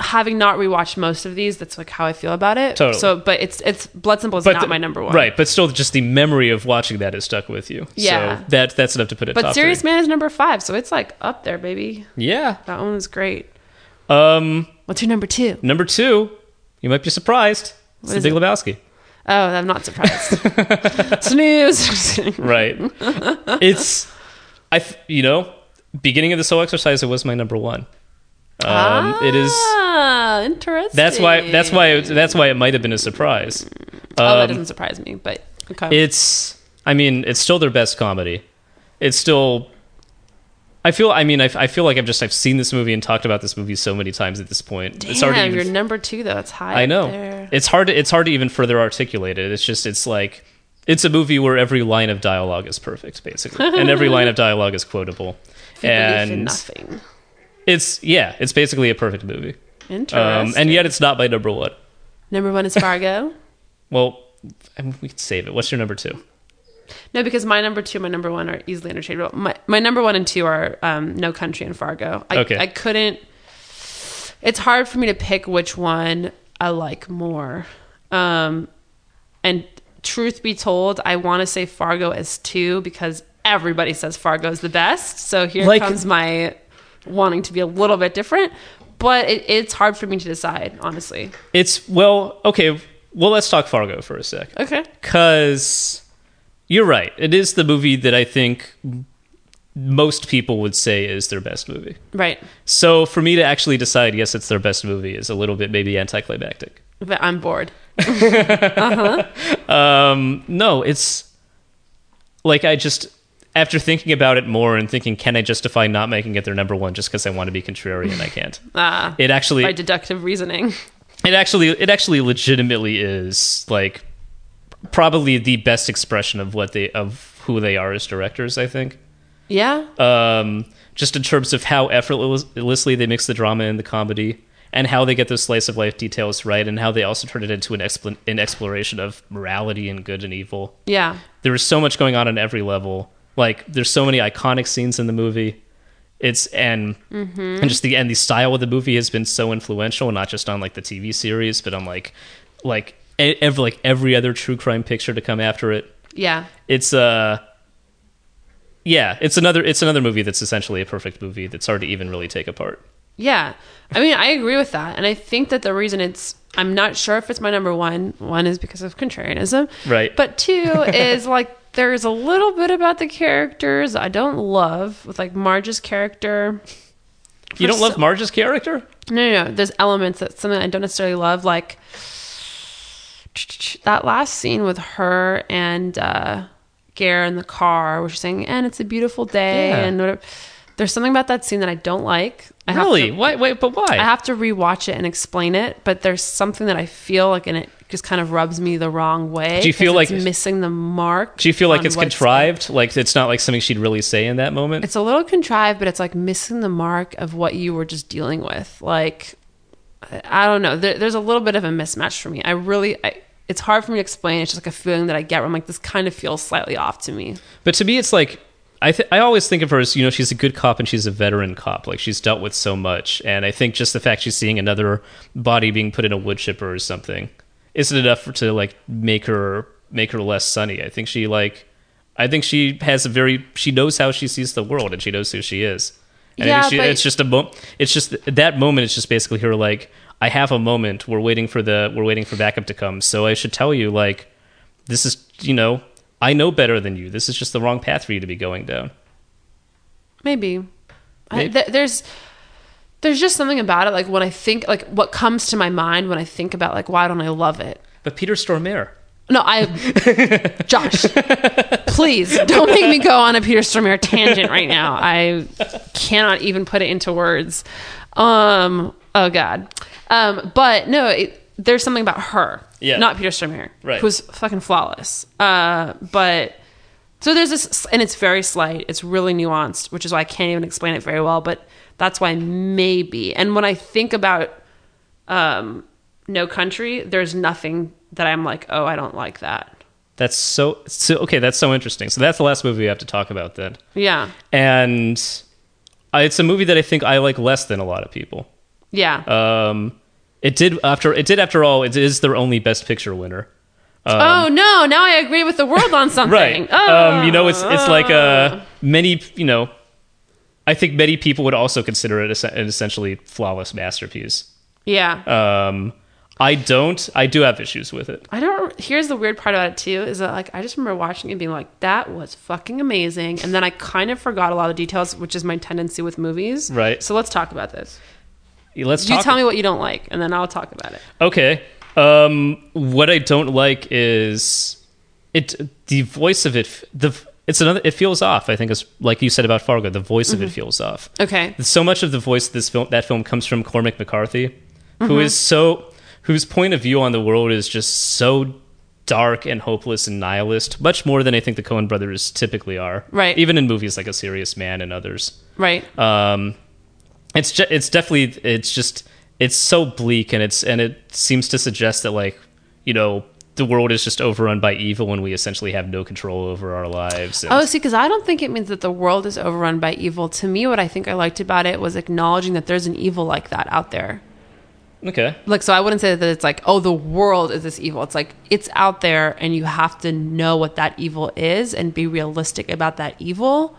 H: having not rewatched most of these, that's like how I feel about it.
A: Totally.
H: So, but it's it's Blood Simple is
A: but
H: not
A: the-
H: my number one.
A: right but still just the memory of watching that is stuck with you
H: Yeah.
A: so that that's enough to put it
H: But
A: top
H: Serious
A: three.
H: Man is number five, so it's like up there, baby.
A: yeah
H: That one was great.
A: um
H: What's your number two?
A: number two you might be surprised it's
H: What
A: the
H: is
A: big
H: it?
A: lebowski
H: Oh, I'm not surprised. Snooze.
A: right it's i f- you know beginning of this whole exercise it was my number one um it is
H: ah, interesting.
A: that's why that's why that's why it might have been a surprise
H: oh, that
A: Um,
H: doesn't surprise me, but okay.
A: It's, I mean, it's still their best comedy. It's still, I feel, I mean, I, I feel like I've just, I've seen this movie and talked about this movie so many times at this point.
H: Damn,
A: it's already,
H: you're
A: even,
H: number two though. That's high.
A: I
H: up
A: know.
H: there.
A: It's hard to, it's hard to even further articulate it. It's just, it's like, it's a movie where every line of dialogue is perfect, basically. and every line of dialogue is quotable.
H: If you believe in
A: and
H: nothing.
A: it's, yeah, it's basically a perfect movie. um, and
H: Interesting.
A: yet it's not my number one.
H: Number one is Fargo.
A: Well, I mean, we can save it. What's your number two?
H: no, because my number two, and my number one are easily interchangeable. My my number one and two are um, No Country and Fargo. I,
A: Okay.
H: I couldn't. It's hard for me to pick which one I like more. Um, and truth be told, I want to say Fargo is two because everybody says Fargo is the best. So here
A: Like-
H: comes my wanting to be a little bit different. But it, it's hard for me to decide, honestly.
A: It's well, okay. Well, let's talk Fargo for a sec.
H: Okay.
A: Because you're right. It is the movie that I think most people would say is their best movie.
H: Right.
A: So for me to actually decide, yes, it's their best movie, is a little bit maybe anticlimactic.
H: But I'm bored.
A: Um, no, it's like I just after thinking about it more and thinking, can I justify not making it their number one just because I want to be contrarian? I can't.
H: Ah,
A: It Uh, actually-
H: by deductive reasoning.
A: It actually, it actually, legitimately is like probably the best expression of what they of who they are as directors. I think.
H: Yeah.
A: um, just in terms of how effortlessly they mix the drama and the comedy, and how they get those slice of life details right, and how they also turn it into an, expl- an exploration of morality and good and evil.
H: Yeah.
A: There is so much going on on every level. Like there's so many iconic scenes in the movie. It's and
H: Mhm.
A: and just the and the style of the movie has been so influential, not just on like the TV series, but on like like e- ev- like every other true crime picture to come after it
H: Yeah.
A: it's uh yeah it's another it's another movie that's essentially a perfect movie that's hard to even really take apart
H: Yeah. I mean, I agree with that. And I think that the reason it's, I'm not sure if it's my number one. One is because of contrarianism.
A: right
H: But two is like there's a little bit about the characters I don't love with like Marge's character.
A: you
H: for
A: don't love
H: so-
A: marge's character
H: No, no, no. There's elements that something I don't necessarily love, like that last scene with her and uh, Gare in the car, where she's saying, "And it's a beautiful day,"
A: Yeah.
H: and whatever. There's something about that scene that I don't like. I have
A: really
H: to-
A: why wait but why
H: I have to rewatch it and explain it, but there's something that I feel like, and it just kind of rubs me the wrong way.
A: Do you feel
H: 'cause it's
A: like-
H: missing the mark?
A: do you feel like
H: on
A: it's
H: what's-
A: contrived like it's not like something she'd really say in that moment
H: It's a little contrived, but it's like missing the mark of what you were just dealing with. Like, I I don't know. There, there's a little bit of a mismatch for me. I really, I, it's hard for me to explain. It's just like a feeling that I get where I'm like, this kind of feels slightly off to me.
A: but to me it's like I, th- I always think of her as you know she's a good cop and she's a veteran cop like she's dealt with so much and i think just the fact she's seeing another body being put in a wood chipper or something isn't enough for, to like make her make her less sunny i think she like i think she has a very she knows how she sees the world and she knows who she is and I
H: Yeah,
A: think she,
H: but-
A: it's just a mo- it's just that moment is just basically her like i have a moment we're waiting for the we're waiting for backup to come so i should tell you like this is you know i know better than you this is just the wrong path for you to be going down
H: Maybe. I,
A: Maybe.
H: th- there's there's just something about it. Like when I think, like what comes to my mind when I think about, like why don't I love it?
A: but peter stormare
H: No, I, Josh, please don't make me go on a Peter Stormare tangent right now. I cannot even put it into words. Um, oh God. Um, but no, it, there's something about her,
A: Yeah.
H: not Peter Stormare,
A: Right.
H: Who's fucking flawless. Uh, but so there's this, and it's very slight. It's really nuanced, which is why I can't even explain it very well. But that's why maybe. And when I think about um, No Country, there's nothing that I'm like, oh, I don't like that.
A: that's so, so okay that's so interesting so that's the last movie we have to talk about then
H: Yeah,
A: and I, it's a movie that i think i like less than a lot of people
H: yeah.
A: um it did after it did after all it is their only best picture winner Um,
H: oh no, now I agree with the world on something.
A: right
H: Oh,
A: um you know it's it's like uh many you know i think many people would also consider it es- an essentially flawless masterpiece
H: yeah.
A: um i don't i do have issues with it
H: I don't. Here's the weird part about it too is that like I just remember watching it and being like, that was fucking amazing, and then I kind of forgot a lot of details, which is my tendency with movies.
A: Right.
H: So let's talk about this.
A: let's
H: you
A: talk
H: tell me what you don't like, and then I'll talk about it.
A: Okay. Um, what I don't like is it. The voice of it. The it's another. It feels off. I think is like you said about Fargo. The voice of it
H: Mhm.
A: feels off.
H: Okay.
A: So much of the voice of this film, that film, comes from Cormac McCarthy, who
H: Mhm.
A: is so whose point of view on the world is just so dark and hopeless and nihilist, much more than I think the Coen Brothers typically are.
H: Right.
A: Even in movies like A Serious Man and others.
H: Right.
A: Um, it's ju- it's definitely it's just it's so bleak and it's and it seems to suggest that like you know the world is just overrun by evil and we essentially have no control over our lives. And,
H: Oh, see, because I don't think it means that the world is overrun by evil. To me, what I think I liked about it was acknowledging that there's an evil like that out there.
A: Okay.
H: Like, so I wouldn't say that it's like, oh, the world is this evil. It's like, it's out there, and you have to know what that evil is and be realistic about that evil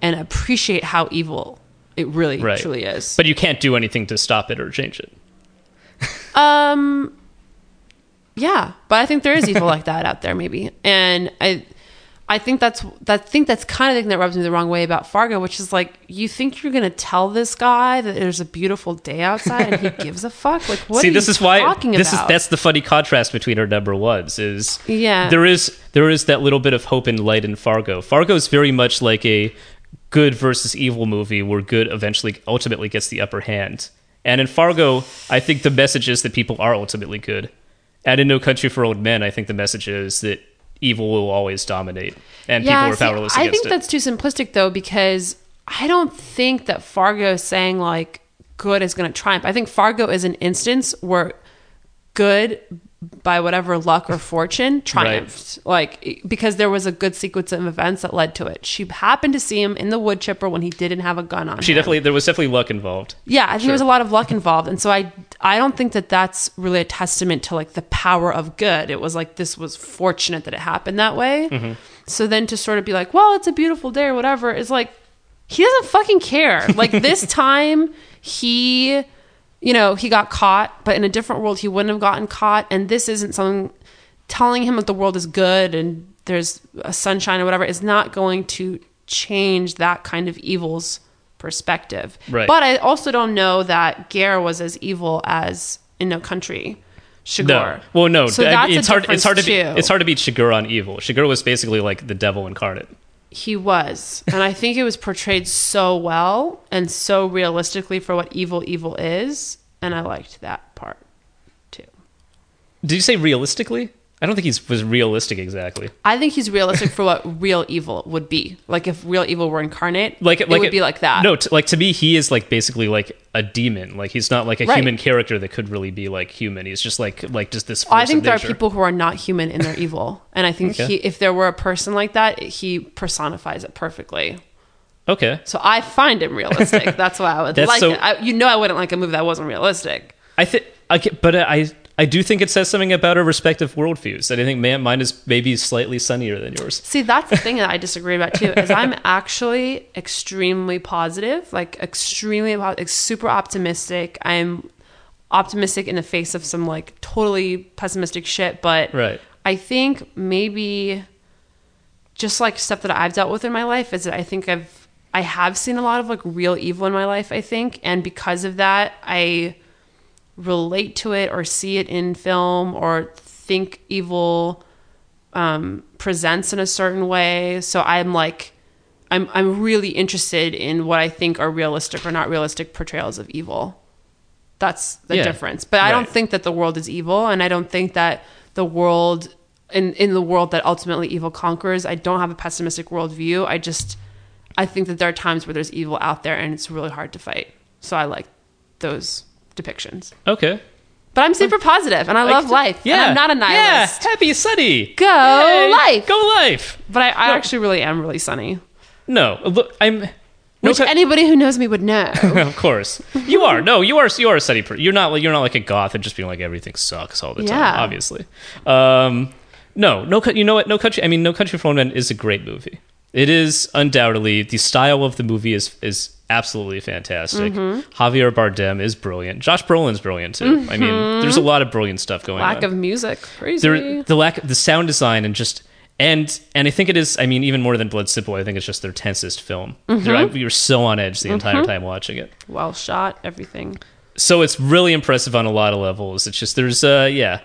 H: and appreciate how evil it really,
A: Right.
H: truly is.
A: But you can't do anything to stop it or change it.
H: Um, yeah, but I think there is evil like that out there, maybe, and I, I think that's that think that's kind of the thing that rubs me the wrong way about Fargo, which is like you think you're gonna tell this guy that there's a beautiful day outside and he gives a fuck. Like what?
A: See,
H: are
A: this
H: you
A: is why
H: talking
A: this
H: about?
A: is that's the funny contrast between our number ones is
H: Yeah.
A: there is there is that little bit of hope and light in Fargo. Fargo is very much like a good versus evil movie where good eventually ultimately gets the upper hand. And in Fargo, I think the message is that people are ultimately good. And in No Country for Old Men, I think the message is that evil will always dominate and people are
H: see,
A: powerless
H: I
A: against
H: think
A: it.
H: that's too simplistic though, because I don't think that Fargo is saying like good is going to triumph. I think Fargo is an instance where good by whatever luck or fortune triumphed like because there was a good sequence of events that led to it she happened to see him in the wood chipper when he didn't have a gun on
A: she
H: him.
A: definitely there was definitely luck involved.
H: Yeah, I think
A: Sure.
H: there was a lot of luck involved, and so I I don't think that that's really a testament to like the power of good. It was like this was fortunate that it happened that way.
A: Mm-hmm.
L: Mhm.
H: So then to sort of be like, well, it's a beautiful day or whatever, is like he doesn't fucking care. Like this time he you know, he got caught, but in a different world he wouldn't have gotten caught and this isn't something telling him that the world is good and there's a sunshine or whatever is not going to change that kind of evil's perspective.
A: Right.
H: But I also don't know that Gare was as evil as in No Country. Shigor.
A: No. Well, no.
H: So
A: I-
H: that's
A: it's
H: a
A: hard. It's hard to
H: difference,
A: be.
H: too.
A: It's hard to beat Shigeru on evil. Shigeru was basically like the devil incarnate.
H: He was. And I think it was portrayed so well and so realistically for what evil evil is. And I liked that part.
A: Did you say realistically? I don't think he was realistic exactly.
H: I think he's realistic for what real evil would be. Like if real evil were incarnate,
A: Like,
H: it
A: like
H: would be like that.
A: No, t- like to me, he is like basically like a demon. Like he's not like a
H: Right.
A: human character that could really be like human. He's just like like just this. Force
H: I think
A: of
H: there are
A: nature.
H: people who are not human and they're evil. And I think
A: Okay.
H: he, if there were a person like that, he personifies it perfectly.
A: Okay.
H: So I find him realistic. That's why I would
A: That's
H: like
A: so-
H: it. I, you know, I wouldn't like a movie that wasn't realistic.
A: I think, I ca- but uh, I I do think it says something about our respective worldviews. And I think man, mine is maybe slightly sunnier than yours.
H: See, that's the thing that I disagree about too. Is I'm actually extremely positive, like extremely po- like super optimistic. I'm optimistic in the face of some like totally pessimistic shit, but
A: Right.
H: I think maybe just like stuff that I've dealt with in my life is that I think I've I have seen a lot of like real evil in my life, I think, and because of that, I relate to it or see it in film or think evil um, presents in a certain way. So I'm like, I'm I'm really interested in what I think are realistic or not realistic portrayals of evil. That's the
L: Yeah.
H: difference. But I don't
L: Right.
H: think that the world is evil, and I don't think that the world in in the world that ultimately evil conquers. I don't have a pessimistic worldview. I just I think that there are times where there's evil out there, and it's really hard to fight. So I like those depictions.
A: Okay.
H: But I'm super positive, and I
A: Like,
H: love life. and
A: Yeah.
H: I'm not a nihilist.
A: Yeah. Happy sunny.
H: Go
A: Yay.
H: life.
A: Go life.
H: But I, I
A: No.
H: actually really am really sunny.
A: No, look, I'm. No,
H: Which anybody who knows me would know.
A: of course, you are. No, you are. You are a steady. Per- you're not. You're not like a goth and just being like everything sucks all the
H: Yeah.
A: time. Obviously, um, no, no. Cou- You know what? No country. I mean, No Country for Old Men is a great movie. It is undoubtedly the style of the movie is is absolutely fantastic.
H: Mhm.
A: Javier Bardem is brilliant. Josh Brolin's brilliant too. I
H: Mhm.
A: mean, there's a lot of brilliant stuff going on
H: Lack of music, crazy.
A: there, the lack the sound design and just and and I think it is I mean even more than Blood Simple I think it's just their tensest film.
H: Mhm.
A: They're- I- we were so on edge the entire
H: Mhm.
A: time watching it.
H: well shot, everything.
A: So it's really impressive on a lot of levels. It's just there's uh yeah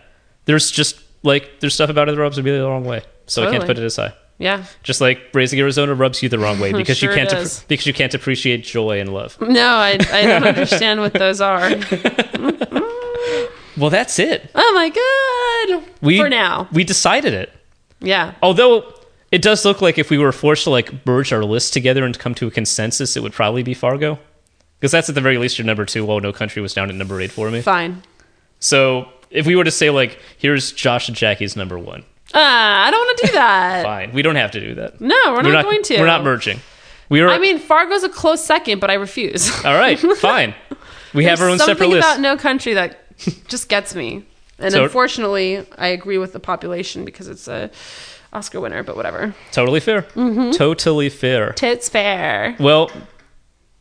A: there's just like there's stuff about it that rubs me the wrong way. So I can't
H: Totally.
A: put it as high.
H: Yeah.
A: Just like Raising Arizona rubs you the wrong way because
H: Sure
A: you
H: it
A: can't
H: does. Mm.
A: appre because you can't appreciate joy and love.
H: No, I, I don't understand what those are.
A: Well, that's it.
H: Oh my god.
A: We
H: For now.
A: we decided it.
H: Yeah.
A: Although it does look like if we were forced to like merge our list together and come to a consensus, it would probably be Fargo, because that's at the very least your number two. While No Country was down at number eight for me.
H: Fine.
A: So if we were to say like, here's Josh and Jackie's number one,
H: Uh, I don't want to do that.
A: fine. We don't have to do that.
H: No, we're not going to.
A: We're not merging. We are.
H: I mean, Fargo's a close second, but I refuse.
A: all right, fine. We have our own
H: Something
A: separate list.
H: about No Country that just gets me. And
A: So-
H: unfortunately, I agree with the population because it's a Oscar winner, but whatever.
A: Totally fair.
H: Mhm.
A: Totally fair.
H: Tits fair.
A: Well,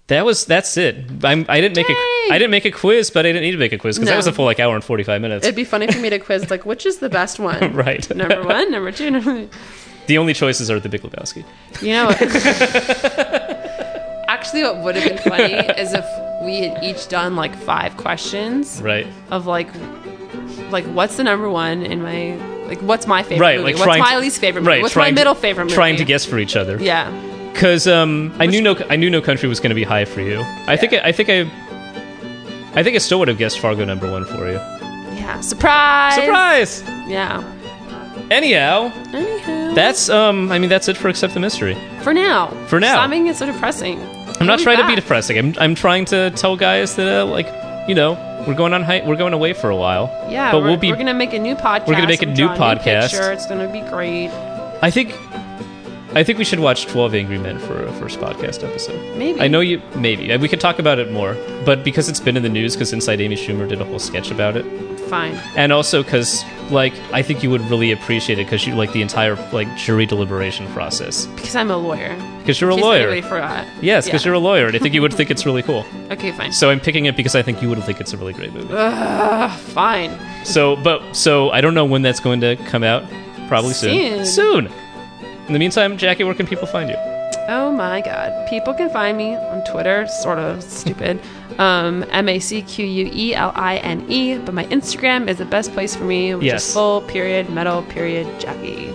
A: that was that's it. I'm, I didn't make a I didn't make a quiz, but I didn't need to make a quiz because
H: No.
A: that was a full like hour and forty five minutes.
H: It'd be funny for me to quiz like which is the best one?
A: right.
H: Number one, number two, number
A: The only choices are the Big Lebowski.
H: You know Actually what would have been funny is if we had each done like five questions
A: Right.
H: of like like what's the number one in my like what's my favorite
A: right.
H: movie?
A: Like
H: what's
A: trying
H: my
A: to-
H: least favorite movie?
A: Right,
H: what's my
A: trying to-
H: middle favorite movie?
A: Trying to guess for each other.
H: Yeah.
A: Because um, I knew no I knew no country was going to be high for you. I think I think I I think I still would have guessed Fargo number one for you.
H: Yeah. Surprise.
A: Surprise!
H: Yeah.
A: Anyhow,
H: Anyhow.
A: that's um I mean that's it for accept the mystery.
H: For now.
A: For now.
H: Stop being so depressing.
A: I'm not trying to be depressing. I'm, I'm trying to tell guys that uh, like you know we're going on hi- we're going away for a while.
H: Yeah,
A: but
H: we're,
A: we'll be.
H: we're gonna make a new podcast.
A: we're gonna make a
H: and
A: new
H: draw
A: podcast.
H: picture. It's gonna be great.
A: I think. I think we should watch Twelve Angry Men for a first podcast episode.
H: Maybe.
A: I know you. Maybe we could talk about it more, but because it's been in the news, because Inside Amy Schumer did a whole sketch about it,
H: Fine.
A: and also because like I think you would really appreciate it because you like the entire like jury deliberation process.
H: Because I'm a lawyer.
A: Because you're a
H: In case
A: lawyer.
H: anybody forgot.
A: Yes, because you're a lawyer, and I think you would think it's really cool.
H: Okay, fine.
A: So I'm picking it because I think you would think it's a really great movie.
H: Ugh, fine.
A: So, but so I don't know when that's going to come out. Probably soon.
H: Soon.
A: Soon. In the meantime, Jackie, where can people find you?
H: Oh my god. People can find me on Twitter, sort of stupid. Um, M A C Q U E L I N E, but my Instagram is the best place for me, which
A: Yes.
H: is full period metal period Jackie.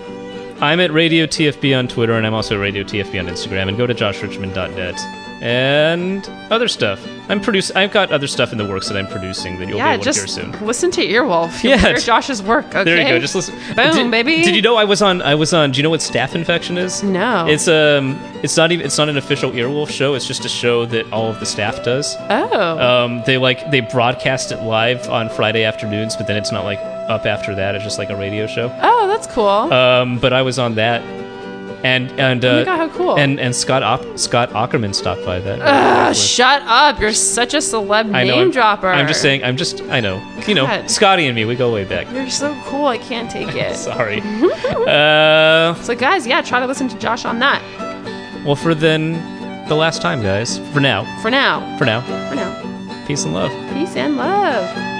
A: I'm at Radio TFB on Twitter, and I'm also at Radio TFB on Instagram. And go to joshrichmond.net and other stuff. I'm produce. I've got other stuff in the works that I'm producing that you'll be
H: yeah,
A: able to hear
H: just
A: soon.
H: listen to Earwolf. You'll
A: Yeah.
H: hear Josh's work. Okay.
A: There you go. Just listen.
H: Boom,
A: did,
H: baby.
A: Did you know I was on? I was on. Do you know what staph infection is?
H: No.
A: It's um. It's not even. It's not an official Earwolf show. It's just a show that all of the staff does.
H: Oh.
A: Um. They like they broadcast it live on Friday afternoons, but then it's not like up after that. It's just like a radio show.
H: Oh, that's cool.
A: Um. But I was on that. And and uh,
H: Oh my God, how cool.
A: And and Scott Op- Scott Ackerman stopped by that.
H: Ugh, shut up. You're such a celeb
A: I know.
H: name
A: I'm-
H: dropper.
A: I'm just saying. I'm just. I know. You know.
H: God.
A: Scotty and me. We go way back.
H: You're so cool. I can't take it.
A: Sorry. uh.
H: so, guys, yeah, try to listen to Josh on that
A: Well, for then, the last time, guys. For now.
H: for now.
A: For now.
H: For now.
A: Peace and love.
H: Peace and love.